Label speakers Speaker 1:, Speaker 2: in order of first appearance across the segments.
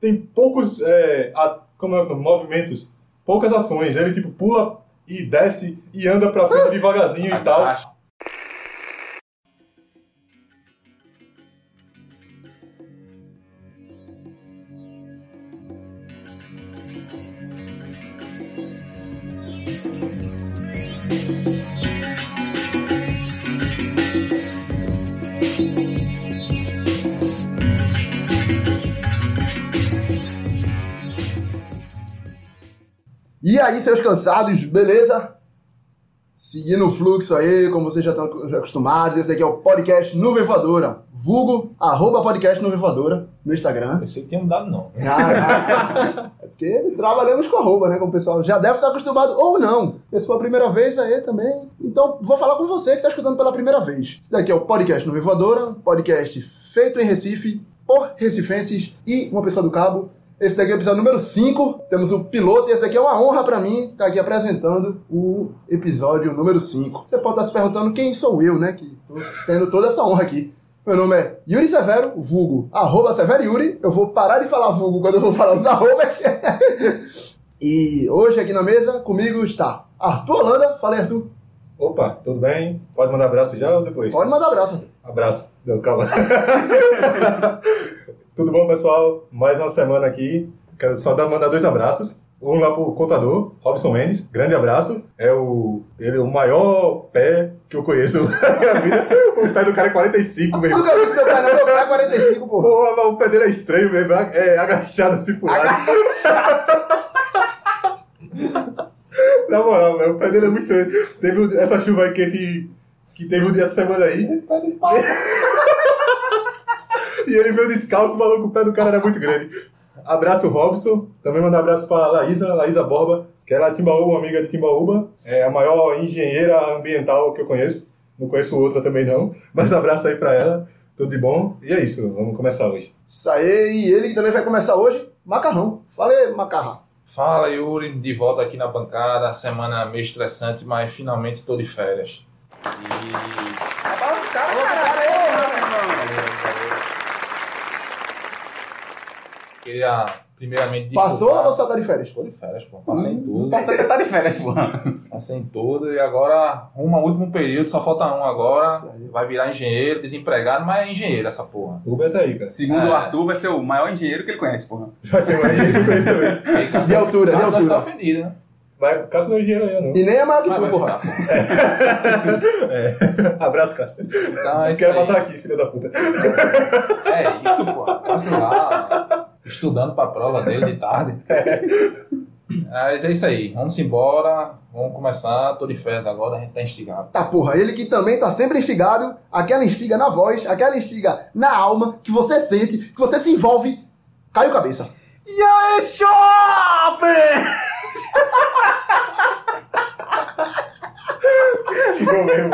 Speaker 1: tem poucos é, a- como é, o nome? movimentos, poucas ações. Ele tipo pula e desce e anda pra frente devagarzinho e tal.
Speaker 2: Agacha.
Speaker 3: E aí, seus cansados, beleza? Seguindo o fluxo aí, como vocês já estão acostumados, esse daqui é o podcast Nuvem Voadora. Vulgo, arroba podcast Nuvem Voadora no Instagram.
Speaker 4: Eu sei que tinha mudado, não.
Speaker 3: Caraca. É porque trabalhamos com arroba, né? Como o pessoal já deve estar acostumado, ou não. Pessoa primeira vez aí também. Então, vou falar com você que está escutando pela primeira vez. Esse daqui é o podcast Nuvem Voadora, um podcast feito em Recife, por recifenses e uma pessoa do cabo. Esse daqui é o episódio número 5. Temos o piloto e esse daqui é uma honra pra mim estar aqui apresentando o episódio número 5. Você pode estar se perguntando quem sou eu, né? Que tô tendo toda essa honra aqui. Meu nome é Yuri Severo, vulgo, arroba Severo Yuri. Eu vou parar de falar vulgo quando eu vou falar os arrobas. e hoje aqui na mesa comigo está Arthur Holanda. Fala aí, Arthur.
Speaker 1: Opa, tudo bem? Pode mandar abraço já ou depois?
Speaker 3: Pode mandar um abraço. Arthur.
Speaker 1: Abraço. Não, calma. Tudo bom, pessoal? Mais uma semana aqui. Quero só dar, mandar dois abraços. Um lá pro contador, Robson Mendes. Grande abraço. É o, ele, é o maior pé que eu conheço na minha vida. O pé do cara é 45, meu irmão.
Speaker 3: Nunca vi isso meu pai, não. Meu pai é 45, pô.
Speaker 1: Porra, mas o pé dele é estranho mesmo. É agachado assim pro lado. Na moral, velho, o pé dele é muito estranho. Teve um- essa chuva aí que, ele- que teve um dia essa semana aí. E ele veio descalço, maluco, o pé do cara era muito grande. Abraço Robson, também mando um abraço pra Laísa, Laísa Borba, que ela é Timbaúba, uma amiga de Timbaúba, é a maior engenheira ambiental que eu conheço. Não conheço outra também não, mas abraço aí pra ela, tudo de bom. E é isso, vamos começar hoje.
Speaker 3: Isso aí, e ele que também vai começar hoje, Macarrão. Fala aí, Macarra.
Speaker 4: Fala, Yuri, de volta aqui na bancada. Semana meio estressante, mas finalmente estou de férias. E. Queria, primeiramente.
Speaker 3: Passou ou
Speaker 4: desculpar-
Speaker 3: você tá de férias?
Speaker 4: Estou de férias, pô. Passei em tudo.
Speaker 2: Tá, tá- tá de férias, pô.
Speaker 4: Passei em tudo. E agora, rumo ao último período, só falta um agora. Vai virar engenheiro, desempregado, mas é engenheiro essa porra.
Speaker 1: Uber tá aí, cara.
Speaker 2: Segundo
Speaker 4: É.
Speaker 2: o Arthur, vai ser o maior engenheiro que ele conhece, porra.
Speaker 1: Vai ser mais engenheiro que eu conheço também.
Speaker 3: De altura, de
Speaker 4: Tá
Speaker 3: altura.
Speaker 4: ofendido, né?
Speaker 1: Mas Cássio não é engenheiro ainda,
Speaker 3: E nem é maior que
Speaker 4: Mas
Speaker 3: tu,
Speaker 4: vai
Speaker 3: porra.
Speaker 4: ficar, pô.
Speaker 1: não. É. Abraço, Cássio.
Speaker 4: Então, é isso
Speaker 1: Quero
Speaker 4: aí.
Speaker 1: botar aqui, filha da puta.
Speaker 4: É isso, pô. Passa lá, estudando pra prova dele de tarde. É. Mas é isso aí. Vamos embora. Vamos começar. Tô de férias agora, a gente tá instigado.
Speaker 3: Tá porra, ele que também tá sempre instigado, aquela instiga na voz, aquela instiga na alma, que você sente, que você se envolve, caiu cabeça.
Speaker 2: E aí, chove!
Speaker 1: Ficou mesmo.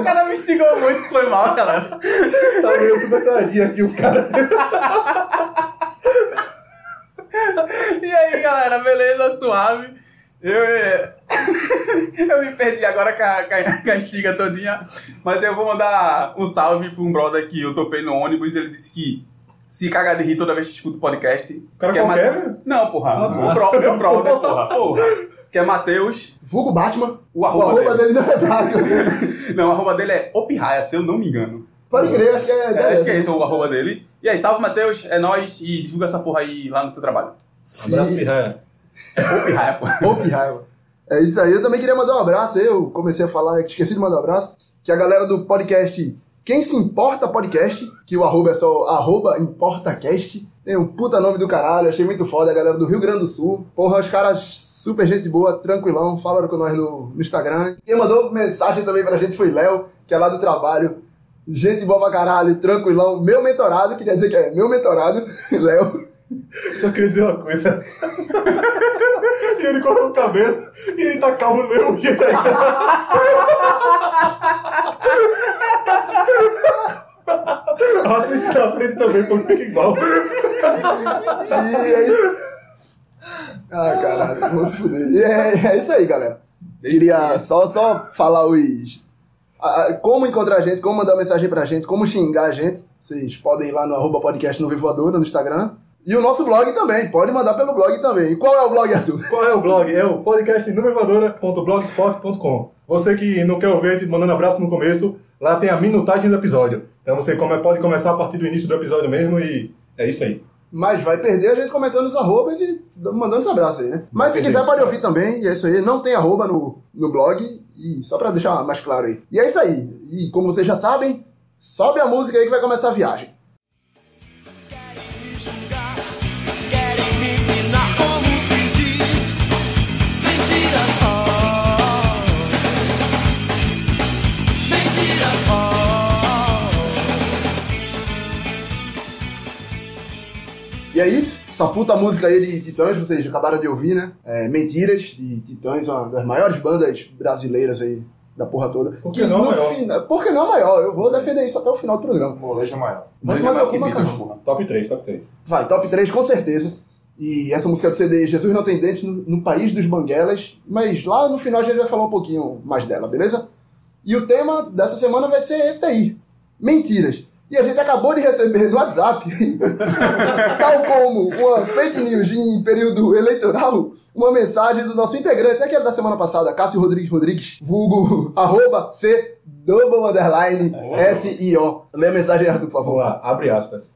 Speaker 2: O cara me instigou muito, foi mal, galera.
Speaker 1: Tá meio super sardinha aqui, o cara.
Speaker 2: E aí, galera, beleza? Suave. Eu, eu me perdi agora com a, com a- com a estiga todinha, mas eu vou mandar um salve pra um brother que eu topei no ônibus. Ele disse que se caga de rir toda vez que escuta o podcast.
Speaker 1: O cara
Speaker 2: Que é
Speaker 1: qualquer,
Speaker 2: Ma-
Speaker 1: velho?
Speaker 2: Não, porra.
Speaker 1: Ah,
Speaker 2: o bro, meu brother, porra. porra. Que é Matheus.
Speaker 3: Vulgo Batman,
Speaker 2: O
Speaker 3: o
Speaker 2: arroba,
Speaker 3: arroba dele não é Batman.
Speaker 2: dele. Não, o arroba dele é Opirraia, se eu não me engano.
Speaker 3: Pode crer, acho que é.
Speaker 2: É, acho que é isso o arroba dele. E aí, salve, Matheus. É nóis. E divulga essa porra aí lá no teu trabalho.
Speaker 1: Abraço, pirraia.
Speaker 2: É Opirraia, porra.
Speaker 3: Pô, que raiva. É isso aí. Eu também queria mandar um abraço. Eu comecei a falar, esqueci de mandar um abraço. Que a galera do podcast Quem Se Importa Podcast, que o arroba é só arroba importacast. Tem um puta nome do caralho, achei muito foda. É A galera do Rio Grande do Sul. Porra, os caras super gente boa, tranquilão. Falaram com nós no, no Instagram. Quem mandou mensagem também pra gente foi Léo, que é lá do trabalho. Gente boa pra caralho, tranquilão. Meu mentorado, queria dizer que é meu mentorado, Léo.
Speaker 1: Só queria dizer uma coisa. e ele cortou o cabelo e ele tá calmo do mesmo jeito ainda. Raspa isso na frente também, pô, fica igual.
Speaker 3: E é isso. Ah, caralho, vamos se fuder. E é, é isso aí, galera. Queria só, só falar os. a- a- como encontrar a gente, como mandar mensagem pra gente, como xingar a gente. Vocês podem ir lá no arroba podcast no Vivoadora, no Instagram. E o nosso blog também, pode mandar pelo blog também. E qual é o blog, Arthur?
Speaker 1: Qual é o blog? É o podcastnuvemvadora.blogspot.com. Você que não quer ouvir a gente mandando abraço no começo, lá tem a minutagem do episódio. Então você come- pode começar a partir do início do episódio mesmo e é isso aí.
Speaker 3: Mas vai perder a gente comentando os arrobas e mandando os abraços aí, né? Mas se
Speaker 1: perder.
Speaker 3: quiser pode ouvir também, e é isso aí. Não tem arroba no, no blog, e só pra deixar mais claro aí. E é isso aí. E como vocês já sabem, sobe a música aí que vai começar a viagem.
Speaker 5: me julgar, querem me ensinar como se diz mentira só, mentira só.
Speaker 3: E é isso. Essa puta música aí de Titãs, vocês acabaram de ouvir, né? É, Mentiras, de Titãs, uma das maiores bandas brasileiras aí da porra toda.
Speaker 1: Por que não a
Speaker 3: no
Speaker 1: maior?
Speaker 3: fina- Por que não a maior? Eu vou defender isso até o final do programa.
Speaker 4: Molejo é maior.
Speaker 3: Mas mais
Speaker 2: Manja é mais que
Speaker 3: alguma
Speaker 2: Beatles,
Speaker 3: canção?
Speaker 2: porra.
Speaker 1: Top 3, top 3.
Speaker 3: Vai, top 3 com certeza. E essa música é do CD Jesus Não Tem Dentes no, no País dos Banguelas. Mas lá no final a gente vai falar um pouquinho mais dela, beleza? E o tema dessa semana vai ser esse daí: Mentiras. E a gente acabou de receber no WhatsApp, tal como uma fake news em período eleitoral, uma mensagem do nosso integrante, aquele da semana passada, Cássio Rodrigues Rodrigues, vulgo arroba C double underline S I O. Lê a mensagem, Arthur, por favor.
Speaker 1: Vamos lá, abre aspas.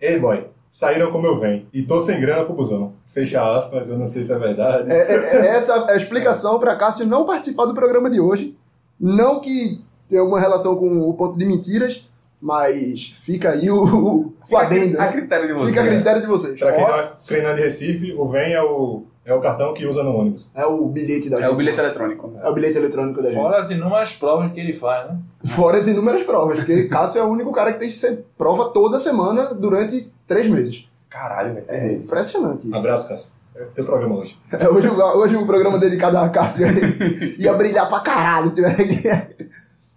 Speaker 1: Ei, boy, saíram como eu venho e tô sem grana pro busão. Fecha aspas, eu não sei se é verdade.
Speaker 3: É, é- é essa a explicação para Cássio não participar do programa de hoje. Não que tenha alguma relação com o ponto de mentiras, mas fica aí o, o, o
Speaker 2: Fica a
Speaker 3: adendo.
Speaker 2: cri- é.
Speaker 3: né?
Speaker 2: a critério de vocês.
Speaker 3: Fica a critério de vocês.
Speaker 1: Pra quem não é treinando de Recife, o VEM é o, é o cartão que usa no ônibus.
Speaker 3: É o bilhete da
Speaker 2: É
Speaker 3: gente.
Speaker 2: o bilhete eletrônico.
Speaker 3: É o bilhete eletrônico da gente.
Speaker 4: Fora as inúmeras provas que ele faz, né?
Speaker 3: Fora as inúmeras provas, porque Cássio é o único cara que tem que ser prova toda semana durante três meses.
Speaker 2: Caralho, velho.
Speaker 3: É impressionante isso.
Speaker 1: Abraço, Cássio. É o teu programa hoje.
Speaker 3: É, hoje, o- hoje o programa dedicado a Cássio ia- ia brilhar pra caralho se tiver aqui.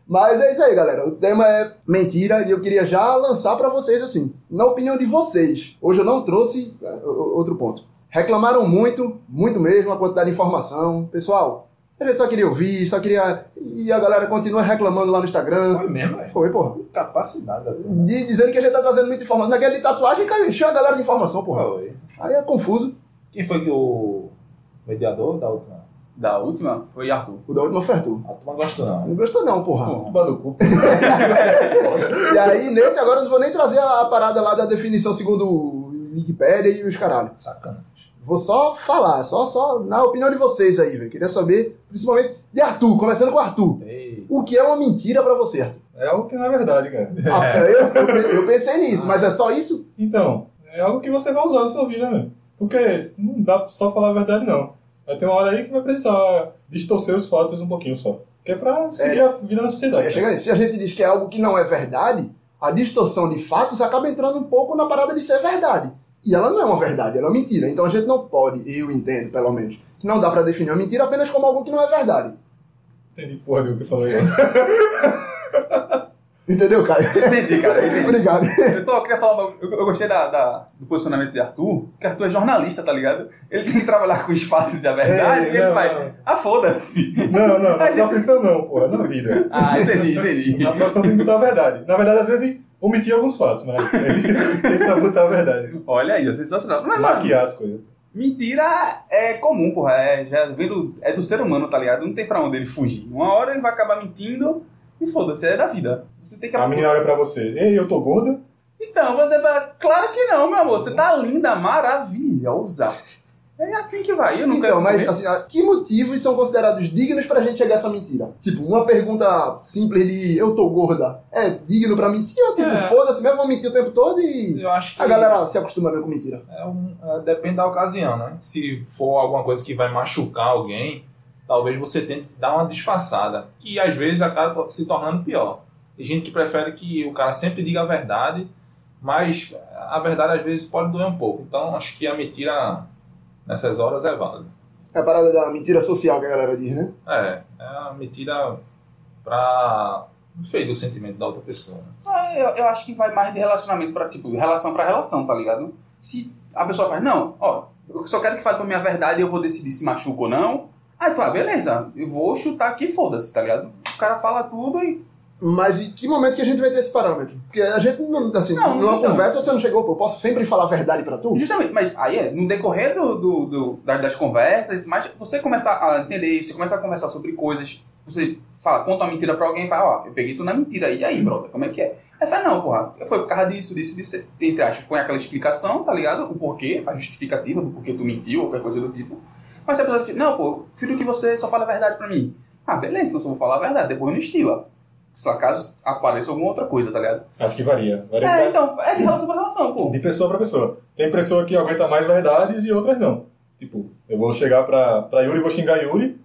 Speaker 3: Mas é isso aí, galera. O tema é mentira e eu queria já lançar pra vocês assim, na opinião de vocês. Hoje eu não trouxe é, o- o- outro ponto. Reclamaram muito, muito mesmo, a quantidade de informação. Pessoal, a gente só queria ouvir, só queria. E a galera continua reclamando lá no Instagram.
Speaker 4: mesmo, velho.
Speaker 3: Foi, porra.
Speaker 4: Capacidade da
Speaker 3: De- dizendo que a gente tá trazendo muita informação. Naquela de tatuagem, cara, encheu a galera de informação, porra.
Speaker 4: Foi.
Speaker 3: Aí é confuso.
Speaker 4: Quem foi que o mediador da última?
Speaker 2: Da última foi Arthur.
Speaker 3: O da última foi Arthur.
Speaker 4: A turma gostou, não.
Speaker 3: Não gostou, não, porra.
Speaker 2: Porra.
Speaker 1: Tuba do cu.
Speaker 3: E aí, nesse agora, eu não vou nem trazer a, a parada lá da definição segundo o Wikipédia e os caralho.
Speaker 4: Sacanagem.
Speaker 3: Vou só falar, só, só na opinião de vocês aí, velho. Queria saber, principalmente, de Arthur, começando com o Arthur.
Speaker 4: Ei.
Speaker 3: O que é uma mentira pra você, Arthur?
Speaker 1: É algo que não é verdade, cara.
Speaker 3: Ah, eu, eu- eu pensei nisso, mas é só isso?
Speaker 1: Então, é algo que você vai usar na sua vida, né? Porque não dá só falar a verdade, não. Vai ter uma hora aí que vai precisar distorcer os fatos um pouquinho só. Que é pra seguir a vida na sociedade.
Speaker 3: É, chega aí. Se a gente diz que é algo que não é verdade, a distorção de fatos acaba entrando um pouco na parada de ser verdade. E ela não é uma verdade, ela é uma mentira. Então a gente não pode, eu entendo, pelo menos, que não dá pra definir uma mentira apenas como algo que não é verdade.
Speaker 1: Entendi porra do que tu falou aí.
Speaker 3: Entendeu, Caio?
Speaker 2: Entendi, cara. Entendi.
Speaker 3: Obrigado.
Speaker 2: Eu só queria falar, um bagulho. eu, eu gostei da, da- do posicionamento de Arthur, porque Arthur é jornalista, tá ligado? Ele tem que trabalhar com os fatos e a verdade,
Speaker 1: É,
Speaker 2: e ele
Speaker 1: não,
Speaker 2: faz,
Speaker 1: não.
Speaker 2: ah, foda-se.
Speaker 1: Não, não,
Speaker 2: A
Speaker 1: na
Speaker 2: gente-
Speaker 1: profissão não, porra, na vida.
Speaker 2: Ah, entendi, entendi.
Speaker 1: Na profissão tem que botar a verdade. Na verdade, às vezes, omitir alguns fatos, mas tem que- tem que botar a verdade.
Speaker 2: Olha aí, é sensacional. Mas, mano,
Speaker 1: Maquiar as coisas.
Speaker 2: mentira é comum, porra. É, já vem do, é do ser humano, tá ligado? Não tem pra onde ele fugir. Uma hora ele vai acabar mentindo e foda-se, é da vida. Você tem que
Speaker 1: A menina olha pra você. Ei, eu tô gorda?
Speaker 2: Então, você fala, claro que não, meu amor. Você tá linda, maravilhosa. É assim que vai. Eu não
Speaker 3: Então,
Speaker 2: quero
Speaker 3: mas
Speaker 2: comer.
Speaker 3: assim, a- que motivos são considerados dignos pra gente chegar a essa mentira? Tipo, uma pergunta simples de eu tô gorda é digno pra mentir? Ou tipo,
Speaker 4: É.
Speaker 3: foda-se mesmo, vou mentir o tempo todo e
Speaker 4: Eu acho que
Speaker 3: a galera se acostuma mesmo com mentira.
Speaker 4: é um- é, depende da ocasião, né? Se for alguma coisa que vai machucar alguém, talvez você tente dar uma disfarçada, que às vezes acaba to- se tornando pior. Tem gente que prefere que o cara sempre diga a verdade, mas a verdade às vezes pode doer um pouco. Então acho que a mentira nessas horas é válida.
Speaker 3: É a parada da mentira social que a galera diz, né?
Speaker 4: É, é a mentira pra. Não sei, do sentimento da outra pessoa. né?
Speaker 2: Ah, Eu, eu acho que vai mais de relacionamento pra, tipo, relação pra relação, tá ligado? Se a pessoa faz, não, ó, eu só quero que fale pra minha verdade e eu vou decidir se machuca ou não. Aí tu, ah, beleza, eu vou chutar aqui, foda-se, tá ligado? O cara fala tudo e.
Speaker 3: Mas em que momento que a gente vai ter esse parâmetro? Porque a gente, não, assim,
Speaker 2: Não,
Speaker 3: numa
Speaker 2: então.
Speaker 3: conversa você não chegou, pô, eu posso sempre falar a verdade pra tu?
Speaker 2: Justamente, mas aí é, no decorrer do, do- do- da- das conversas, mas você começa a entender, você começa a conversar sobre coisas, você fala, conta uma mentira pra alguém e fala, ó, eu peguei tu na mentira, e aí, brother, como é que é? Aí fala, não, porra, foi por causa disso, disso, disso, entre aspas, põe aquela explicação, tá ligado? O porquê, a justificativa do porquê tu mentiu, ou qualquer coisa do tipo. Mas você pensa assim, não, pô, filho que você só fala a verdade pra mim. Ah, beleza, então só vou falar a verdade, depois não estila. Se lá caso apareça alguma outra coisa, tá ligado?
Speaker 1: Acho que varia. Varia
Speaker 2: É, então, é de relação pra relação, pô.
Speaker 1: de pessoa pra pessoa. Tem pessoa que aguenta mais verdades e outras não. Tipo, eu vou chegar pra, pra Yuri e vou xingar Yuri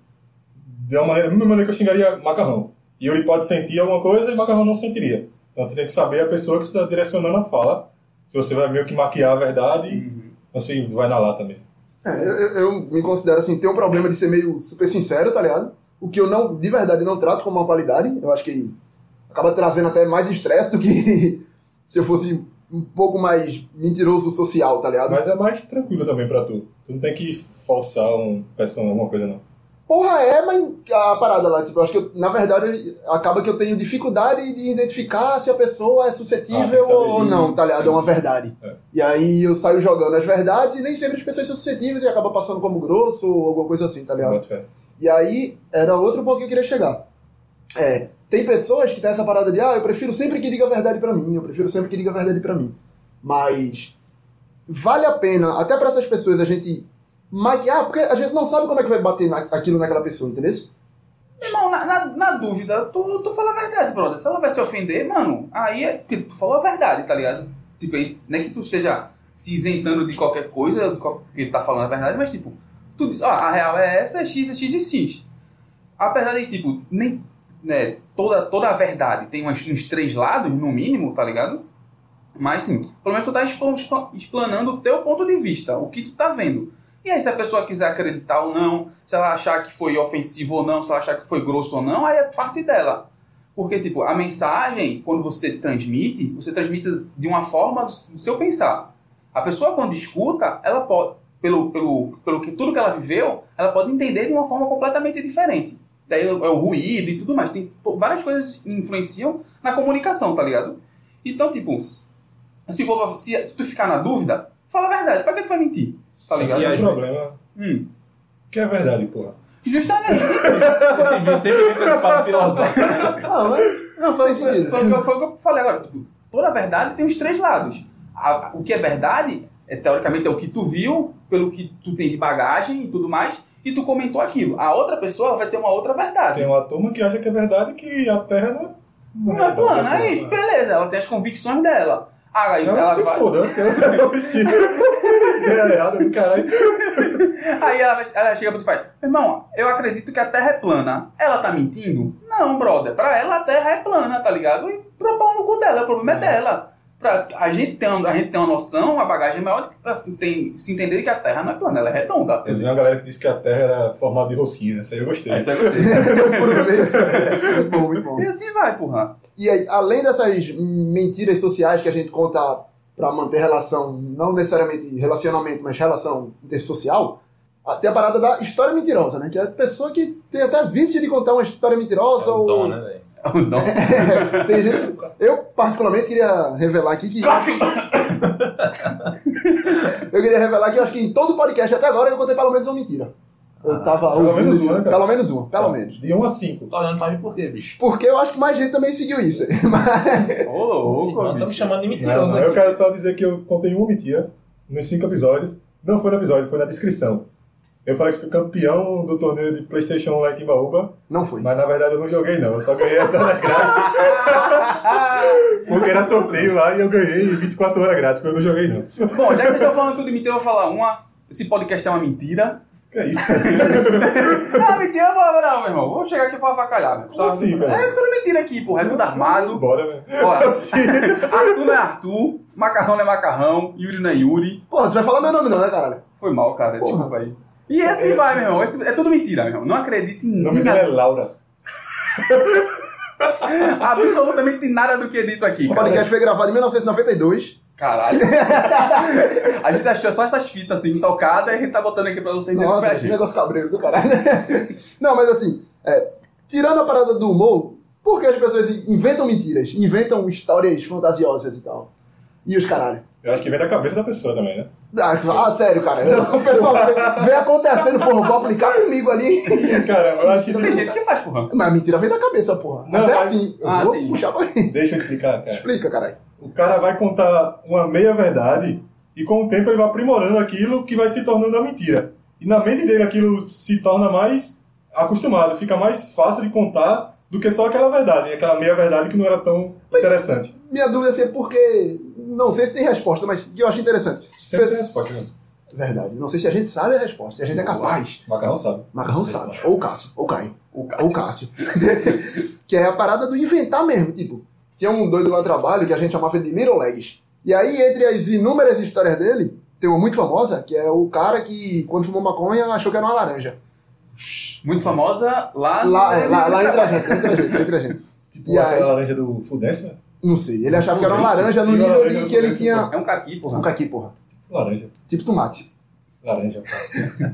Speaker 1: de uma maneira, da mesma maneira que eu xingaria Macarrão. Yuri pode sentir alguma coisa e Macarrão não sentiria. Então você tem que saber a pessoa que está direcionando a fala. Se você vai meio que maquiar a verdade,
Speaker 2: Uhum.
Speaker 1: você vai na lata mesmo.
Speaker 3: É, eu, eu- eu me considero assim, ter um problema de ser meio super sincero, tá ligado? O que eu não, de verdade, não trato como uma qualidade. Eu acho que acaba trazendo até mais estresse do que se eu fosse um pouco mais mentiroso social, tá ligado?
Speaker 1: Mas é mais tranquilo também pra tu. Tu não tem que forçar um personagem, alguma coisa não.
Speaker 3: Porra, é, mas a parada lá, tipo, eu acho que eu- na verdade eu- acaba que eu tenho dificuldade de identificar se a pessoa é
Speaker 1: Ah, tem
Speaker 3: suscetível
Speaker 1: que saber
Speaker 3: ou
Speaker 1: isso.
Speaker 3: não, tá ligado? É uma verdade.
Speaker 1: É.
Speaker 3: E aí eu saio jogando as verdades e nem sempre as pessoas são suscetíveis e acaba passando como grosso ou alguma coisa assim, tá
Speaker 2: É.
Speaker 3: ligado?
Speaker 1: Bota fé.
Speaker 3: E aí, era outro ponto que eu queria chegar. É, tem pessoas que têm essa parada de, ah, eu prefiro sempre que diga a verdade pra mim, eu prefiro sempre que diga a verdade pra mim. Mas vale a pena, até pra essas pessoas, a gente maquiar, porque a gente não sabe como é que vai bater na- aquilo naquela pessoa, entendeu?
Speaker 2: Irmão, na, na, na dúvida, tu, tu fala a verdade, brother. Se ela vai se ofender, mano, aí é porque tu falou a verdade, tá ligado? Tipo, aí, não é que tu esteja se isentando de qualquer coisa, de qual- que tá falando a verdade, mas tipo, tu diz, ó, a real é essa, é X, é X e X. Apesar de, tipo, nem né, toda, toda a verdade tem umas- uns três lados, no mínimo, tá ligado? Mas sim, pelo menos tu tá explan- explan- explanando o teu ponto de vista, o que tu tá vendo. E aí, se a pessoa quiser acreditar ou não, se ela achar que foi ofensivo ou não, se ela achar que foi grosso ou não, aí é parte dela. Porque, tipo, a mensagem, quando você transmite, você transmite de uma forma do seu pensar. A pessoa, quando escuta, ela pode, pelo, pelo, pelo que tudo que ela viveu, ela pode entender de uma forma completamente diferente. Daí é o ruído e tudo mais. Tem pô, várias coisas que influenciam na comunicação, tá ligado? Então, tipo, se, for, se tu ficar na dúvida, fala a verdade. Pra que tu vai mentir? Tá ligado?
Speaker 4: E
Speaker 1: O
Speaker 4: aí-
Speaker 1: um problema é
Speaker 2: Hum.
Speaker 1: que é verdade, porra.
Speaker 2: Justamente.
Speaker 4: Esse vídeo sempre vem quando eu falo filosófico. né?
Speaker 3: Ah, mas...
Speaker 2: Não, foi,
Speaker 3: Faz
Speaker 2: foi,
Speaker 3: sentido.
Speaker 2: foi, o que eu- foi o que eu falei agora. Tipo, toda verdade tem os três lados. A- o que é verdade, é, teoricamente, é o que tu viu, pelo que tu tem de bagagem e tudo mais, e tu comentou aquilo. A outra pessoa ela vai ter uma outra verdade.
Speaker 1: Tem uma turma que acha que é verdade que a Terra não é-
Speaker 2: Não é plana, aí,
Speaker 1: plana.
Speaker 2: beleza, ela tem as convicções dela. Ah, aí,
Speaker 1: Ela
Speaker 2: ela
Speaker 1: se
Speaker 2: vai,
Speaker 1: foda. Ideia errada do caralho.
Speaker 2: aí ela, vai- ela chega pra tu e faz, irmão, eu acredito que a Terra é plana. Ela tá mentindo? Não, brother. Pra ela a Terra é plana, tá ligado? E pro pau no cu dela, o problema é,
Speaker 1: Uhum.
Speaker 2: dela. Pra, a, gente tem, uma- a gente tem uma noção, uma bagagem maior de que, assim, tem, se entender que a Terra não é plana, ela é redonda.
Speaker 1: Eu vi uma galera que disse que a Terra era formada de rosquinha. Essa aí eu gostei.
Speaker 4: é,
Speaker 2: Essa eu gostei.
Speaker 3: muito bom, muito bom.
Speaker 2: E assim vai, porra.
Speaker 3: E aí, além dessas mentiras sociais que a gente conta pra manter relação, não necessariamente relacionamento, mas relação intersocial, ah, tem a parada da história mentirosa, né? Que é a pessoa que tem até vício de contar uma história mentirosa
Speaker 4: É o
Speaker 3: ou.
Speaker 4: dom, né, velho?
Speaker 2: Não.
Speaker 3: Tem gente. Eu, particularmente, queria revelar aqui que. eu queria revelar que eu acho que em todo podcast até agora eu contei pelo menos uma mentira.
Speaker 4: Ah,
Speaker 3: Eu tava
Speaker 1: pelo
Speaker 3: ouvindo.
Speaker 1: menos uma, né, cara?
Speaker 3: pelo menos uma,
Speaker 4: É.
Speaker 3: pelo menos.
Speaker 1: De 1 a 5.
Speaker 4: Tá olhando pra mim por quê, bicho?
Speaker 3: Porque eu acho que mais gente também seguiu isso. Mas-
Speaker 2: Ô, louco,
Speaker 4: Não, tá me
Speaker 2: bicho.
Speaker 4: chamando de
Speaker 1: Não,
Speaker 4: mentiroso
Speaker 1: não,
Speaker 4: aqui.
Speaker 1: eu quero só dizer que eu contei uma mentira nos 5 episódios. Não foi no episódio, foi na descrição. Eu falei que fui campeão do torneio de Playstation 1 lá em Timbaúba,
Speaker 3: não foi.
Speaker 1: mas na verdade eu não joguei não, eu só ganhei essa hora grátis. Porque era sorteio lá e eu ganhei 24 horas grátis, mas eu não joguei não.
Speaker 2: Bom, já que vocês estão falando tudo de mentira, eu vou falar uma. Esse podcast é uma mentira.
Speaker 1: Que é isso?
Speaker 2: Não, mentira, eu vou, não, meu irmão. Vou chegar aqui e vou avacalhar, meu.
Speaker 1: Como assim, cara?
Speaker 2: É tudo mentira aqui, porra. É tudo armado.
Speaker 1: Bora, né? velho.
Speaker 2: Bora. Arthur não é Arthur, macarrão não é macarrão, Yuri não é Yuri.
Speaker 3: Porra, tu vai falar meu nome não, né, caralho?
Speaker 2: Foi mal, cara. Desculpa aí. E assim vai, meu irmão. Esse- é tudo mentira, meu irmão. Não acredite em
Speaker 1: O nome dela é
Speaker 2: nada.
Speaker 1: Laura.
Speaker 3: é.
Speaker 2: Absolutamente nada do que é dito aqui.
Speaker 3: O
Speaker 2: Cara.
Speaker 3: podcast foi gravado em 1992.
Speaker 2: Caralho. A gente achou só essas fitas assim, tocadas, e a gente tá botando aqui pra vocês verem pra
Speaker 3: Nossa, que
Speaker 2: gente.
Speaker 3: negócio cabreiro do caralho. Não, mas assim, é, tirando a parada do humor, Por que as pessoas inventam mentiras, inventam histórias fantasiosas e tal? E os caralho.
Speaker 1: Eu acho que vem da cabeça da pessoa também, né?
Speaker 3: Ah, ah, sério, cara. O pessoal vê- vê acontecendo, porra, vou aplicar comigo ali.
Speaker 1: Caramba, eu acho que.
Speaker 2: Tem gente que faz, porra.
Speaker 3: Mas a mentira vem da cabeça, porra.
Speaker 1: Não,
Speaker 3: Até
Speaker 1: mas-
Speaker 3: assim. Eu
Speaker 2: Ah,
Speaker 3: vou
Speaker 2: sim.
Speaker 3: puxar pra mim.
Speaker 1: Deixa eu explicar, cara.
Speaker 3: Explica, caralho.
Speaker 1: O cara vai contar uma meia verdade e com o tempo ele vai aprimorando aquilo que vai se tornando a mentira. E na mente dele aquilo se torna mais acostumado, fica mais fácil de contar do que só aquela verdade, aquela meia verdade que não era tão interessante.
Speaker 3: Minha dúvida é assim, porque. Não sei se tem resposta, mas que eu acho interessante.
Speaker 1: Sempre
Speaker 3: Pe-
Speaker 1: tem resposta, né?
Speaker 3: Verdade. Não sei se a gente sabe a resposta, se a gente é capaz.
Speaker 1: O Macarrão sabe.
Speaker 3: Macarrão
Speaker 1: Sei,
Speaker 3: sabe.
Speaker 1: mano.
Speaker 3: Ou o Cássio, ou o Caio.
Speaker 2: O
Speaker 3: Ou o Cássio. que é a parada do inventar mesmo. Tipo, tinha um doido lá no trabalho que a gente chamava de Little Legs. E aí, entre as inúmeras histórias dele, tem uma muito famosa, que é o cara que, quando fumou maconha, achou que era uma laranja.
Speaker 2: Muito famosa lá...
Speaker 3: Lá, é, lá, lá entre a gente, entre a gente, entre a gente.
Speaker 1: Tipo
Speaker 3: E aí?
Speaker 1: aquela laranja do Fudêncio, né?
Speaker 3: Não sei, ele achava que era uma laranja
Speaker 1: Tinha
Speaker 3: no nível
Speaker 1: laranja
Speaker 3: de
Speaker 1: no
Speaker 3: que ele
Speaker 1: começo, né?
Speaker 3: tinha...
Speaker 2: É um caqui, porra.
Speaker 3: Um caqui, porra.
Speaker 1: Laranja.
Speaker 3: Tipo tomate.
Speaker 1: Laranja.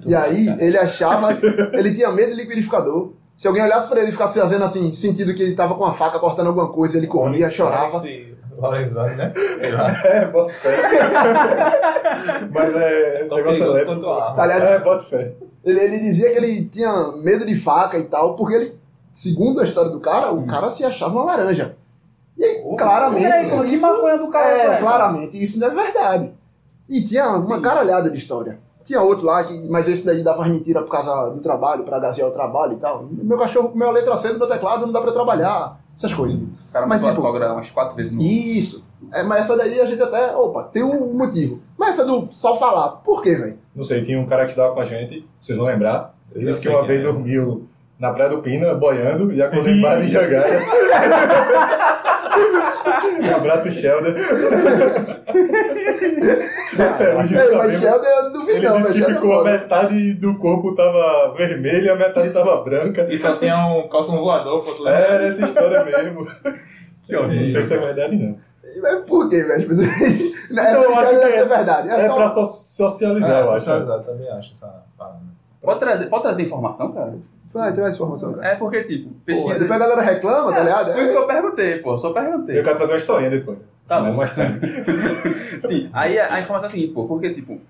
Speaker 3: E aí ele achava, ele tinha medo de liquidificador. Se alguém olhasse pra ele e ficasse fazendo assim, sentido que ele tava com a faca cortando alguma coisa, ele corria, chorava.
Speaker 4: Valorizando, né?
Speaker 1: É, bota fé. Mas é. é um negócio
Speaker 4: Tá perigoso
Speaker 1: leve.
Speaker 4: quanto a arma.
Speaker 3: Tá ligado?
Speaker 1: É, bota fé.
Speaker 3: Ele, ele dizia que ele tinha medo de faca e tal, porque ele, segundo a história do cara, o cara se achava uma laranja. E aí, claramente.
Speaker 2: Peraí, porra, que
Speaker 3: isso-
Speaker 2: maconha do cara
Speaker 3: é,
Speaker 2: essa?
Speaker 3: claramente, isso não é verdade. E tinha uma caralhada de história. Tinha outro lá, que, mas esse daí dava as mentiras por causa do trabalho, pra gasear o trabalho e tal. Meu cachorro comeu a letra C do meu teclado, não dá pra trabalhar. Essas coisas.
Speaker 2: O cara
Speaker 3: Mas,
Speaker 2: matou a
Speaker 3: tipo,
Speaker 2: sogra umas quatro vezes no...
Speaker 3: Isso. É, mas essa daí a gente até. Opa, tem um motivo. Mas essa do só falar, por quê, velho?
Speaker 1: Não sei, tinha um cara que estudava com a gente, vocês vão lembrar. Ele
Speaker 4: Eu
Speaker 1: disse que
Speaker 4: sei
Speaker 1: uma
Speaker 4: quem
Speaker 1: vez
Speaker 4: é.
Speaker 1: dormiu na Praia do Pina, boiando, e acordou em Barra de Jangada. um abraço, Sheldon. Até hoje eu
Speaker 3: Ei,
Speaker 1: sabia.
Speaker 3: Ah, É, mas Sheldon, eu não duvido,
Speaker 1: Ele
Speaker 3: não.
Speaker 1: disse
Speaker 3: Mas
Speaker 1: que
Speaker 3: Sheldon
Speaker 1: ficou, a
Speaker 3: é foda.
Speaker 1: metade do corpo tava vermelha e a metade tava branca.
Speaker 4: E só tinha um calção voador, pô, tu lembra?
Speaker 1: Era essa história mesmo. Que horrível. Não sei se é verdade, não.
Speaker 3: Mas É, por quê, velho? Não,
Speaker 1: né? Então, eu acho que é
Speaker 3: é
Speaker 1: essa.
Speaker 3: verdade. É,
Speaker 1: É
Speaker 3: só...
Speaker 1: pra so-
Speaker 4: Ah,
Speaker 1: socializar, é, eu acho.
Speaker 4: socializado, também acho essa parada.
Speaker 2: Pode trazer, pode trazer informação, cara?
Speaker 3: Vai, traz essa informação, cara.
Speaker 2: É porque, tipo,
Speaker 3: Porra,
Speaker 2: pesquisa...
Speaker 3: depois a galera reclama, tá ligado?
Speaker 2: Por isso
Speaker 3: É.
Speaker 2: que eu perguntei, pô. Só perguntei.
Speaker 1: Eu quero fazer uma historinha depois.
Speaker 2: Tá
Speaker 1: Não, é
Speaker 2: bom.
Speaker 1: mais tarde.
Speaker 2: Sim, aí a, a informação é a seguinte, pô, porque, tipo,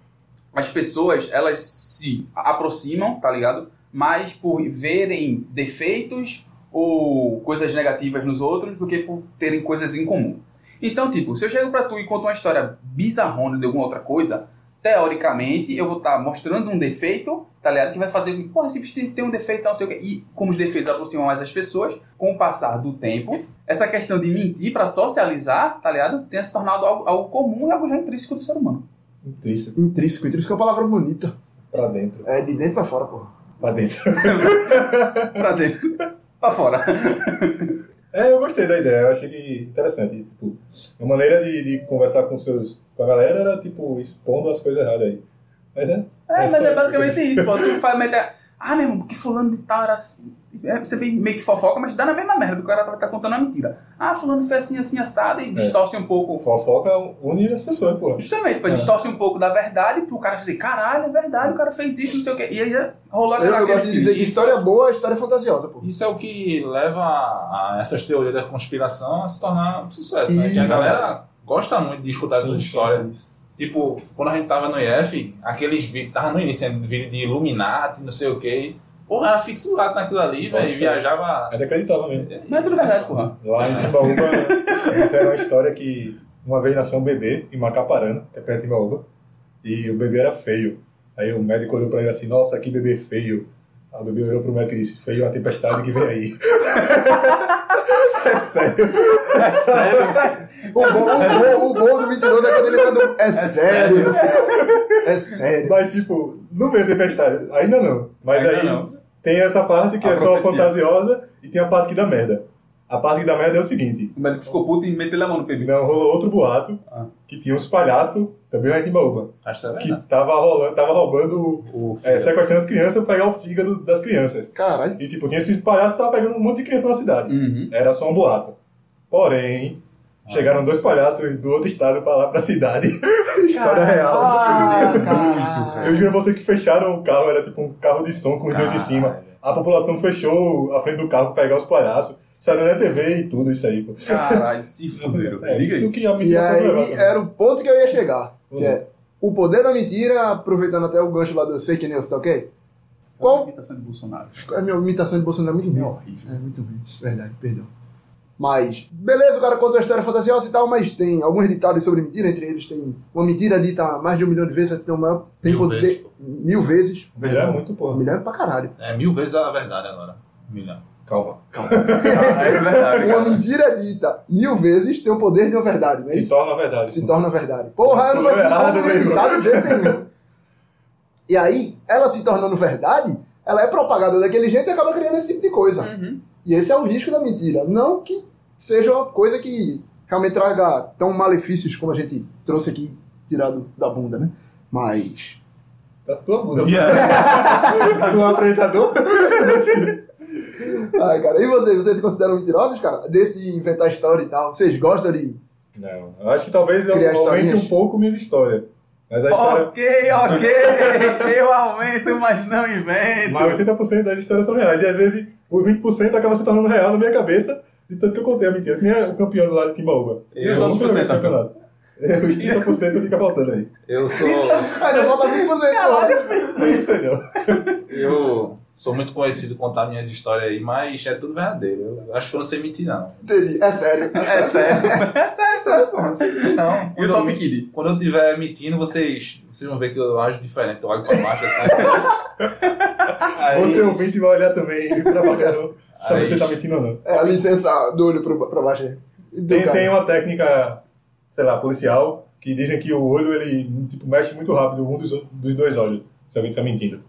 Speaker 2: as pessoas, elas se aproximam, tá ligado? Mais por verem defeitos ou coisas negativas nos outros do que por terem coisas em comum. Então, tipo, se eu chego pra tu e conto uma história bizarrona de alguma outra coisa, teoricamente eu vou estar mostrando um defeito, tá ligado? Que vai fazer com que, porra, esse bicho tem- tem um defeito, não sei o quê. E como os defeitos aproximam mais as pessoas, com o passar do tempo, essa questão de mentir pra socializar, tá ligado? Tenha se tornado algo, algo comum e algo já intrínseco do ser humano.
Speaker 1: Intrínseco,
Speaker 3: Intrínseco, intrínseco é uma palavra bonita.
Speaker 1: pra dentro.
Speaker 3: É de dentro pra fora, porra.
Speaker 1: Pra dentro.
Speaker 2: pra dentro, pra fora.
Speaker 1: É, eu gostei da ideia, eu achei que interessante. Tipo, uma maneira de, de conversar com seus com a galera era, tipo, expondo as coisas erradas aí. Mas é.
Speaker 2: É, mas
Speaker 1: só
Speaker 2: é
Speaker 1: isso.
Speaker 2: basicamente isso, pô. Tu faz meter. Ah, meu irmão, porque fulano de tal era assim. É, Você bem- meio que fofoca, mas dá na mesma merda, porque o cara tá, tá contando uma mentira. Ah, fulano fez assim, assim, assado
Speaker 3: É.
Speaker 2: e distorce um pouco.
Speaker 1: Fofoca une as pessoas, porra.
Speaker 2: Justamente, pô,
Speaker 1: É.
Speaker 2: distorce um pouco da verdade pro cara fazer, caralho, é verdade, o cara fez isso, não sei o quê. E aí já rolou
Speaker 3: Eu, eu
Speaker 2: aquele
Speaker 3: gosto de dizer que história boa é história fantasiosa, porra.
Speaker 4: Isso é o que leva a essas teorias da conspiração a se tornar um sucesso, né? Que a
Speaker 3: Isso.
Speaker 4: galera gosta muito de escutar essas
Speaker 1: Sim, sim.
Speaker 3: É
Speaker 4: histórias. Tipo, quando a gente tava no IF, aqueles vídeos, tava no início, né, vídeo de Illuminati, não sei o quê. Porra, era fissurado naquilo ali,
Speaker 1: Nossa.
Speaker 4: velho, viajava...
Speaker 1: Ainda acreditava mesmo.
Speaker 2: Não é tudo verdade, porra.
Speaker 1: Lá em Timbaúba, isso era uma história que uma vez nasceu um bebê em Macaparana, que é perto de Timbaúba, e o bebê era feio. Aí o médico olhou pra ele assim, nossa, que bebê feio. Aí o bebê olhou pro médico e disse, feio é uma tempestade que vem aí. é sério.
Speaker 3: O bom, o bom, o bom do 22 é quando ele manda. É, é sério. É sério.
Speaker 1: Mas, tipo, não veio tempestade. Ainda não. Mas
Speaker 2: Ainda
Speaker 1: aí
Speaker 2: não.
Speaker 1: tem essa parte que
Speaker 2: A
Speaker 1: é só
Speaker 2: profecia.
Speaker 1: fantasiosa e tem a parte que dá merda. A parte que dá merda é o seguinte.
Speaker 2: O médico ficou puto e meteu a mão no PB.
Speaker 1: Não, rolou outro boato
Speaker 2: Ah.
Speaker 1: que tinha uns palhaços, também lá em Timbaúba,
Speaker 4: Acho que isso é
Speaker 1: que
Speaker 4: verdade.
Speaker 1: tava, rolando, tava roubando,
Speaker 4: O
Speaker 1: é,
Speaker 4: filho-
Speaker 1: sequestrando as crianças pra pegar o fígado das crianças.
Speaker 3: Caralho.
Speaker 1: E, tipo, tinha esses palhaços que tava pegando um monte de criança na cidade.
Speaker 2: Uhum.
Speaker 1: Era só um boato. Porém, chegaram dois palhaços do outro estado pra lá, pra cidade. História real.
Speaker 3: Ah,
Speaker 1: Eu
Speaker 3: caralho.
Speaker 2: Ah.
Speaker 1: juro a você que fecharam o carro, era tipo um carro de som com os dois em
Speaker 4: Caralho.
Speaker 1: cima. a população fechou a frente do carro pra pegar os palhaços. Saiu na TV e tudo isso aí, pô.
Speaker 2: Caralho, se fuderam.
Speaker 1: É,
Speaker 2: Diga
Speaker 1: isso
Speaker 2: aí.
Speaker 1: que a
Speaker 3: E
Speaker 1: mentira
Speaker 3: aí
Speaker 1: comprovava.
Speaker 3: era o ponto que eu ia chegar. Que
Speaker 1: Uhum.
Speaker 3: é o poder da mentira, aproveitando até o gancho lá do fake news, tá ok?
Speaker 2: Qual a
Speaker 3: Qual
Speaker 2: imitação de Bolsonaro?
Speaker 3: a minha imitação de Bolsonaro é muito
Speaker 2: É
Speaker 3: ruim?
Speaker 2: horrível.
Speaker 3: É muito ruim, isso é verdade, perdão. Mas, beleza, o cara conta a história fantasiosa e tal, mas tem alguns ditados sobre mentira, entre eles tem uma mentira dita mais de um milhão de vezes, tem, o maior, tem
Speaker 4: Mil
Speaker 3: poder.
Speaker 4: vezes, pô.
Speaker 3: mil vezes.
Speaker 1: Melhor é muito,
Speaker 3: Um
Speaker 1: porra.
Speaker 3: milhão é pra caralho.
Speaker 4: É mil vezes a verdade agora. Um milhão.
Speaker 1: Calma.
Speaker 2: Ah, é
Speaker 4: Tá
Speaker 2: verdade,
Speaker 3: Uma
Speaker 4: né?
Speaker 2: cara.
Speaker 3: mentira dita mil vezes tem o poder de uma verdade, não é
Speaker 1: Se
Speaker 3: isso?
Speaker 1: torna verdade.
Speaker 3: se torna verdade. Porra, eu não vou
Speaker 1: Tudo
Speaker 3: ficar
Speaker 1: errado, meu
Speaker 3: acreditado de jeito nenhum. E aí, ela se tornando verdade, ela é propagada daquele jeito e acaba criando esse tipo de coisa.
Speaker 2: Uhum.
Speaker 3: E esse é o risco da mentira. Não que seja uma coisa que realmente traga tão malefícios como a gente trouxe aqui, tirado da bunda, né? Mas.
Speaker 1: Da tua bunda.
Speaker 2: Yeah.
Speaker 1: Do apresentador.
Speaker 3: Ai, cara, e vocês? Vocês se consideram mentirosos, cara? Desse de inventar história e tal? Vocês gostam de.
Speaker 1: Não. Eu acho que talvez eu
Speaker 3: Criar
Speaker 1: aumente
Speaker 3: historinhas.
Speaker 1: um pouco minhas histórias. Mas a história...
Speaker 2: Ok, ok. Eu aumento, mas não invento.
Speaker 1: Mas 80% das histórias são reais. E às vezes o 20% acaba se tornando real na minha cabeça de tanto que eu contei a mentira. Que nem o campeão lá de Timbaúba.
Speaker 4: E os
Speaker 1: Eu
Speaker 2: outros
Speaker 1: nunca lembro
Speaker 2: 30%?
Speaker 1: de campeonato. É, Os 30% fica faltando aí.
Speaker 4: Eu sou.
Speaker 3: Cara, falta 20%.
Speaker 1: Não sei não.
Speaker 4: Eu sou muito conhecido por contar minhas histórias aí, mas é tudo verdadeiro. Eu acho que eu não sei mentir, não.
Speaker 3: Entendi, é sério.
Speaker 2: É sério. É sério, sério.
Speaker 4: Não, não sei mentir, não.
Speaker 2: E o Top Kid?
Speaker 4: Então, Quando eu estiver mentindo, vocês, vocês vão ver que eu ajo diferente. Eu olho pra baixo assim. Aí-
Speaker 1: Você
Speaker 2: é um
Speaker 1: ouvinte vai olhar também pra baixo. Sabe
Speaker 4: Aí.
Speaker 1: se você tá mentindo ou não.
Speaker 3: É a licença do olho pro- pra baixo. aí. Do
Speaker 1: Tem,
Speaker 3: Então, cara.
Speaker 1: tem uma técnica, sei lá, policial, que dizem que o olho, ele, tipo, mexe muito rápido um dos, dos dois olhos, se alguém tá mentindo.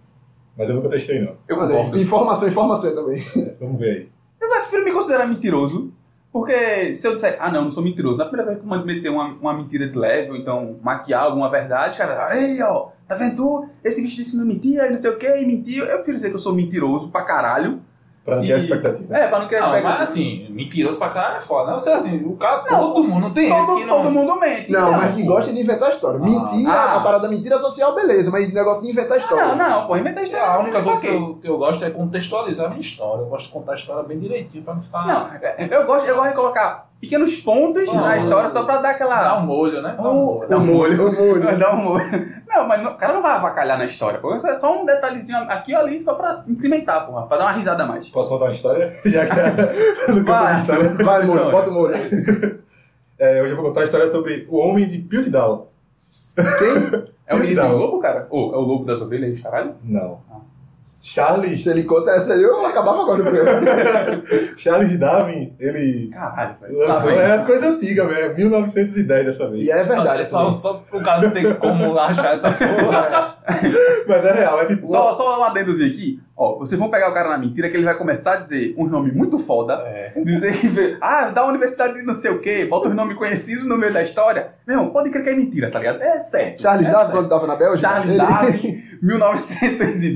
Speaker 1: Mas eu nunca testei, não.
Speaker 2: Eu
Speaker 3: Olha aí,
Speaker 2: concordo.
Speaker 3: Informação, informação também.
Speaker 1: Vamos ver aí.
Speaker 2: Eu só prefiro me considerar mentiroso. Porque se eu disser, ah não, não sou mentiroso, na primeira vez que eu mando meter uma, uma mentira de leve, ou então maquiar alguma verdade, cara, ei, ó, tá vendo tu? Esse bicho disse que não mentia e não sei o que, e mentiu. Eu prefiro dizer que eu sou mentiroso pra caralho.
Speaker 1: Pra não
Speaker 2: e...
Speaker 1: ter a expectativa.
Speaker 2: É, pra não
Speaker 4: Não,
Speaker 2: criar expectativa.
Speaker 4: mas assim, mentiroso pra caralho é foda, né? Você assim, o cara, todo mundo, não tem esse
Speaker 2: todo,
Speaker 4: que não.
Speaker 2: todo mundo mente.
Speaker 3: Não,
Speaker 2: então.
Speaker 3: mas que gosta de inventar história. Mentira,
Speaker 2: Ah.
Speaker 3: a parada mentira social, beleza, mas negócio de inventar história.
Speaker 2: Não, não, pô,
Speaker 4: Sei
Speaker 2: inventar história. é
Speaker 4: lá, Ah, a única
Speaker 2: pra
Speaker 4: coisa
Speaker 2: quê?
Speaker 4: que eu, que eu gosto é contextualizar a minha história. Eu gosto de contar a história bem direitinho pra não ficar.
Speaker 2: Não, é, eu gosto, eu gosto de colocar pequenos pontos
Speaker 4: Não,
Speaker 2: na história só pra dar
Speaker 4: Dá
Speaker 2: aquela.
Speaker 4: um molho, né? Dá um
Speaker 2: Oh,
Speaker 4: molho.
Speaker 2: dá um molho.
Speaker 3: O molho.
Speaker 2: Dá um molho. Não, mas não- o cara não vai avacalhar na história, pô. Isso É só um detalhezinho aqui ou ali, só pra incrementar, porra. Pra dar uma risada a mais.
Speaker 1: Posso contar uma história? Já que tá no campo
Speaker 2: Vai.
Speaker 1: de história.
Speaker 3: Vai, molho,
Speaker 2: Não.
Speaker 3: bota o molho.
Speaker 1: É, hoje eu vou contar a história sobre o homem de Piltdown.
Speaker 3: Quem?
Speaker 2: É o menino do
Speaker 1: Então.
Speaker 2: lobo, cara? Ou é o lobo das ovelhas, caralho?
Speaker 1: Não.
Speaker 2: Ah.
Speaker 1: Charles,
Speaker 3: Se ele conta essa aí, eu acabava agora o programa.
Speaker 1: Charles Darwin, ele
Speaker 2: Caralho, velho. Tá Lá
Speaker 1: lançou...
Speaker 2: vem.
Speaker 1: é as coisas antigas, velho. 1910 dessa vez.
Speaker 3: E é verdade.
Speaker 4: Só,
Speaker 3: assim.
Speaker 4: só, só o cara não tem como achar essa porra.
Speaker 1: Mas é real, é tipo...
Speaker 2: Só, só um adendozinho aqui. Ó, vocês vão pegar o cara na mentira que ele vai começar a dizer um nome muito foda.
Speaker 3: É.
Speaker 2: Dizer que, vê- ah, da universidade de não sei o quê, bota os nomes conhecidos no meio da história. Meu irmão, pode crer que é mentira, tá ligado? É certo.
Speaker 3: Charles
Speaker 2: é
Speaker 3: Darwin,
Speaker 2: certo.
Speaker 3: quando tava na Bélgica.
Speaker 2: Charles
Speaker 3: ele-
Speaker 2: Darwin, 1910,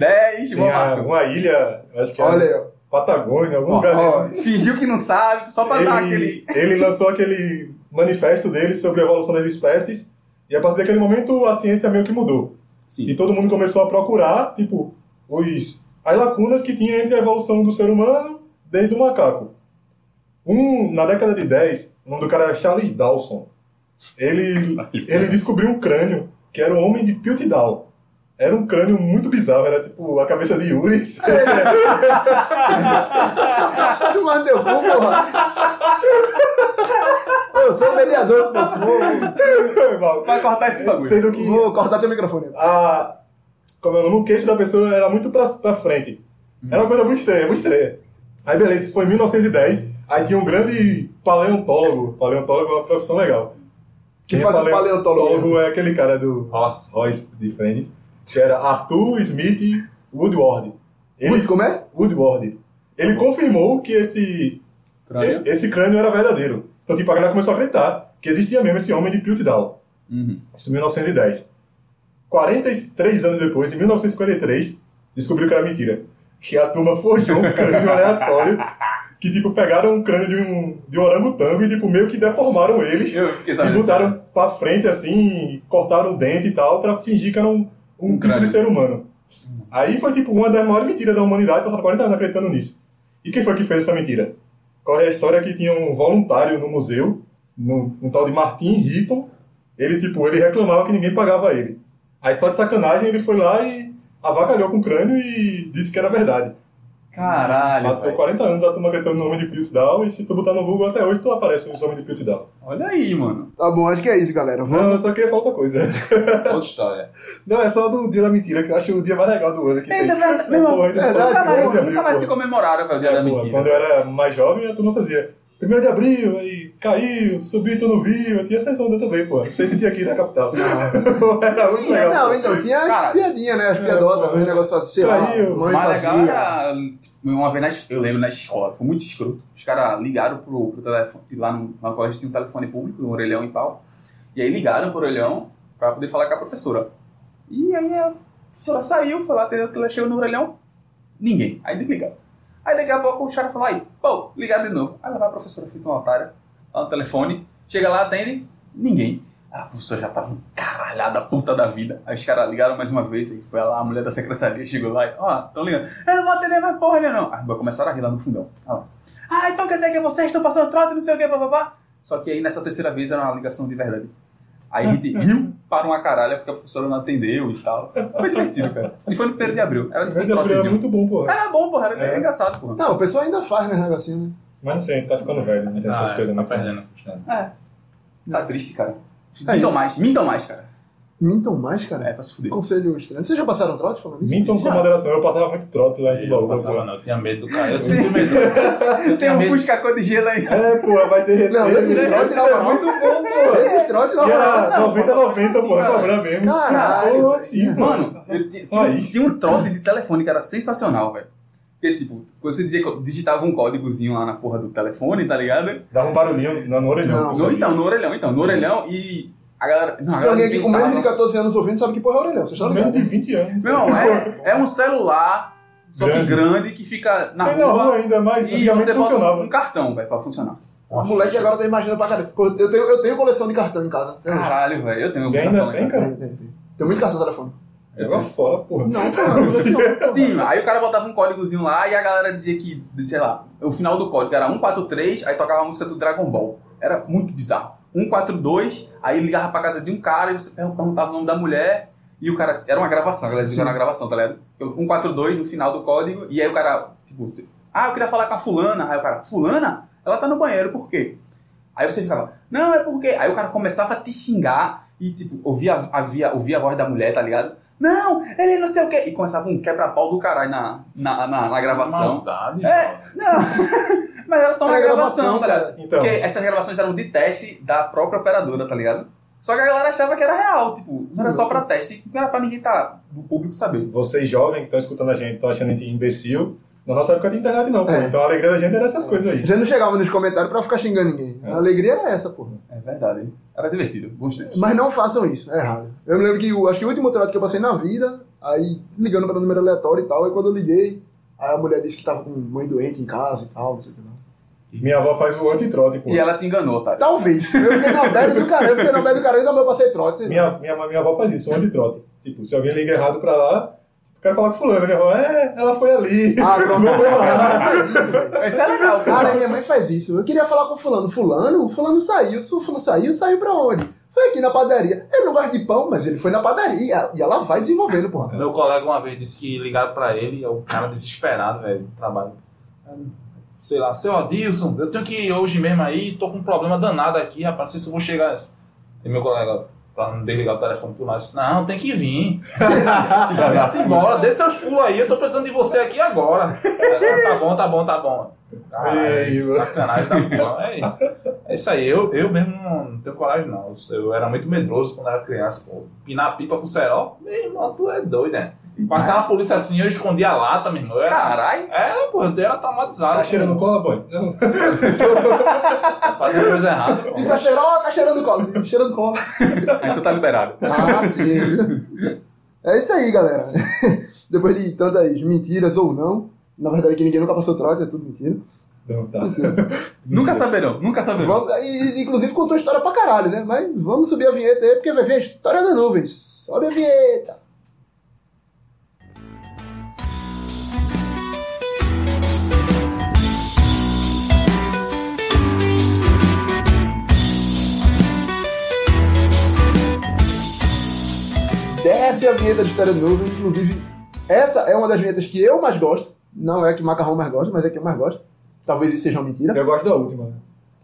Speaker 1: Tem
Speaker 2: vamos
Speaker 1: a-
Speaker 2: lá.
Speaker 1: uma ilha, acho que é
Speaker 3: Olha aí, ó.
Speaker 1: Patagônia, algum
Speaker 2: Ó,
Speaker 1: lugar desse.
Speaker 3: ó.
Speaker 2: Fingiu que não sabe, só pra
Speaker 1: ele,
Speaker 2: dar aquele.
Speaker 1: ele lançou aquele manifesto dele sobre a evolução das espécies, e a partir daquele momento a ciência meio que mudou. E
Speaker 2: Sim.
Speaker 1: todo mundo começou a procurar, tipo, os, as lacunas que tinha entre a evolução do ser humano desde o macaco. Um, na década de 10, o nome do cara era Charles Dawson. Ele, ele descobriu um crânio, que era o homem de Piltdown. Era um crânio muito bizarro, era tipo a cabeça de Yuri.
Speaker 3: Tu mata teu cu, porra. Eu sou um mediador, pô. Vou-
Speaker 1: Foi mal.
Speaker 2: Vai cortar esse bagulho.
Speaker 1: Sendo que
Speaker 3: Vou cortar teu microfone.
Speaker 1: a, como é o nome, o queixo da pessoa era muito pra, pra frente. Era uma coisa muito estranha, muito estranha. Aí beleza, isso foi em 1910. Aí tinha um grande paleontólogo. Paleontólogo é uma profissão legal.
Speaker 3: Que
Speaker 1: Quem é
Speaker 3: faz um paleontólogo?
Speaker 1: Paleontólogo é aquele cara do
Speaker 4: Nossa.
Speaker 1: Royce de Friends, que era Arthur Smith Woodward. Ele,
Speaker 3: Muito como é?
Speaker 1: Woodward. Ele confirmou que esse,
Speaker 2: Crânio?
Speaker 1: esse crânio era verdadeiro. Então, tipo, a galera começou a acreditar que existia mesmo esse homem de Piltdown.
Speaker 2: Uhum.
Speaker 1: Isso em 1910. 43 anos depois, em 1953, descobriu que era mentira. Que a turma forjou um crânio aleatório. Que, tipo, pegaram um crânio de um, de um orangotango e, tipo, meio que deformaram ele.
Speaker 2: Eu fiquei
Speaker 1: E
Speaker 2: sabendo.
Speaker 1: botaram pra frente, assim, e cortaram o dente e tal, pra fingir que era um, um
Speaker 2: Um
Speaker 1: tipo
Speaker 2: crânio.
Speaker 1: de ser humano. Aí foi tipo uma das maiores mentiras da humanidade, passaram 40 anos acreditando nisso. E quem foi que fez essa mentira? Corre a história que tinha um voluntário no museu, no, um tal de Martin Hitton. Ele, tipo, ele reclamava que ninguém pagava ele. Aí só de sacanagem ele foi lá e avacalhou com o crânio e disse que era verdade.
Speaker 2: Caralho.
Speaker 1: Passou
Speaker 2: velho.
Speaker 1: 40 anos a turma acreditando no Homem de Piltdown e se tu botar no Google até hoje tu aparece os Homens de Piltdown.
Speaker 2: Olha aí, mano.
Speaker 3: Tá bom, acho que é isso, galera.
Speaker 1: Não,
Speaker 3: Vamos.
Speaker 1: eu só queria falar outra coisa.
Speaker 4: Outra história.
Speaker 1: Não, é só do dia da mentira, que eu acho o dia mais legal do ano. Que tem. É
Speaker 2: Eita, verdade. Meu irmão,
Speaker 1: Porra,
Speaker 3: verdade,
Speaker 1: porra,
Speaker 2: nunca mais,
Speaker 1: porra, de
Speaker 2: nunca
Speaker 1: abril,
Speaker 2: mais
Speaker 1: porra.
Speaker 2: se comemoraram foi o dia da
Speaker 1: É, Pô, Quando eu
Speaker 2: mentira.
Speaker 1: era mais jovem, a turma fazia. Primeiro de abril, aí caiu, subiu, tu não viu. Eu tinha essa onda também, pô. Você sentia aqui na capital. era muito
Speaker 3: Tinha,
Speaker 1: legal.
Speaker 3: não,
Speaker 1: pô. é,
Speaker 3: então, tinha as
Speaker 2: Cara,
Speaker 3: piadinha, né? As piadotas,
Speaker 1: pô.
Speaker 3: os negócios, sei lá,
Speaker 1: Caiu.
Speaker 3: mãe
Speaker 2: Mais legal
Speaker 3: fazia.
Speaker 2: era. tipo, Uma vez na, es- eu lembro na escola, foi muito escroto. Os caras ligaram pro, pro telefone. Lá no, na colégio tinha um telefone público, um orelhão e tal. E aí ligaram pro orelhão pra poder falar com a professora. E aí a professora saiu, foi lá, atendeu o tele- chegou no orelhão, ninguém. Aí desligaram. Aí daqui a pouco o cara falou, aí, pô, ligaram de novo. Aí lá vai a professora, um feita uma otária, lá no telefone, chega lá, atende, ninguém. A professora já tava encaralhada, puta da vida. Aí os caras ligaram mais uma vez, aí foi lá, a mulher da secretaria chegou lá e, ó, tão ligando. Eu não vou atender mais porra nenhuma, não. Aí começaram a rir lá no fundão. Olha lá. Ah, então quer dizer que vocês estão passando trote, não sei o que, papapá. Só que aí nessa terceira vez era uma ligação de verdade. Aí a gente riu para uma caralha porque a professora não atendeu e tal. Foi divertido, cara. E foi no 1 de abril. Era
Speaker 1: Primeiro de
Speaker 2: tipo um
Speaker 1: abril era
Speaker 2: trotezinho.
Speaker 1: muito bom, pô.
Speaker 2: Era bom, porra, era
Speaker 1: É.
Speaker 2: engraçado, porra.
Speaker 3: Não, o pessoal ainda faz, né, negocinho, né?
Speaker 1: Mas não sei, tá ficando velho, não tem essas
Speaker 4: Ah,
Speaker 1: coisas, né?
Speaker 4: tá
Speaker 1: não.
Speaker 4: perdendo. Cristiano.
Speaker 2: Tá triste, cara.
Speaker 3: É
Speaker 2: mintam
Speaker 3: isso.
Speaker 2: mais, mintam mais, cara.
Speaker 3: Mintam mais, cara.
Speaker 2: É, pra se fuder.
Speaker 3: Conselho estranho. Vocês já passaram trote falando isso?
Speaker 1: Mintam com
Speaker 2: Já.
Speaker 1: moderação, eu passava muito trote lá em
Speaker 4: Eu não
Speaker 1: Timbaúba,
Speaker 4: passava,
Speaker 1: pô.
Speaker 4: não. Eu tinha medo do cara. Eu senti medo.
Speaker 2: Tem
Speaker 4: Tem
Speaker 2: um
Speaker 4: medo.
Speaker 2: Fusca cor de gelo aí.
Speaker 1: É, pô, vai derreter.
Speaker 3: Não, esse
Speaker 1: né?
Speaker 3: trote na
Speaker 1: Isso é
Speaker 3: moral.
Speaker 1: muito bom, pô.
Speaker 3: Esses trotes, na
Speaker 1: E
Speaker 3: moral.
Speaker 1: era
Speaker 2: não,
Speaker 1: 90,
Speaker 2: mas-
Speaker 1: 90, pô,
Speaker 2: assim, cara.
Speaker 1: cobrar mesmo.
Speaker 3: Caralho,
Speaker 1: Pô, sim, pô.
Speaker 2: Mano, eu ti-
Speaker 1: Olha
Speaker 2: tinha,
Speaker 1: isso.
Speaker 2: tinha um trote de telefone que era sensacional, velho. Porque, tipo, você dizia que digitava um códigozinho lá na porra do telefone, tá ligado?
Speaker 1: Dava um barulhinho no no orelhão.
Speaker 3: Não.
Speaker 2: No- então, no orelhão, então,
Speaker 1: Uhum.
Speaker 2: no orelhão e a galera. Não, a
Speaker 3: Se tem
Speaker 2: galera
Speaker 3: alguém aqui com menos de
Speaker 2: inventava.
Speaker 3: 14 anos ouvindo, sabe que porra é orelhão, vocês estão
Speaker 1: Menos
Speaker 3: ligados?
Speaker 1: de
Speaker 3: né?
Speaker 1: 20 anos.
Speaker 2: Não, é, é um celular, só que
Speaker 1: Grande.
Speaker 2: grande, que fica na
Speaker 1: Tem na rua
Speaker 2: rua.
Speaker 1: ainda, mas
Speaker 2: E
Speaker 1: antigamente
Speaker 2: você bota
Speaker 1: funcionava.
Speaker 2: um cartão, velho, pra funcionar.
Speaker 3: O moleque agora tá imaginando pra caralho. Pô, Eu tenho, eu tenho coleção de cartão em casa. Tem,
Speaker 2: Caralho, velho, eu tenho um
Speaker 1: E ainda
Speaker 2: cartão
Speaker 1: tem,
Speaker 2: ainda.
Speaker 1: cara?
Speaker 3: tem, tem, tem. Tem muito cartão telefone.
Speaker 1: Joga fora, porra.
Speaker 3: Não, cara, não deixa não.
Speaker 2: Sim, aí o cara botava um códigozinho lá e a galera dizia que, sei lá, o final do código era 143, aí tocava a música do Dragon Ball. Era muito bizarro. 142, aí ligava pra casa de um cara e você perguntava o nome da mulher. E o cara. Era uma gravação, a galera dizia que era uma gravação, tá ligado? Eu- 142 no final do código, e aí o cara, tipo, você, ah, eu queria falar com a fulana. Aí o cara, fulana? Ela tá no banheiro, por quê? Aí você ficava, não, é porque. Aí o cara começava a te xingar e, tipo, ouvia, havia, ouvia a voz da mulher, tá ligado? Não, ele não sei o quê. E começava um quebra-pau do caralho na, na, na, na gravação.
Speaker 4: Maldade,
Speaker 2: É,
Speaker 4: mano.
Speaker 2: não. Mas era só uma
Speaker 3: Era
Speaker 2: gravação, tá ligado?
Speaker 1: Então,
Speaker 2: Porque essas gravações eram de teste da própria operadora, tá ligado? Só que a galera achava que era real, tipo, não era só pra teste, não era pra ninguém tá, do público saber.
Speaker 1: vocês jovens que estão escutando a gente, estão achando a gente imbecil. Na nossa época de internet não, pô.
Speaker 3: É.
Speaker 1: Então a alegria da gente era essas coisas aí.
Speaker 3: Já não chegava nos comentários pra ficar xingando ninguém. A alegria era essa, porra.
Speaker 2: É verdade, hein? Era divertido, bons tempos.
Speaker 3: Mas não façam isso, é errado. Eu me lembro que o, acho que o último trote que eu passei na vida, aí ligando para número aleatório e tal, aí quando eu liguei, aí a mulher disse que tava com mãe doente em casa e tal, não sei o que não.
Speaker 1: Minha avó faz o antitrote, pô.
Speaker 2: E ela te enganou, tá?
Speaker 3: Talvez. Eu fiquei na bad do caralho, eu fiquei na bad do caralho e também eu passei trote. sei lá.
Speaker 1: Minha, minha, minha avó faz isso, o antitrote. Tipo, se alguém liga errado pra lá, eu quero falar com fulano. Minha avó, é, ela foi ali.
Speaker 3: Ah, pronto, minha mãe faz isso, velho.
Speaker 2: Isso é legal,
Speaker 3: Cara,
Speaker 2: cara.
Speaker 3: minha mãe faz isso. Eu queria falar com fulano. Fulano? Fulano saiu. Su- Fulano saiu, saiu pra onde? Foi aqui na padaria. Ele não gosta de pão, mas ele foi na padaria. E ela vai desenvolvendo, porra.
Speaker 4: Meu colega uma vez disse que ligaram pra ele, o cara desesperado, velho, do trabalho. Sei lá, seu Adilson, eu tenho que ir hoje mesmo aí, tô com um problema danado aqui, rapaz, não sei se eu vou chegar. E meu colega, pra não desligar o telefone por lá, disse, não, tem que vir. Vai-se embora, dê seus pulos aí, eu tô precisando de você aqui agora. Ah, tá bom, tá bom, tá bom.
Speaker 1: Ei,
Speaker 4: Caralho,
Speaker 1: mano.
Speaker 4: sacanagem, tá bom. É isso. É isso aí, eu, eu mesmo não tenho coragem, não. Eu, eu era muito medroso quando era criança, pô. Pinar pipa com cerol, meu irmão, tu é doido, né? Passava a polícia assim, eu escondia a lata, meu irmão. Eu era,
Speaker 2: Caralho.
Speaker 4: é, pô, eu era traumatizado.
Speaker 1: Tá cheirando cola, boy? Não.
Speaker 4: Fazia coisa errada. pô.
Speaker 3: Isso tá cheirando, ó, tá cheirando cola. Cheirando cola.
Speaker 2: Aí tu tá liberado.
Speaker 3: Ah, sim. É isso aí, galera. Depois de tantas mentiras ou não, na verdade que ninguém nunca passou trote, é tudo mentira.
Speaker 1: Não, tá.
Speaker 2: Nunca saberão, nunca saberão.
Speaker 3: Vamos, e, inclusive contou história pra caralho, né? Mas vamos subir a vinheta aí, porque vai vir a história das nuvens. Sobe a vinheta.
Speaker 5: História das nuvens.
Speaker 3: desce a vinheta de História de Nuvem. Inclusive, essa é uma das vinhetas que eu mais gosto. Não é a que o Macarrão mais gosta, mas é a que eu mais gosto. Talvez isso seja uma mentira.
Speaker 1: Eu gosto da última.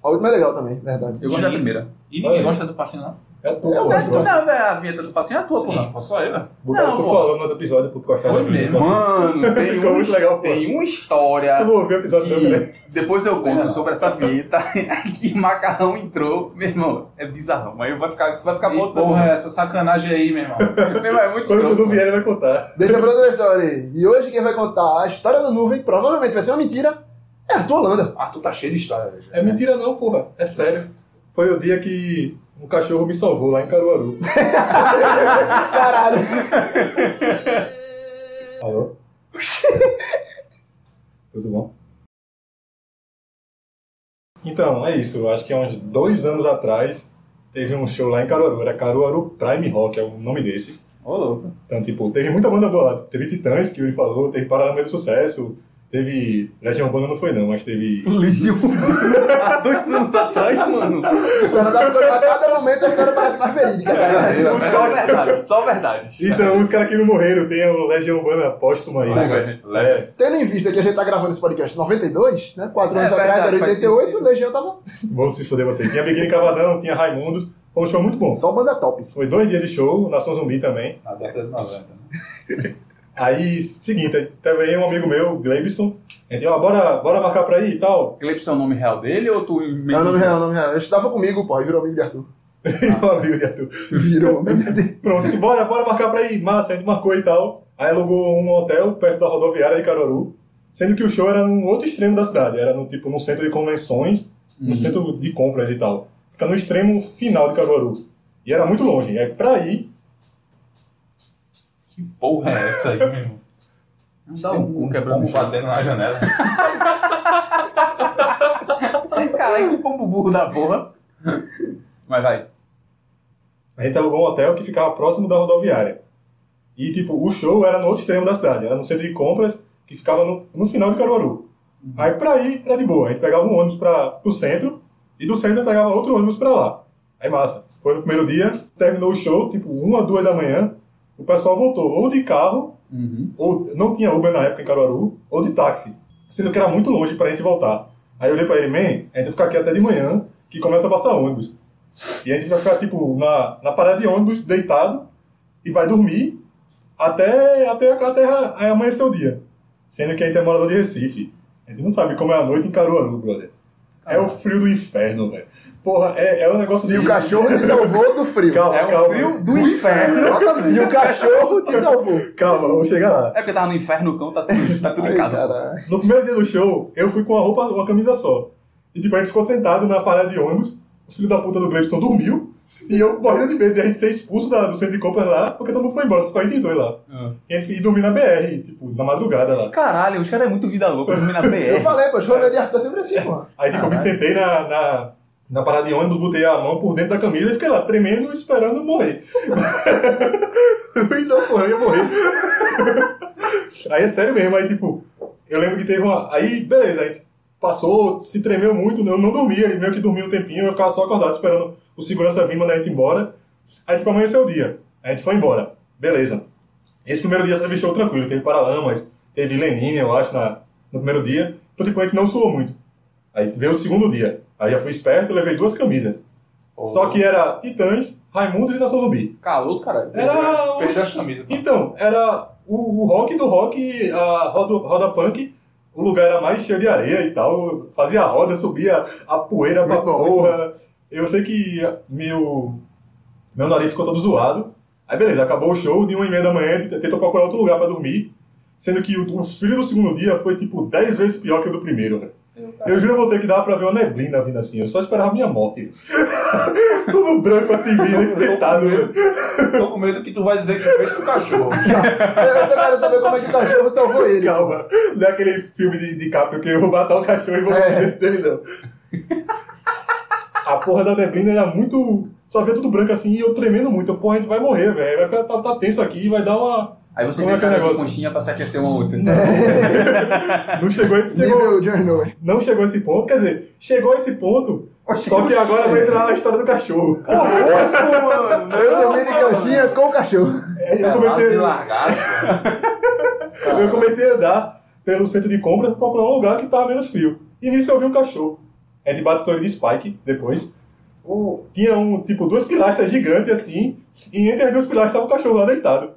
Speaker 3: A última é legal também, verdade.
Speaker 2: Eu gosto da primeira.
Speaker 4: E ninguém
Speaker 1: Olha.
Speaker 4: gosta do passinho, não?
Speaker 1: É a tua,
Speaker 3: Eu
Speaker 1: pô.
Speaker 3: gosto,
Speaker 1: gosto.
Speaker 2: Não, não é a vinheta do passinho é a tua, porra.
Speaker 4: Sim, pô, só eu, velho.
Speaker 1: Bugado,
Speaker 2: Não,
Speaker 1: eu tô
Speaker 2: pô.
Speaker 1: falando no outro episódio porque eu gostava
Speaker 4: Foi
Speaker 1: da
Speaker 4: mesmo.
Speaker 2: Mano, tem,
Speaker 1: Ficou
Speaker 2: um,
Speaker 1: muito legal, pô.
Speaker 2: tem uma história
Speaker 1: Eu não ouvi o episódio todo, né?
Speaker 2: que depois eu
Speaker 4: Não.
Speaker 2: conto sobre essa vinheta que Macarrão entrou. Meu irmão, é bizarrão. Aí vai ficar, isso vai ficar
Speaker 4: E,
Speaker 2: bom.
Speaker 4: porra, é essa sacanagem aí, meu irmão.
Speaker 2: Meu irmão, é muito
Speaker 1: Quando
Speaker 2: escroto,
Speaker 1: tudo
Speaker 2: mano.
Speaker 1: vier, ele vai contar.
Speaker 3: Deixa pra outra história. E hoje quem vai contar a história da nuvem, provavelmente vai ser uma mentira, é Arthur Holanda.
Speaker 4: Arthur tá cheio de história, velho.
Speaker 1: É mentira não, porra. É sério. Foi o dia que um cachorro me salvou lá em Caruaru.
Speaker 3: Caralho.
Speaker 1: Alô? Tudo bom? Então, é isso. Acho que há uns dois anos atrás teve um show lá em Caruaru. Era Caruaru Prime Rock, é o nome desse.
Speaker 2: Ô, louco.
Speaker 1: Então, tipo, teve muita banda boa lá. Teve Titãs, que o Yuri falou, teve Paralama do Sucesso, teve... Legião Urbana não foi não, mas teve...
Speaker 2: Há dois anos
Speaker 4: tá
Speaker 2: atrás, mano.
Speaker 3: O cara tá ficando a cada momento a história parece mais verídica, né?
Speaker 2: É,
Speaker 3: cara.
Speaker 1: né?
Speaker 2: Só verdade, só verdade.
Speaker 1: Então, os caras que não morreram, tem o Legião Urbana póstuma aí. É,
Speaker 2: Leve.
Speaker 3: Tendo em vista que a gente tá gravando esse podcast em 92, né? Quatro
Speaker 2: É
Speaker 3: anos atrás,
Speaker 2: verdade,
Speaker 3: era
Speaker 2: faz
Speaker 3: 88, o
Speaker 2: sentido.
Speaker 3: Legião tava
Speaker 1: Vou se foder vocês. Tinha Biquíni Cavadão, tinha Raimundos. Foi um show muito bom.
Speaker 3: só banda top.
Speaker 1: Foi dois dias de show, Nação Zumbi também.
Speaker 4: Na década de 90. né?
Speaker 1: Aí, seguinte, teve aí um amigo meu, Gleibson. A gente, ó, bora, bora marcar pra ir e tal.
Speaker 2: Clepson é o nome real dele ou tu
Speaker 3: Não, não,
Speaker 2: inventou?
Speaker 3: não, não, não. Ele estudava comigo, pô, e virou amigo de Arthur.
Speaker 1: E o amigo de Arthur.
Speaker 3: Virou amigo de
Speaker 1: Pronto, gente, bora, bora marcar pra ir. Massa, a gente marcou e tal. Aí alugou um hotel perto da rodoviária de Caruaru. Sendo que o show era no outro extremo da cidade. Era no, tipo, no centro de convenções, no centro de compras e tal. Fica no extremo final de Caruaru. E era muito longe. Aí pra ir,
Speaker 4: Que porra é essa aí, meu irmão?
Speaker 2: Não dá um cu quebrando o
Speaker 4: pombo
Speaker 2: chão.
Speaker 4: batendo na janela.
Speaker 2: Caralho, que pombo burro da porra. Mas vai.
Speaker 1: A gente alugou um hotel que ficava próximo da rodoviária. E, tipo, o show era no outro extremo da cidade, era no centro de compras, que ficava no, no final de Caruaru. Aí, pra ir, era de boa. A gente pegava um ônibus pra, pro centro, e do centro eu pegava outro ônibus pra lá. Aí, massa. Foi no primeiro dia, terminou o show, tipo, uma, duas da manhã, o pessoal voltou ou de carro, ou não tinha Uber na época em Caruaru, ou de táxi. Sendo que era muito longe pra gente voltar. Aí eu olhei pra ele, man, a gente vai ficar aqui até de manhã, que começa a passar ônibus. E a gente vai ficar, tipo, na, na parada de ônibus, deitado, e vai dormir até, até, até a- amanhecer o dia. Sendo que a gente é morador de Recife. A gente não sabe como é a noite em Caruaru, brother. É o frio do inferno, velho. Porra, é, é um negócio de...
Speaker 3: E o cachorro te salvou do frio.
Speaker 1: Calma,
Speaker 2: É o
Speaker 1: calma.
Speaker 2: frio do inferno.
Speaker 3: Exatamente. E o cachorro te salvou.
Speaker 1: Calma, vamos chegar lá.
Speaker 2: É porque tava no inferno, o cão tá tudo, tá tudo em
Speaker 3: Ai,
Speaker 2: casa.
Speaker 3: caralho.
Speaker 1: No primeiro dia do show, eu fui com uma roupa, uma camisa só. E tipo, a gente ficou sentado na parada de ônibus, o filho da puta do Gleibson dormiu, e eu morrendo de medo de a gente ser expulso da- do centro de compras lá, porque todo mundo foi embora, ficou 82 lá. E a gente e dormi na BR, tipo, na madrugada lá.
Speaker 2: Caralho, os caras é muito vida louca, dormir na
Speaker 3: Eu
Speaker 2: BR.
Speaker 3: falei, pô, os rolês de Arthur é sempre assim, porra.
Speaker 1: Aí tipo, eu me sentei na, na, na parada de ônibus, botei a mão por dentro da camisa e fiquei lá, tremendo, esperando morrer. e não, porra, eu ia morrer. aí é sério mesmo, aí tipo, eu lembro que teve uma. Aí, beleza, a gente passou, se tremeu muito, eu não dormia, ele meio que dormia um tempinho, eu ficava só acordado esperando o segurança vir mandar a gente embora. Aí tipo, amanheceu o dia. A gente foi embora. Beleza. Esse primeiro dia teve show tranquilo, teve Paralamas, teve Lenine, eu acho, na, no primeiro dia. Então, tipo, a gente não suou muito. Aí veio o segundo dia. Aí já fui esperto e levei duas camisas. Só que era Titãs, Raimundos e Nação Zumbi.
Speaker 4: Calor do caralho.
Speaker 1: Era.
Speaker 4: Perdeu as camisas.
Speaker 1: Então, era o, o rock do rock, a roda, roda punk. O lugar era mais cheio de areia e tal. Fazia a roda, subia a poeira pra
Speaker 3: Muito bom,
Speaker 1: porra. Eu sei que meu, meu nariz ficou todo zoado. Aí beleza, acabou o show, de uma e meia da manhã, t- tentou procurar outro lugar pra dormir. Sendo que o, o frio do segundo dia foi tipo 10 vezes pior que o do primeiro, velho. Eu juro a você que dava pra ver uma neblina vindo assim, eu só esperava a minha morte. Tudo branco assim, vindo, sentado. velho.
Speaker 4: Tô com medo que tu vai dizer que fez com o cachorro.
Speaker 3: Eu tô querendo saber como é que o cachorro salvou ele.
Speaker 1: Calma, não é aquele filme de, de Caprio que eu vou matar o cachorro e vou
Speaker 3: É.
Speaker 1: morrer dentro dele, não. A porra da neblina era muito. Só via tudo branco assim e eu tremendo muito. Eu, Porra, a gente vai morrer, velho. Vai ficar tá, tá tenso aqui e vai dar uma.
Speaker 2: Aí você
Speaker 1: Como
Speaker 2: tem
Speaker 1: é que é o
Speaker 2: cara de
Speaker 1: negócio?
Speaker 2: conchinha pra se aquecer uma outra. então.
Speaker 1: Não chegou esse, chegou,
Speaker 3: Nível John Noe.
Speaker 1: não chegou esse ponto. Quer dizer, chegou esse ponto Só que agora vai entrar a história do cachorro.
Speaker 2: mano, não,
Speaker 3: Eu joguei de caixinha com o cachorro.
Speaker 1: Eu comecei,
Speaker 4: largado, pô.
Speaker 1: eu comecei a andar pelo centro de compras pra procurar um lugar que tava menos frio. E nisso eu vi um cachorro. A gente bate sobre de Spike depois. O- tinha um, tipo, duas pilastras gigantes assim, e entre as duas pilastras tava o cachorro lá deitado.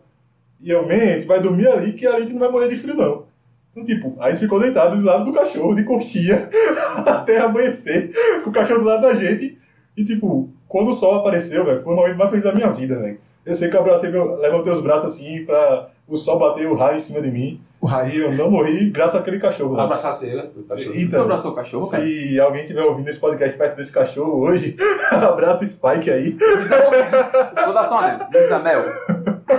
Speaker 1: E eu, man, a gente vai dormir ali que ali a gente não vai morrer de frio, não. Então, tipo, aí a gente ficou deitado do lado do cachorro, de coxinha, até amanhecer, com o cachorro do lado da gente. E, tipo, quando o sol apareceu, velho, foi o momento mais feliz da minha vida, velho. Eu sei que eu abracei, meu, levantei os braços assim pra o sol bater o raio em cima de mim.
Speaker 3: O raio.
Speaker 1: Aí eu não morri graças àquele cachorro lá.
Speaker 4: Abraçar a cera do cachorro.
Speaker 1: Então,
Speaker 2: Tu abraçou o cachorro, cara?
Speaker 1: Se alguém tiver ouvindo esse podcast perto desse cachorro hoje, abraça o Spike aí.
Speaker 2: Vou dar só uma dica. Luiz Amel.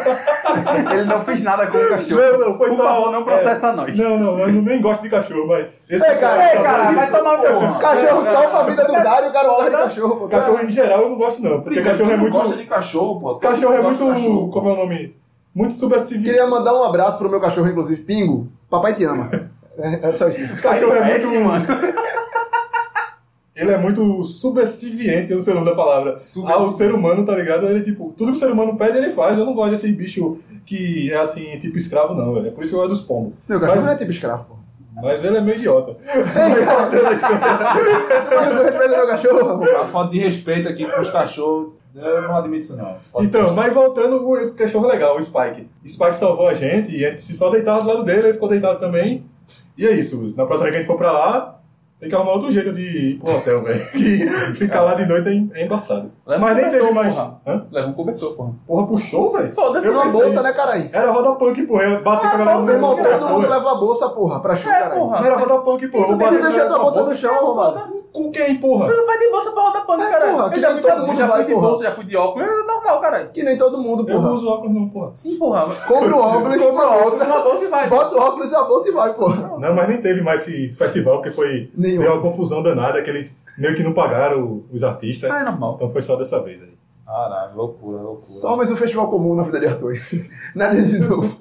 Speaker 2: Ele não fez nada com o cachorro.
Speaker 1: Não, não, foi
Speaker 2: Por
Speaker 1: só-
Speaker 2: favor, não processa nós.
Speaker 1: é Não, não, eu nem gosto de cachorro, mas. Esse
Speaker 3: Ei, cara,
Speaker 1: eu
Speaker 3: ei,
Speaker 1: adoro
Speaker 3: cara, tá-
Speaker 1: isso.
Speaker 3: vai tomar
Speaker 2: no cu, mano.
Speaker 3: Cachorro
Speaker 1: É,
Speaker 3: salva a vida do cara e o cara morre de cachorro. pô.
Speaker 1: Cachorro em geral eu não gosto, não. Porque
Speaker 4: Primeiro,
Speaker 1: cachorro é
Speaker 4: tu não
Speaker 1: muito.
Speaker 4: gosta de cachorro, pô. Tu
Speaker 1: Cachorro é
Speaker 4: não gosta
Speaker 1: muito.
Speaker 4: de cachorro, pô.
Speaker 1: Como é o nome? Muito subestimado.
Speaker 3: Queria mandar um abraço pro meu cachorro, inclusive. Pingo, papai te ama. É, é só isso.
Speaker 1: Cachorro é
Speaker 2: Pede,
Speaker 1: muito.
Speaker 2: mano.
Speaker 1: Ele é muito subserviente, eu não sei o nome da palavra, ao ser humano, tá ligado? Ele, tipo, tudo que o ser humano pede, ele faz. Eu não gosto desse bicho que é assim, tipo escravo, não, velho. É por isso que eu gosto dos pombos.
Speaker 3: Meu cachorro não é tipo escravo, pô.
Speaker 1: Mas ele é meio idiota.
Speaker 3: Ei, cara, tu vai no respeito do meu cachorro?
Speaker 4: A falta de respeito aqui com os cachorros. Eu não admito isso, não. Isso pode-
Speaker 1: Então, mas voltando, o esse cachorro é legal, o Spike. Spike salvou a gente e a gente só deitava do lado dele, ele ficou deitado também. E é isso. Na próxima vez que a gente for pra lá, tem que arrumar outro jeito de ir pro hotel, velho. Que ficar lá de noite é em- é embaçado.
Speaker 2: Leva
Speaker 1: mas
Speaker 2: um
Speaker 1: nem teve
Speaker 2: cobertor,
Speaker 1: mais.
Speaker 2: porra.
Speaker 1: Hã?
Speaker 2: Leva um cobertor, porra.
Speaker 1: Porra, puxou, velho?
Speaker 2: Foda-se.
Speaker 3: Eu uma
Speaker 2: mas-
Speaker 3: bolsa, né, caralho?
Speaker 1: Era roda punk, porra. Eu Bati com a galera no
Speaker 3: Ah, Meu irmão,
Speaker 1: mesmo
Speaker 3: todo mundo
Speaker 1: lugar,
Speaker 3: leva a bolsa, porra, pra show,
Speaker 2: É,
Speaker 3: caralho.
Speaker 1: Não
Speaker 2: porra.
Speaker 1: era roda punk, porra. Eu
Speaker 3: Tu tem
Speaker 1: bati
Speaker 3: que
Speaker 1: com a
Speaker 3: deixar
Speaker 1: galera com
Speaker 3: tua
Speaker 1: a
Speaker 3: bolsa no chão, arrombado.
Speaker 1: Com quem, porra?
Speaker 2: Tu não vai de bolsa pra rodar pano,
Speaker 3: É,
Speaker 2: caralho.
Speaker 3: porra,
Speaker 2: eu
Speaker 3: que
Speaker 2: já
Speaker 3: nem
Speaker 2: fui,
Speaker 3: todo
Speaker 2: todo,
Speaker 3: mundo
Speaker 2: já fui
Speaker 3: vai,
Speaker 2: de
Speaker 3: porra.
Speaker 2: bolsa, já fui de óculos. É normal, caralho.
Speaker 3: Que nem todo mundo,
Speaker 1: Eu não
Speaker 3: porra.
Speaker 1: uso óculos, não, porra.
Speaker 2: Sim, porra.
Speaker 3: Compra o óculos,
Speaker 2: Compra o óculos,
Speaker 3: bolsa,
Speaker 2: uma bolsa e vai.
Speaker 3: Bota o óculos e a bolsa e vai, porra.
Speaker 1: Não, mas nem teve mais esse festival, porque foi.
Speaker 3: Nenhum.
Speaker 1: Deu uma confusão danada, que eles meio que não pagaram os artistas.
Speaker 2: Ah, é normal.
Speaker 1: Então foi só dessa vez aí.
Speaker 4: Caralho, loucura, loucura.
Speaker 3: Só mais um festival comum na vida de Arthur. Nada de novo.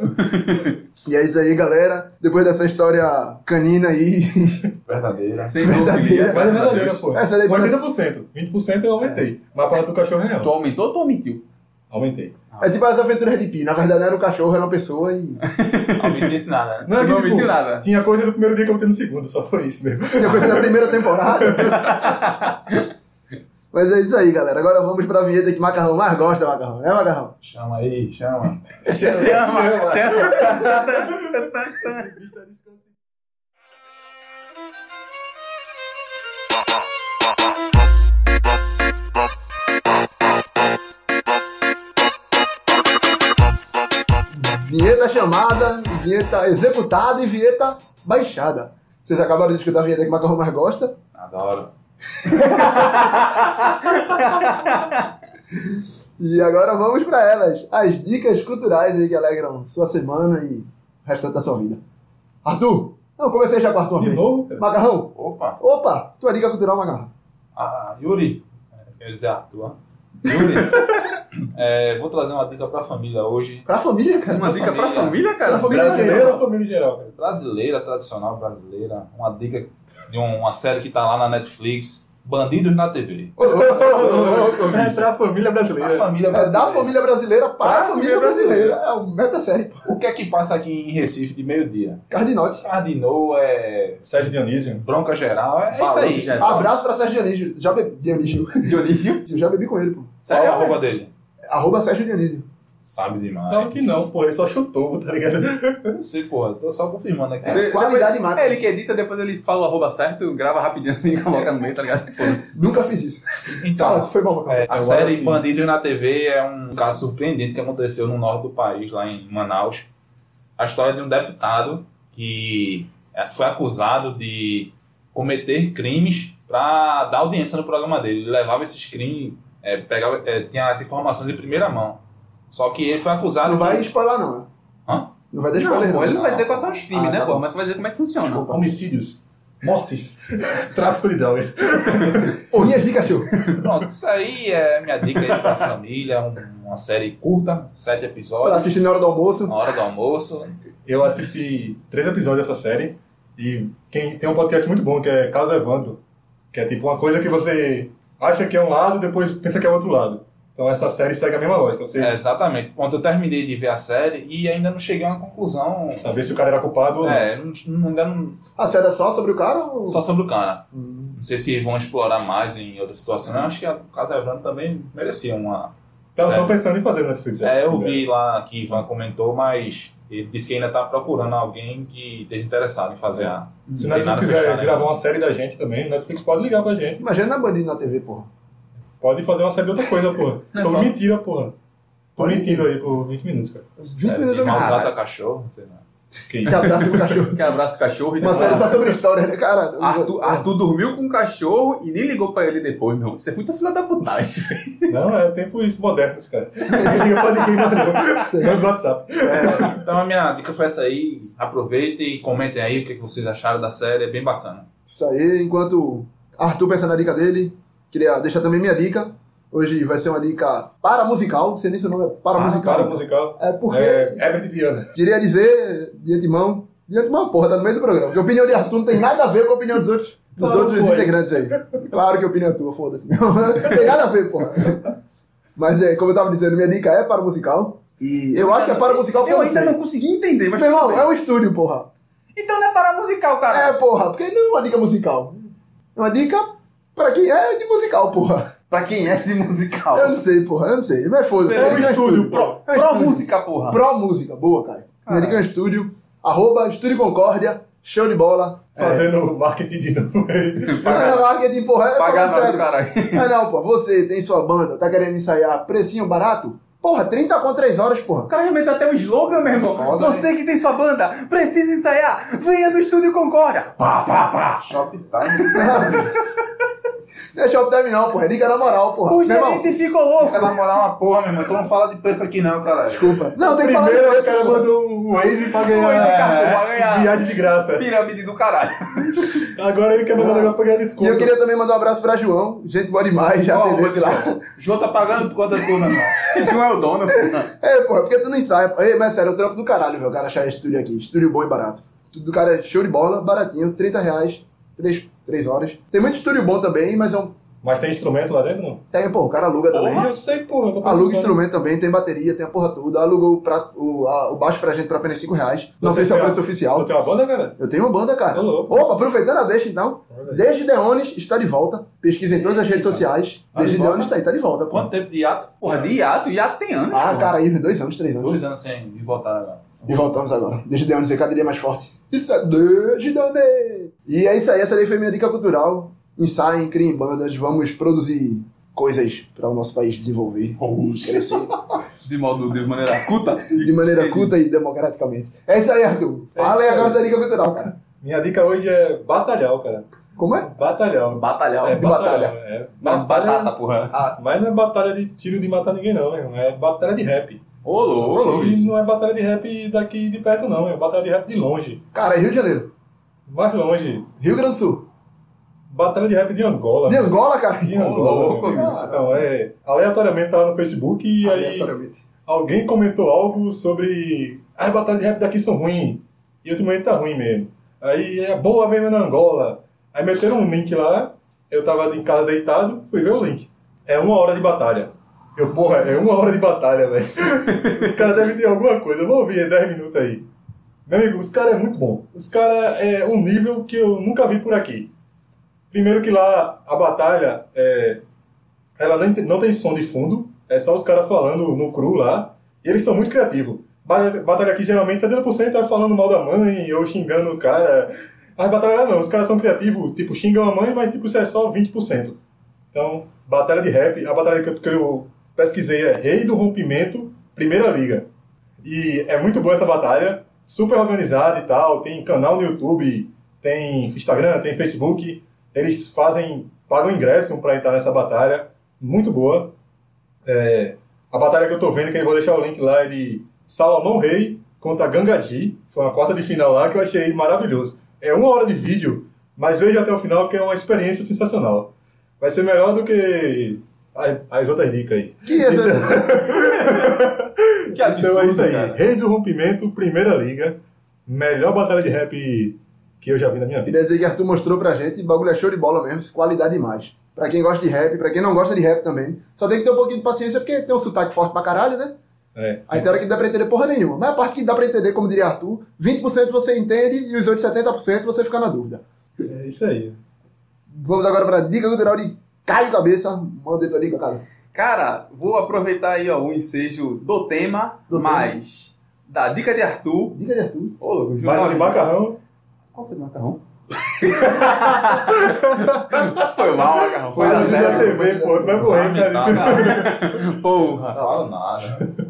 Speaker 3: e é isso aí, galera. Depois dessa história canina aí.
Speaker 4: Verdadeira.
Speaker 2: Sem
Speaker 1: Mas é
Speaker 3: Verdadeira.
Speaker 2: zoofilia, graças a
Speaker 1: verdadeira,
Speaker 2: Deus.
Speaker 1: pô.
Speaker 3: Essa daí é- foi-
Speaker 1: 80%. 20% eu aumentei. Mas a parada do cachorro é real.
Speaker 2: Tu aumentou ou tu omitiu?
Speaker 1: Aumentei.
Speaker 3: É tipo as aventuras de Pi. Na verdade, era um cachorro, era uma pessoa e.
Speaker 4: Não me disse nada.
Speaker 2: Não,
Speaker 1: que,
Speaker 2: não
Speaker 1: tipo,
Speaker 2: omitiu nada.
Speaker 1: Tinha coisa do primeiro dia que eu botei no segundo, só foi isso mesmo.
Speaker 3: Tinha coisa da primeira temporada. Mas é isso aí, galera. Agora vamos pra vinheta que Macarrão mais gosta, Macarrão. Né, Macarrão?
Speaker 4: Chama aí, chama.
Speaker 2: Chama, chama.
Speaker 3: Vinheta chamada, vinheta executada e vinheta baixada. Vocês acabaram de escutar a vinheta que Macarrão mais gosta.
Speaker 4: Adoro.
Speaker 3: E agora vamos pra elas. As dicas culturais aí que alegram sua semana e o restante da sua vida. Arthur! Não, comecei já com o Arthur uma
Speaker 1: De
Speaker 3: vez.
Speaker 1: novo? cara?
Speaker 3: Macarrão!
Speaker 4: Opa,
Speaker 3: Opa! Tua dica cultural, Macarrão.
Speaker 4: ah, Yuri. É, Quer dizer, Arthur. Yuri. É, vou trazer uma dica pra família hoje.
Speaker 3: Pra família, cara.
Speaker 2: Uma dica pra família, cara?
Speaker 3: Pra família
Speaker 1: Brasileiro ou família em geral, cara?
Speaker 4: Brasileira, tradicional brasileira. Uma dica de uma série que tá lá na Netflix. Bandidos na TV.
Speaker 1: É pra família
Speaker 4: A
Speaker 1: brasileira.
Speaker 4: família
Speaker 3: É
Speaker 4: brasileira.
Speaker 3: da família brasileira para
Speaker 2: Pra
Speaker 3: a família
Speaker 2: família brasileira.
Speaker 3: brasileira. É o meta série.
Speaker 4: O que é que passa aqui em Recife de meio-dia?
Speaker 3: Cardinote.
Speaker 4: Cardinou é.
Speaker 1: Sérgio Dionísio.
Speaker 4: Bronca geral, é isso
Speaker 2: Balanço
Speaker 4: aí.
Speaker 2: geral.
Speaker 3: Abraço pra Sérgio Dionísio. Já bebi Dionísio.
Speaker 2: Dionísio?
Speaker 3: Eu já bebi com ele, pô.
Speaker 4: Qual é a
Speaker 2: Sério?
Speaker 4: roupa dele?
Speaker 3: Arroba Sérgio Dionísio.
Speaker 4: Sabe demais.
Speaker 1: Claro que não, pô. Ele só chutou, tá ligado?
Speaker 4: Eu não sei, porra. Tô só confirmando aqui.
Speaker 2: De-
Speaker 3: Qualidade
Speaker 2: depois-
Speaker 3: máxima.
Speaker 2: É, ele que edita, depois ele fala o arroba certo, grava rapidinho assim e coloca no meio, tá ligado? Foda-se.
Speaker 3: Nunca fiz isso. Fala
Speaker 4: Então,
Speaker 3: que foi mal, Macarrão.
Speaker 4: é, a
Speaker 1: Agora
Speaker 4: série
Speaker 1: sim.
Speaker 4: Bandidos na TV é um caso surpreendente que aconteceu no norte do país, lá em Manaus. A história de um deputado que é, foi acusado de cometer crimes para dar audiência no programa dele. Ele levava esses crimes, é, pegava, é, tinha as informações de primeira mão. Só que ele foi acusado
Speaker 3: Não
Speaker 4: de-
Speaker 3: vai spoiler, não, né?
Speaker 4: Hã?
Speaker 3: Não vai dar
Speaker 2: Não,
Speaker 3: spoiler,
Speaker 2: pô, ele
Speaker 3: não.
Speaker 2: não vai dizer quais são os times,
Speaker 3: Ah,
Speaker 2: né,
Speaker 3: tá
Speaker 2: pô?
Speaker 3: bom.
Speaker 2: Mas vai dizer como é que funciona.
Speaker 1: Homicídios. Mortes. Tráfico de drogas.
Speaker 3: Porrinhas de cachorro.
Speaker 4: Pronto, isso aí é minha dica aí pra família, um- uma série curta, sete
Speaker 3: Pra
Speaker 4: episódios,
Speaker 3: assistir na hora do almoço.
Speaker 4: na hora do almoço.
Speaker 1: Eu assisti três episódios dessa série e quem tem um podcast muito bom que é Caso Evandro. Que é tipo uma coisa que você acha que é um lado e depois pensa que é outro lado. Então essa série segue a mesma lógica. Você
Speaker 4: É, exatamente. Quando eu terminei de ver a série e ainda não cheguei a uma conclusão.
Speaker 1: saber se o cara era culpado ou não.
Speaker 4: É, não- não- ainda não,
Speaker 3: A série é só sobre o cara ou...
Speaker 4: Só sobre o cara.
Speaker 3: Hum.
Speaker 4: Não sei se vão explorar mais em outras situações. Eu acho que o caso Evandro também merecia uma.
Speaker 1: Tava
Speaker 4: sério.
Speaker 1: Então, pensando em fazer no Netflix. né?
Speaker 4: É, eu vi lá que Ivan comentou, mas ele disse que ainda está procurando alguém que esteja interessado em fazer a.
Speaker 1: Se o
Speaker 4: não tem
Speaker 1: Netflix
Speaker 4: nada
Speaker 1: quiser
Speaker 4: fechado, né?
Speaker 1: gravar uma série da gente também, o Netflix pode ligar pra gente.
Speaker 3: Imagina na bandido na TV, porra.
Speaker 1: Pode fazer uma série de outra coisa, porra. Sobre
Speaker 2: só-
Speaker 1: mentira, porra. Tô mentindo aí por 20 minutos, cara.
Speaker 3: 20
Speaker 4: série
Speaker 3: minutos
Speaker 4: É, de
Speaker 3: eu
Speaker 2: mal-
Speaker 3: me...
Speaker 4: maltrata
Speaker 2: Caralho.
Speaker 4: cachorro, não sei lá.
Speaker 1: Que
Speaker 3: Que
Speaker 1: isso.
Speaker 3: abraço do cachorro.
Speaker 2: Que abraça o cachorro e
Speaker 3: Uma
Speaker 2: depois...
Speaker 3: série só sobre história, né, cara? Eu-
Speaker 2: Arthur, Arthur dormiu com o cachorro e nem ligou pra ele depois, meu irmão. Isso é muita filha da putagem.
Speaker 1: Não, é tempos modernos, cara. Ninguém pode ninguém mais não. Manda o WhatsApp.
Speaker 4: Então a minha dica foi essa aí. Aproveitem e comentem aí o que que vocês acharam da série. É bem bacana.
Speaker 3: Isso aí, enquanto Arthur pensa na dica dele, queria deixar também minha dica. Hoje vai ser uma dica para musical, não sei nem se o nome é para musical.
Speaker 1: Ah, Cara musical.
Speaker 3: É porque,
Speaker 1: É, Herbert Viana.
Speaker 3: diria dizer, de antemão, de antemão, porra, tá no meio do programa, porque a opinião de Arthur não tem nada a ver com a opinião dos outros, dos
Speaker 1: Claro,
Speaker 3: outros
Speaker 1: pô.
Speaker 3: integrantes aí. Claro que a opinião é tua, foda-se. Não tem nada a ver, porra. Mas, é, como eu tava dizendo, minha dica é para musical. E eu, acho que é para musical
Speaker 2: Eu
Speaker 3: pra
Speaker 2: ainda
Speaker 3: você.
Speaker 2: não consegui entender, mas.
Speaker 3: Meu irmão,
Speaker 2: tudo
Speaker 3: é
Speaker 2: bem.
Speaker 3: um estúdio, porra.
Speaker 2: Então não é para musical, cara.
Speaker 3: É, porra, porque não é uma dica musical. É uma dica pra quem é de musical, porra.
Speaker 2: Pra quem é de musical.
Speaker 3: Eu não sei, porra, eu não sei. Mas foda-se.
Speaker 2: É um
Speaker 3: Minha dica
Speaker 2: estúdio, pro,
Speaker 3: É um
Speaker 2: pro
Speaker 3: estúdio.
Speaker 2: música, porra.
Speaker 3: Pro música, boa, cara. Minha
Speaker 2: Caralho.
Speaker 3: dica é um estúdio. Arroba Estúdio Concórdia, show de bola. É.
Speaker 1: Fazendo marketing de novo aí.
Speaker 3: Não é marketing, porra, é
Speaker 2: Pagar
Speaker 3: falando
Speaker 2: nada,
Speaker 3: sério.
Speaker 2: caralho.
Speaker 3: Ah, não, pô, você tem sua banda, tá querendo ensaiar precinho barato? Porra, 30 com 3 horas,
Speaker 2: O
Speaker 3: porra.
Speaker 2: cara já meteu até um slogan, meu irmão.
Speaker 3: Foda,
Speaker 2: Você que tem sua banda, precisa ensaiar, venha no Estúdio Concórdia. Pá, pá,
Speaker 4: Ah,
Speaker 2: pá.
Speaker 4: Shoptime.
Speaker 3: Não é Shoptime não, porra, é dica na moral, porra.
Speaker 2: O
Speaker 3: Meu irmão,
Speaker 2: gerente ficou louco.
Speaker 4: Fica namorar uma porra, meu irmão. Então não fala de preço aqui não, cara.
Speaker 3: desculpa. Não, tem que falar
Speaker 1: Primeiro,
Speaker 3: de
Speaker 1: o cara mandou um Waze pra
Speaker 2: Waze, cara,
Speaker 1: ganhar
Speaker 2: pra ganhar.
Speaker 1: viagem de graça.
Speaker 2: Pirâmide do caralho.
Speaker 1: Agora ele quer mandar um negócio pra ganhar
Speaker 3: E
Speaker 1: desconto.
Speaker 3: eu queria também mandar um abraço pra João, gente boa demais, já
Speaker 4: Ó,
Speaker 3: atendeu ele
Speaker 4: Rodrigo,
Speaker 3: lá.
Speaker 4: João tá pagando quanto eu tô, meu irmão.
Speaker 2: Não é o dono.
Speaker 3: É, porra, porque tu não ensaia. Ei, mas sério, é um trampo do caralho, velho. O cara achar esse estúdio aqui. Estúdio bom e barato. Tudo do cara é show de bola, baratinho, 30 reais, 3, três horas. Tem muito estúdio bom também, mas é um.
Speaker 1: Mas tem instrumento lá dentro, não?
Speaker 3: É, pô, o cara aluga também.
Speaker 1: eu sei, porra. eu tô
Speaker 3: Aluga
Speaker 1: perguntando.
Speaker 3: instrumento também, tem bateria, tem a porra toda. Alugou o, prato, o, a- o baixo pra gente por apenas 5 reais. Não
Speaker 1: Você
Speaker 3: sei se é o
Speaker 1: tem
Speaker 3: preço
Speaker 1: uma-
Speaker 3: oficial.
Speaker 1: Tu tem uma banda, cara?
Speaker 3: Eu tenho uma banda, cara.
Speaker 1: Tô louco.
Speaker 3: Opa, aproveitando a deixa então.
Speaker 1: Olha aí.
Speaker 3: Desde Deones está de volta. Pesquisa em todas as redes sociais.
Speaker 4: Tá de
Speaker 3: Desde
Speaker 4: volta?
Speaker 3: Deones está aí, tá de volta. Pô.
Speaker 4: Quanto tempo de ato?
Speaker 2: Porra, de hiato, hiato tem anos.
Speaker 3: Ah,
Speaker 2: porra.
Speaker 3: cara, aí uns dois anos, três anos.
Speaker 4: Dois anos sem me voltar agora.
Speaker 3: E voltamos agora. Deixa o Deone ser cada dia mais forte. Isso é de Deone! E é isso aí, essa daí foi minha dica cultural. Ensaiem, criem bandas, vamos produzir coisas para o nosso país desenvolver e crescer
Speaker 2: De modo, de maneira culta.
Speaker 3: de maneira culta e democraticamente. É isso aí, Arthur.
Speaker 1: É
Speaker 3: Fala aí
Speaker 1: isso aí.
Speaker 3: agora da dica cultural, cara.
Speaker 1: Minha dica hoje é batalhar, cara.
Speaker 3: Como é?
Speaker 1: Batalhar.
Speaker 2: Batalhão.
Speaker 1: É
Speaker 3: De batalha.
Speaker 1: batalhar. É
Speaker 2: Ba-
Speaker 1: batalha.
Speaker 2: batata, porra.
Speaker 1: Mas não é batalha de tiro de matar ninguém, não, meu irmão. É batalha de rap.
Speaker 2: Ô, louco.
Speaker 1: E não é batalha de rap daqui de perto, não. É batalha de rap de longe.
Speaker 3: Cara, é Rio de Janeiro.
Speaker 1: Mais longe.
Speaker 3: Rio Grande do Sul.
Speaker 1: Batalha de rap de Angola.
Speaker 3: De Angola, cara.
Speaker 1: De Angola.
Speaker 2: Ô, louco,
Speaker 1: meu irmão.
Speaker 2: bicho.
Speaker 1: Então, é. Aleatoriamente tava no Facebook e aí
Speaker 3: Aleatoriamente.
Speaker 1: alguém comentou algo sobre. As batalhas de rap daqui são ruins. E ultimamente tá ruim mesmo. Aí é boa mesmo na Angola. Aí meteram um link lá. Eu tava em casa deitado, fui ver o link. É uma hora de batalha. Eu, porra, é uma hora de batalha, velho. Os caras devem ter alguma coisa. Eu vou ouvir, é 10 minutos aí. Meu amigo, os caras é muito bom. Os caras é um nível que eu nunca vi por aqui. Primeiro que lá a batalha é, ela não tem, não tem som de fundo, é só os caras falando no cru lá. E eles são muito criativos. Ba- Batalha aqui geralmente 70% é falando mal da mãe ou xingando o cara. As batalhas lá não, os caras são criativos, tipo, xingam a mãe, mas tipo, isso é só 20%. Então, batalha de rap, a batalha que eu, que eu pesquisei é Rei do Rompimento, Primeira Liga. E é muito boa essa batalha, super organizada e tal, tem canal no YouTube, tem Instagram, tem Facebook. Eles fazem, pagam ingresso pra entrar nessa batalha, muito boa. É, a batalha que eu tô vendo, que eu vou deixar o link lá, é de Salomão Rei contra Gangaji. Foi uma quarta de final lá que eu achei maravilhoso. É uma hora de vídeo, mas veja até o final que é uma experiência sensacional. Vai ser melhor do que a- as outras dicas aí.
Speaker 3: Que é essa?
Speaker 2: Que absurdo,
Speaker 1: então é isso aí.
Speaker 2: cara.
Speaker 1: Rei do Rompimento, Primeira Liga. Melhor batalha de rap que eu já vi na minha vida.
Speaker 3: Queria dizer que Arthur mostrou pra gente, o bagulho é show de bola mesmo, qualidade demais. Pra quem gosta de rap, pra quem não gosta de rap também, só tem que ter um pouquinho de paciência, porque tem um sotaque forte pra caralho, né?
Speaker 1: É.
Speaker 3: Aí tem hora que não dá pra entender porra nenhuma. Mas a parte que dá pra entender, como diria Arthur, 20% você entende e os outros 70% você fica na dúvida.
Speaker 1: É isso aí.
Speaker 3: Vamos agora pra dica cultural de Caio Cabeça. Manda aí tua dica, Caio.
Speaker 2: Cara, vou aproveitar aí ó, o ensejo do tema,
Speaker 3: Do
Speaker 2: mas da dica de Arthur.
Speaker 3: Dica de Arthur.
Speaker 2: Ô, louco,
Speaker 1: Bate de macarrão.
Speaker 2: Qual foi do macarrão? foi mal, macarrão. Tá, Foi
Speaker 1: Fala
Speaker 2: da
Speaker 1: de
Speaker 2: zero.
Speaker 1: da TV, pô, tu vai morrer, cara.
Speaker 4: Lamentável.
Speaker 2: Porra.
Speaker 4: Não falo nada.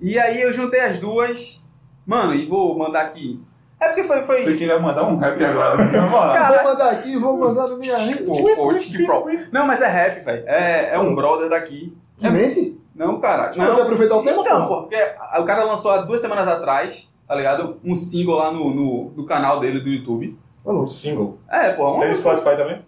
Speaker 2: E aí eu juntei as duas. Mano, e vou mandar aqui. É porque foi. foi...
Speaker 4: Você queria mandar um rap agora, na moral.
Speaker 2: Cara,
Speaker 3: Vou mandar aqui, vou mandar na minha rede.
Speaker 1: Tipo,
Speaker 2: Pô,
Speaker 1: é
Speaker 2: pô, que tipo, pro- Não, mas é rap, velho. É, é um brother daqui.
Speaker 3: Que mente?
Speaker 2: Não, cara.
Speaker 3: Você
Speaker 2: Não.
Speaker 3: vai aproveitar o tempo,
Speaker 2: É Então,
Speaker 3: pô?
Speaker 2: pô, porque a- o cara lançou há duas semanas atrás, tá ligado? Um single lá no, no, no canal dele do YouTube.
Speaker 1: O single.
Speaker 2: É, pô,
Speaker 1: Tem
Speaker 2: um...
Speaker 1: no Spotify também?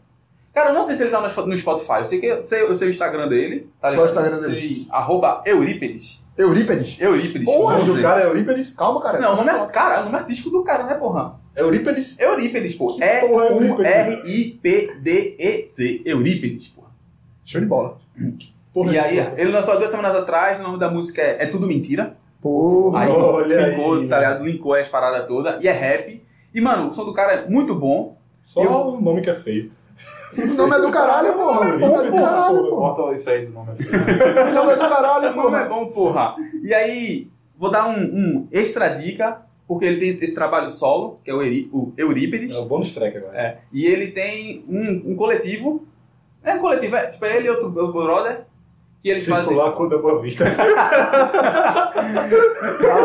Speaker 2: Cara, eu não sei se ele tá no Spot- no Spotify. Eu sei, que, eu sei, eu sei o Instagram dele, tá ligado?
Speaker 3: Qual o Instagram
Speaker 2: Eu sei, Arroba Eurípedes.
Speaker 3: Eurípedes.
Speaker 2: Eurípedes.
Speaker 1: O
Speaker 2: vamos
Speaker 1: nome do
Speaker 2: dizer.
Speaker 1: cara é Eurípedes?
Speaker 3: Calma, cara.
Speaker 2: Não, o nome é. Cara, o nome é disco do cara, né, porra?
Speaker 1: É Eurípedes?
Speaker 2: Eurípedes, pô.
Speaker 1: Que porra é Eurípides?
Speaker 2: E-U-R-I-P-D-E-Z. Eurípedes, porra.
Speaker 3: Show de bola.
Speaker 1: Porra,
Speaker 2: e aí, é,
Speaker 1: desculpa.
Speaker 2: ele lançou há duas semanas atrás, o nome da música é É Tudo Mentira.
Speaker 3: Porra.
Speaker 2: Aí
Speaker 1: Olha
Speaker 2: ficou,
Speaker 1: aí.
Speaker 2: tá ligado? Linkou as paradas todas. E é rap. E, mano, o som do cara é muito bom.
Speaker 1: Só
Speaker 2: eu- Ah,
Speaker 1: o nome que é feio.
Speaker 3: Esse nome é do caralho, porra. O nome é do caralho, porra.
Speaker 4: Bota isso aí do nome. assim.
Speaker 3: O nome é do caralho,
Speaker 2: O nome é
Speaker 3: porra.
Speaker 2: bom, porra. E aí, vou dar um, um extra dica, porque ele tem esse trabalho solo, que é o, Eri, o Eurípides.
Speaker 1: É o bônus track agora.
Speaker 2: É. E ele tem um, um coletivo. É um coletivo, é, tipo, é ele e outro outro brother. Que eles fazem.
Speaker 1: Circular com o da Boa Vista.
Speaker 3: Ah,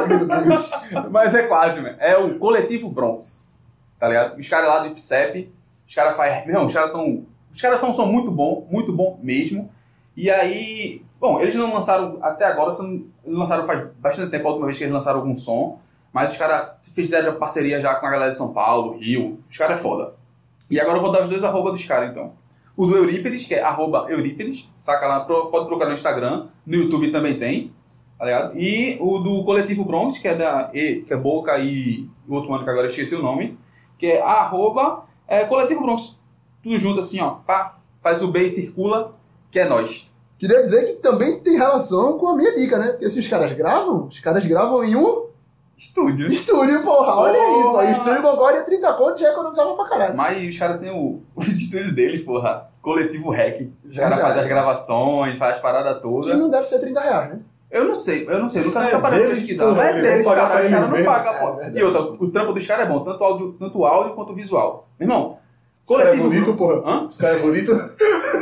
Speaker 3: meu Deus.
Speaker 2: Mas é quase, mano. É o coletivo Bronx. Tá ligado? Os caras lá do IPSEP, os caras fazem. Meu, os caras tão. Os caras são um som muito bom, muito bom mesmo. E aí. Bom, eles não lançaram até agora, só não- eles lançaram faz bastante tempo a última vez que eles lançaram algum som. Mas os caras fizeram já parceria já com a galera de São Paulo, Rio. Os caras é foda. E agora eu vou dar os dois arroba dos caras, então. O do Eurípides, que é arroba Eurípides, saca lá, pro- pode procurar no Instagram, no YouTube também tem tá ligado? E o do Coletivo Bronx, que é da e, que é Boca e o outro mano que agora eu esqueci o nome, que é arroba é, Coletivo Bronx. Tudo junto assim, ó, pá, faz o B e circula, que é nós.
Speaker 3: Queria dizer que também tem relação com a minha dica, né? Porque se os caras gravam, os caras gravam em um
Speaker 2: Estúdio.
Speaker 3: estúdio, porra. Olha aí, pô.
Speaker 2: Porra.
Speaker 3: Estúdio Gongória, 30 conto, é já economizava pra caralho.
Speaker 2: Mas os caras têm o, os estúdios deles, porra. Coletivo Rec. Os
Speaker 3: Já
Speaker 2: caras fazem as
Speaker 3: dá.
Speaker 2: gravações, faz as paradas
Speaker 3: Que
Speaker 2: todas.
Speaker 3: não deve ser 30 reais, né?
Speaker 2: Eu não sei, eu não sei, eu nunca,
Speaker 1: É
Speaker 2: nunca parei pra
Speaker 1: deles,
Speaker 2: pesquisar.
Speaker 1: porra,
Speaker 2: Mas é
Speaker 1: eles vão
Speaker 2: deles,
Speaker 1: pagar
Speaker 2: cara,
Speaker 1: pra
Speaker 2: os caras não
Speaker 1: eles
Speaker 2: pagam,
Speaker 3: mesmo.
Speaker 2: pô.
Speaker 3: É,
Speaker 2: e outra, o trampo dos caras é bom, tanto áudio, tanto áudio quanto visual. Meu irmão,
Speaker 1: Esse cara é
Speaker 2: Coletivo
Speaker 1: bonito, porra.
Speaker 2: Bronx- Hã?
Speaker 1: Esse cara é bonito.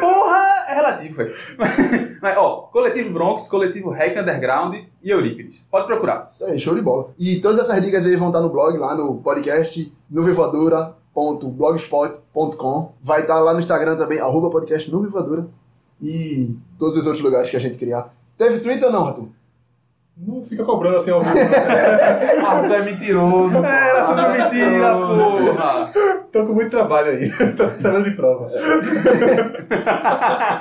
Speaker 2: Porra, é relativo, velho. Mas, ó, Coletivo Bronx, Coletivo Hack Underground e Eurípides. Pode procurar.
Speaker 3: Isso aí, show de bola. E todas essas dicas aí vão estar no blog, lá no podcast, no vivadura.blogspot.com. Vai estar lá no Instagram também, arroba podcast no Vivadura. E todos os outros lugares que a gente criar. Teve Twitter ou não, Arthur?
Speaker 1: Não fica cobrando assim ao vivo.
Speaker 4: Arthur é mentiroso. pô. é
Speaker 2: Era tudo mentira, porra.
Speaker 1: Tô com muito trabalho aí. Tô precisando de prova.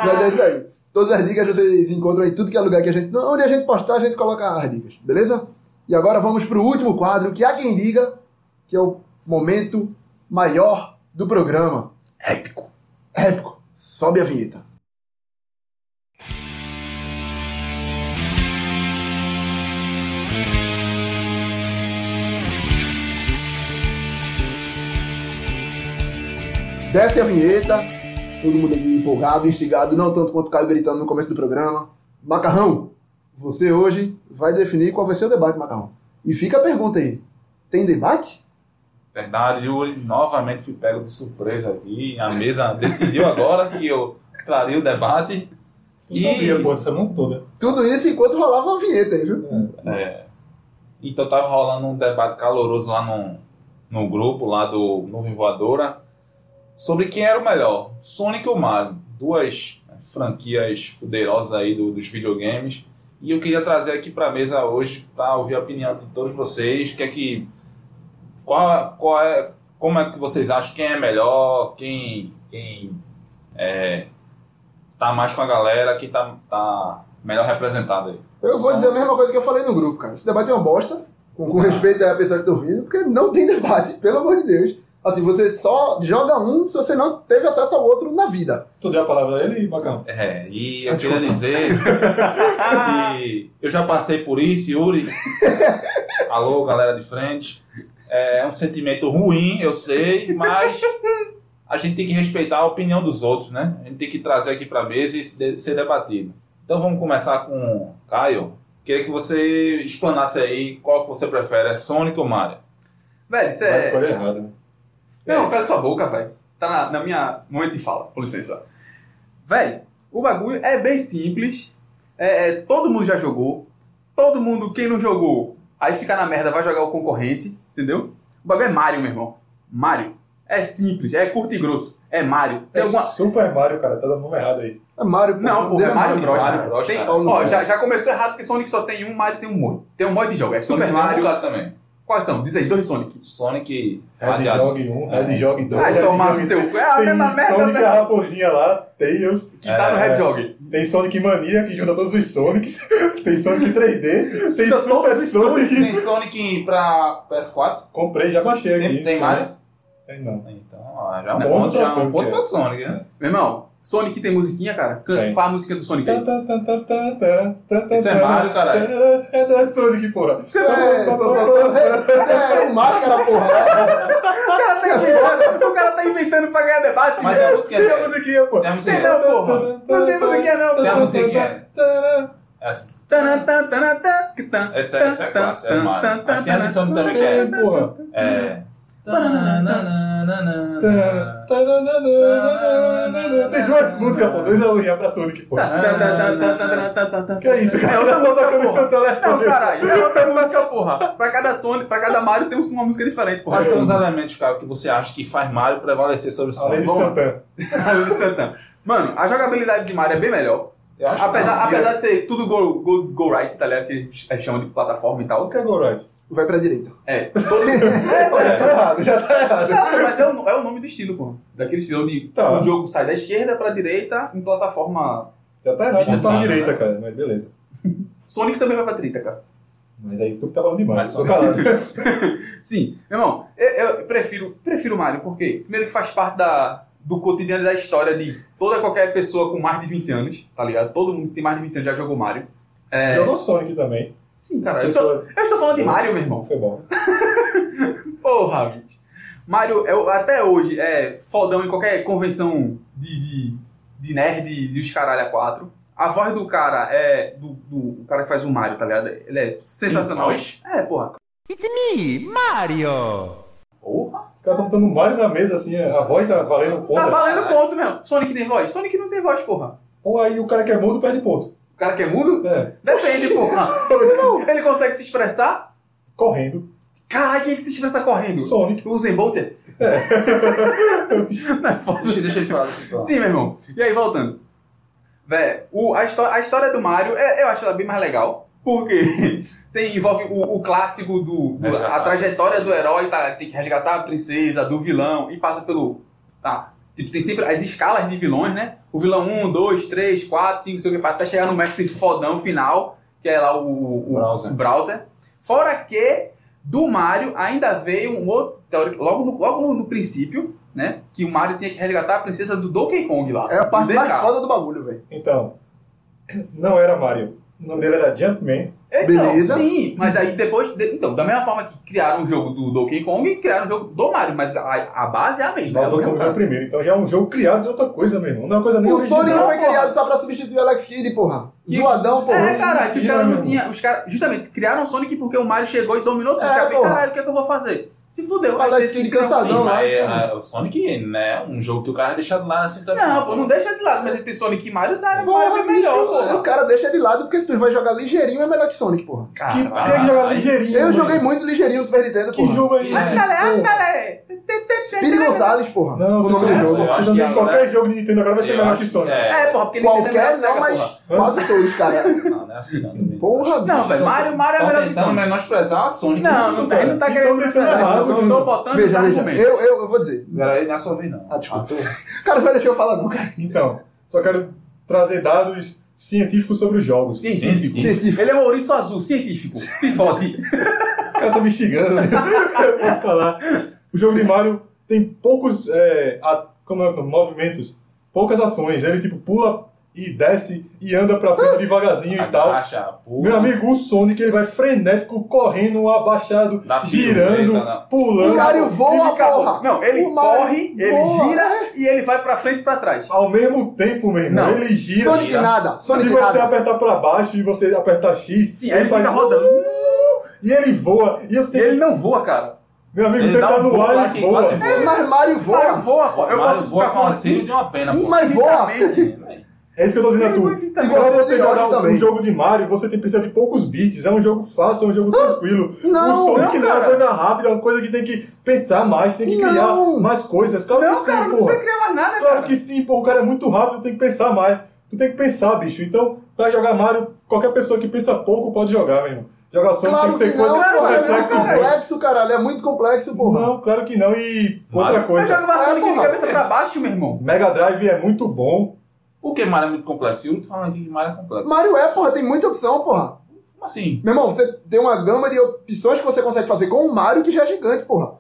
Speaker 3: Mas é isso aí. Todas as dicas vocês encontram em tudo que é lugar que a gente. Onde a gente postar, a gente coloca as dicas, beleza? E agora vamos pro último quadro, que há quem diga que é o momento maior do programa. Épico. Épico. Sobe a vinheta. Desce a vinheta. Todo mundo aqui empolgado, instigado, não tanto quanto o Caio gritando no começo do programa. Macarrão, você hoje vai definir qual vai ser o debate, Macarrão. E fica a pergunta aí: tem debate?
Speaker 4: Verdade, eu novamente fui pego de surpresa aqui. A mesa decidiu agora que eu trarei o debate.
Speaker 1: Tu sabia, pô, essa mão toda.
Speaker 3: Tudo isso enquanto rolava a vinheta aí, viu?
Speaker 4: É, então tava rolando um debate caloroso lá no, no grupo, lá do Nuvem Voadora, sobre quem era o melhor, Sonic ou Mario, duas né, franquias fuderosas aí do- dos videogames. E eu queria trazer aqui pra mesa hoje pra ouvir a opinião de todos vocês, que é que qual, qual é, como é que vocês acham quem é melhor, quem quem é, tá mais com a galera, quem tá, tá melhor representado aí.
Speaker 3: Eu vou
Speaker 4: Só-
Speaker 3: dizer a mesma coisa que eu falei no grupo, cara. Esse debate é uma bosta. Com, com respeito à pessoa que tá ouvindo, porque não tem debate, pelo amor de Deus. Assim, você só joga um se você não teve acesso ao outro na vida.
Speaker 1: Tu deu a palavra a ele, Bacão?
Speaker 4: É, e eu queria dizer que eu já passei por isso, Yuri. Alô, galera de frente. É um sentimento ruim, eu sei, mas a gente tem que respeitar a opinião dos outros, né? A gente tem que trazer aqui para mesa e se de- ser debatido. Então vamos começar com Caio. Queria que você explanasse aí qual que você prefere, é Sonic ou Mario?
Speaker 2: Velho, isso
Speaker 1: Mas
Speaker 2: é.
Speaker 1: escolha errada. né?
Speaker 2: Não, cala sua boca, velho. Tá na, na minha momento de fala, com licença. Velho, o bagulho é bem simples. É, é, todo mundo já jogou. Todo mundo, quem não jogou, aí fica na merda, vai jogar o concorrente, entendeu? O bagulho é Mario, meu irmão. Mario. É simples, é curto e grosso. É Mario. Tem
Speaker 1: É
Speaker 2: alguma.
Speaker 1: Super Mario, cara, tá dando nome errado aí.
Speaker 3: É Mario. pô,
Speaker 2: Não,
Speaker 3: o
Speaker 2: porra,
Speaker 3: dele
Speaker 2: é Mario Bros.
Speaker 4: Mario
Speaker 2: cara.
Speaker 4: Bros,
Speaker 2: Tem-
Speaker 3: cara.
Speaker 2: Ó, já, já começou errado porque Sonic só tem um, Mario tem um monte. Tem um monte de jogo. É Super
Speaker 4: Sonic
Speaker 2: Mario.
Speaker 4: Mario também.
Speaker 2: Quais são? Diz aí, dois Sonic.
Speaker 4: Sonic
Speaker 1: Red
Speaker 4: Radiado.
Speaker 1: Jog 1,
Speaker 2: É.
Speaker 1: Red Jog 2.
Speaker 2: Vai
Speaker 1: Red
Speaker 2: tomar
Speaker 1: Jog
Speaker 2: no teu cu. É a
Speaker 1: Tem
Speaker 2: mesma merda,
Speaker 1: Sonic
Speaker 2: velho.
Speaker 1: a raposinha lá, Tails.
Speaker 2: Que tá no
Speaker 1: É.
Speaker 2: Red Jog.
Speaker 1: Tem Sonic Mania, que junta todos os Sonics. Tem Sonic 3D. Tem
Speaker 2: Junta todos
Speaker 1: Super
Speaker 2: os
Speaker 1: Sonic.
Speaker 4: Tem Sonic pra PS4?
Speaker 1: Comprei, já baixei aqui.
Speaker 4: Tem, tem Mario?
Speaker 1: Tem não.
Speaker 4: Então, ó, já é um
Speaker 1: Não,
Speaker 4: ponto,
Speaker 1: ponto
Speaker 4: já é
Speaker 1: pra
Speaker 4: um
Speaker 1: Sonic,
Speaker 4: ponto
Speaker 1: é.
Speaker 4: pra Sonic, né?
Speaker 2: Meu irmão, Sonic tem musiquinha, cara? Canta,
Speaker 1: Tem.
Speaker 2: Fala a musiquinha do Sonic aí.
Speaker 1: Isso
Speaker 4: Isso é Mario, caralho.
Speaker 1: É da Sonic, porra.
Speaker 3: Isso é,
Speaker 2: tá
Speaker 3: isso é o máscara, porra.
Speaker 2: O cara, tá inventando, o cara tá inventando pra ganhar debate,
Speaker 4: Mas é-
Speaker 2: velho.
Speaker 4: a
Speaker 1: Tem a
Speaker 4: música
Speaker 1: musiquinha, pô.
Speaker 4: é. A música
Speaker 2: Tem não,
Speaker 4: é.
Speaker 2: porra. Não tem musiquinha, não.
Speaker 4: Tem a musiquinha. É assim.
Speaker 2: Tanã, tan, tanã, tan, que tan,
Speaker 4: Essa é- essa é
Speaker 2: tan,
Speaker 4: clássica, é
Speaker 2: tan,
Speaker 4: Mario.
Speaker 2: tan,
Speaker 4: Mas
Speaker 2: tan,
Speaker 4: tem a
Speaker 2: tan,
Speaker 4: lição do também.
Speaker 1: É, porra.
Speaker 4: É.
Speaker 1: Tem duas músicas, pô. Dois alunos já pra Sonic, pô.
Speaker 2: tan, tan, tan, tan, tan, tan, tan, tan, tan.
Speaker 1: Que é isso, cara?
Speaker 2: É outra
Speaker 1: Só
Speaker 2: música,
Speaker 1: tocando
Speaker 2: porra.
Speaker 1: no telefone.
Speaker 2: Não, caralho. É outra música, porra. Pra cada Sonic, pra cada Mario tem uma música diferente, porra.
Speaker 4: Quais são os elementos, cara, que você acha que faz Mario prevalecer sobre o
Speaker 1: Além
Speaker 4: Sonic?
Speaker 1: dos cantando.
Speaker 2: Além do Tantan. Mano, a jogabilidade de Mario é bem melhor.
Speaker 4: Eu acho que é.
Speaker 2: Apesar,
Speaker 4: não.
Speaker 2: apesar de ser tudo go, go, go right, tá ligado? Que eles chamam de plataforma e tal.
Speaker 1: O que é Gorod?
Speaker 3: Vai pra direita.
Speaker 2: É, todo é,
Speaker 1: Tá
Speaker 2: sério.
Speaker 1: errado, já tá errado.
Speaker 2: Não, mas é o, é o nome do estilo, pô. Daquele estilo onde
Speaker 1: Tá.
Speaker 2: o jogo sai da esquerda pra direita em plataforma.
Speaker 1: Já tá errado, já tá
Speaker 4: Tá,
Speaker 1: à
Speaker 4: né?
Speaker 1: direita, cara. Mas beleza.
Speaker 2: Sonic também vai pra direita, cara.
Speaker 1: Mas aí tu que tá falando demais.
Speaker 4: Mas
Speaker 1: Tô calado.
Speaker 2: Sim, meu irmão, eu, eu prefiro, prefiro Mario, por quê? Primeiro que faz parte da, do cotidiano da história de toda qualquer pessoa com mais de 20 anos, tá ligado? Todo mundo que tem mais de 20 anos já jogou Mario. É,
Speaker 1: Jogou Sonic também.
Speaker 2: Sim, cara, eu, tô, eu estou falando de Mario, meu irmão.
Speaker 1: Foi bom.
Speaker 2: Porra, bicho. Mario, eu, até hoje, é fodão em qualquer convenção de, de, de nerd e os caralho a quatro. A voz do cara é. Do, do- o cara que faz o Mario, tá ligado? Ele é sensacional.
Speaker 4: voz?
Speaker 2: É, porra.
Speaker 4: Porra.
Speaker 1: Os caras estão botando Mario na mesa, assim, a voz tá valendo ponto.
Speaker 2: Tá valendo ponto mesmo. Sonic tem voz? Sonic não tem voz, porra.
Speaker 1: Ou aí o cara que é mudo perde ponto.
Speaker 2: O cara que é mudo?
Speaker 1: É.
Speaker 2: Depende, porra. Ele consegue se expressar?
Speaker 1: Correndo.
Speaker 2: Caralho, quem é que se expressa correndo?
Speaker 1: Sonic.
Speaker 2: O Usain Bolt? É. não é foda.
Speaker 4: Deixa, deixa eu te falar isso só.
Speaker 2: Sim, meu irmão. E aí, voltando. Véi, o- a, histó- a história do Mario, é- eu acho ela bem mais legal. Porque tem, envolve o, o clássico do. do-
Speaker 4: Resgatar
Speaker 2: a
Speaker 4: a
Speaker 2: trajetória do herói, tá, tem que resgatar a princesa, do vilão, e passa pelo. Tá, tipo, tem sempre as escalas de vilões, né? O vilão 1, 2, 3, 4, 5, 6, até chegar no mestre fodão final, que é lá o, o,
Speaker 4: Bowser.
Speaker 2: o um Browser. Fora que do Mario ainda veio um outro. teórico- Logo no, logo no- no princípio, né? Que o Mario tinha que resgatar a princesa do Donkey Kong lá.
Speaker 3: É a parte
Speaker 2: do
Speaker 3: mais
Speaker 2: DK.
Speaker 3: foda do bagulho, velho.
Speaker 1: Então, não era Mario. O nome dele era Jumpman.
Speaker 2: Então,
Speaker 3: Beleza.
Speaker 2: Sim, mas aí depois. de- então, da mesma forma que criaram o jogo do Donkey Kong, criaram o jogo do Mario, mas a, a base é a mesma.
Speaker 1: Mas o Donkey Kong foi o primeiro. Então já é um jogo criado de outra coisa, meu irmão. Não é uma coisa nem
Speaker 3: O Sonic não
Speaker 1: original.
Speaker 3: foi criado só pra substituir o Alex Kidd, porra. Zoadão,
Speaker 2: É,
Speaker 3: porra.
Speaker 2: cara, que os caras não
Speaker 1: Não.
Speaker 2: tinham. Os caras, justamente, criaram o Sonic porque o Mario chegou e dominou tudo.
Speaker 3: É,
Speaker 2: os caras falaram,
Speaker 3: porra.
Speaker 2: caralho, o que é que eu vou fazer? Se fudeu.
Speaker 3: Mas
Speaker 2: aí
Speaker 3: aí
Speaker 2: teve que
Speaker 3: fica
Speaker 2: criar um
Speaker 3: cansadão,
Speaker 2: filme.
Speaker 4: Sim, mas
Speaker 3: Não,
Speaker 4: é, o Sonic, né? é Um jogo que o cara é deixado lá na cinta.
Speaker 2: Não, pô, não deixa de lado, mas entre Sonic e Mario, sabe? Mario
Speaker 3: Porra,
Speaker 2: é melhor,
Speaker 3: bicho. O
Speaker 2: porra.
Speaker 3: cara deixa de lado porque se tu vai jogar ligeirinho é melhor que Sonic, porra.
Speaker 1: Que
Speaker 2: Cara,
Speaker 1: tem que jogar
Speaker 4: Ah, aí-
Speaker 1: ligeirinho.
Speaker 3: Eu
Speaker 1: mano.
Speaker 3: joguei muito ligeirinho no Super Nintendo,
Speaker 1: Que
Speaker 3: porra.
Speaker 1: jogo é
Speaker 2: Mas,
Speaker 1: esse?
Speaker 2: galera,
Speaker 1: Porra.
Speaker 2: galera, tem- tem- tem- tem-
Speaker 3: Speed Gonzalez, porra.
Speaker 1: Não,
Speaker 3: o nome
Speaker 1: você
Speaker 3: do
Speaker 1: tá-
Speaker 3: jogo.
Speaker 4: Eu acho
Speaker 1: Eu
Speaker 4: que
Speaker 1: joguei
Speaker 4: agora-
Speaker 1: qualquer jogo de Nintendo agora vai ser
Speaker 4: Eu
Speaker 1: melhor
Speaker 4: acho
Speaker 1: que Sonic.
Speaker 2: É, porra, porque ele
Speaker 3: Qualquer
Speaker 2: Nintendo é
Speaker 3: não,
Speaker 2: Sega,
Speaker 3: mas
Speaker 2: porra.
Speaker 3: quase todos, cara.
Speaker 4: Não, não é assim não. também. Então,
Speaker 3: Porra,
Speaker 2: Não,
Speaker 3: bicho.
Speaker 2: velho, Mario, Mario é melhor
Speaker 4: Estão
Speaker 2: que
Speaker 4: tentando
Speaker 2: Sonic.
Speaker 4: menosprezar a Sonic.
Speaker 2: Não, não, tá, ele não tá
Speaker 1: Então,
Speaker 2: querendo
Speaker 1: tá
Speaker 2: me enfrentar.
Speaker 1: errado,
Speaker 2: Eu
Speaker 1: Júnior.
Speaker 2: tô botando os
Speaker 3: Veja, veja.
Speaker 2: argumentos.
Speaker 3: Eu, eu, eu vou dizer.
Speaker 4: Galera, aí não é sua vez, não.
Speaker 2: Tá
Speaker 3: Ah, desculpa. O cara não vai deixar eu falar, não, cara.
Speaker 1: Então, só quero trazer dados científicos sobre os jogos.
Speaker 2: Científico.
Speaker 3: Científico.
Speaker 2: Ele é um ouriço azul, científico. Se fode.
Speaker 1: O cara tá me xingando, né? Eu posso falar. O jogo de Mario tem poucos é, a- como é, o nome? movimentos, poucas ações. Ele, tipo, pula e desce e anda pra frente devagarzinho
Speaker 4: Ah,
Speaker 2: Então,
Speaker 1: e tal.
Speaker 4: Agacha, pula.
Speaker 1: Meu amigo, o Sonic, ele vai frenético, correndo, abaixado,
Speaker 4: Dá
Speaker 1: girando,
Speaker 4: piruleta, não.
Speaker 1: pulando.
Speaker 3: um O Mario voa, porra!
Speaker 2: Não, ele
Speaker 3: O Mario
Speaker 2: corre, ele
Speaker 3: voa.
Speaker 2: gira e ele vai pra frente e pra trás.
Speaker 1: Ao mesmo tempo, meu irmão,
Speaker 2: Não.
Speaker 1: ele gira.
Speaker 3: Sonic nada,
Speaker 1: Se
Speaker 3: Sonic
Speaker 1: você
Speaker 3: nada.
Speaker 1: apertar pra baixo e você apertar X, uh,
Speaker 2: Sim, ele fica rodando.
Speaker 1: E ele voa. E
Speaker 2: E
Speaker 1: assim,
Speaker 2: ele não voa, cara.
Speaker 1: meu amigo,
Speaker 4: Ele
Speaker 1: você
Speaker 4: dá
Speaker 1: tá
Speaker 4: um
Speaker 1: no
Speaker 4: pulo lá
Speaker 1: ar
Speaker 4: que
Speaker 1: e voa.
Speaker 4: quase voa.
Speaker 3: Mas Mario
Speaker 2: Cara,
Speaker 3: voa!
Speaker 2: voa, pô. Eu
Speaker 4: Mas
Speaker 2: posso
Speaker 4: voa
Speaker 2: ficar
Speaker 4: com um
Speaker 2: falando
Speaker 4: auxílio de
Speaker 2: assim.
Speaker 4: uma pena, pô.
Speaker 3: Mas voa!
Speaker 2: infinitamente.
Speaker 1: É isso que eu tô dizendo a tu.
Speaker 2: Ele foi
Speaker 1: Quando
Speaker 3: infinitamente.
Speaker 1: você joga um,
Speaker 3: também.
Speaker 1: um jogo de Mario, você tem, precisa de poucos beats. É um jogo fácil, é um jogo tranquilo.
Speaker 3: Ah, não,
Speaker 1: o Sonic
Speaker 2: não,
Speaker 1: não, é uma
Speaker 2: cara.
Speaker 1: coisa rápida, é uma coisa que tem que pensar mais, tem que criar
Speaker 3: Não.
Speaker 1: mais coisas. Claro que
Speaker 2: Não,
Speaker 1: sim,
Speaker 2: cara, não
Speaker 1: porra.
Speaker 2: precisa criar mais nada,
Speaker 1: Claro
Speaker 2: cara.
Speaker 1: que sim, pô, o cara é muito rápido, tem que pensar mais. Tu tem que pensar, bicho. Então, pra jogar Mario, qualquer pessoa que pensa pouco pode jogar, meu irmão. Jogar Sonic
Speaker 3: Claro
Speaker 1: tem
Speaker 3: que
Speaker 1: que ser
Speaker 3: não,
Speaker 1: quanto
Speaker 3: porra, é muito
Speaker 1: reflexo bom.
Speaker 3: complexo, caralho, é muito complexo, porra.
Speaker 1: Não, claro que não. E
Speaker 4: Mario?
Speaker 1: outra
Speaker 2: Mas
Speaker 1: coisa,
Speaker 2: joga uma
Speaker 3: É,
Speaker 2: Sonic de
Speaker 3: porra.
Speaker 2: cabeça pra baixo, meu irmão.
Speaker 1: Mega Drive é muito bom.
Speaker 4: Por que Mario é muito complexo? Eu tô falando aqui que Mario é complexo.
Speaker 3: Mario é, porra, tem muita opção, porra.
Speaker 4: Como assim?
Speaker 3: Meu irmão, você tem uma gama de opções que você consegue fazer com o Mario que já é gigante, porra.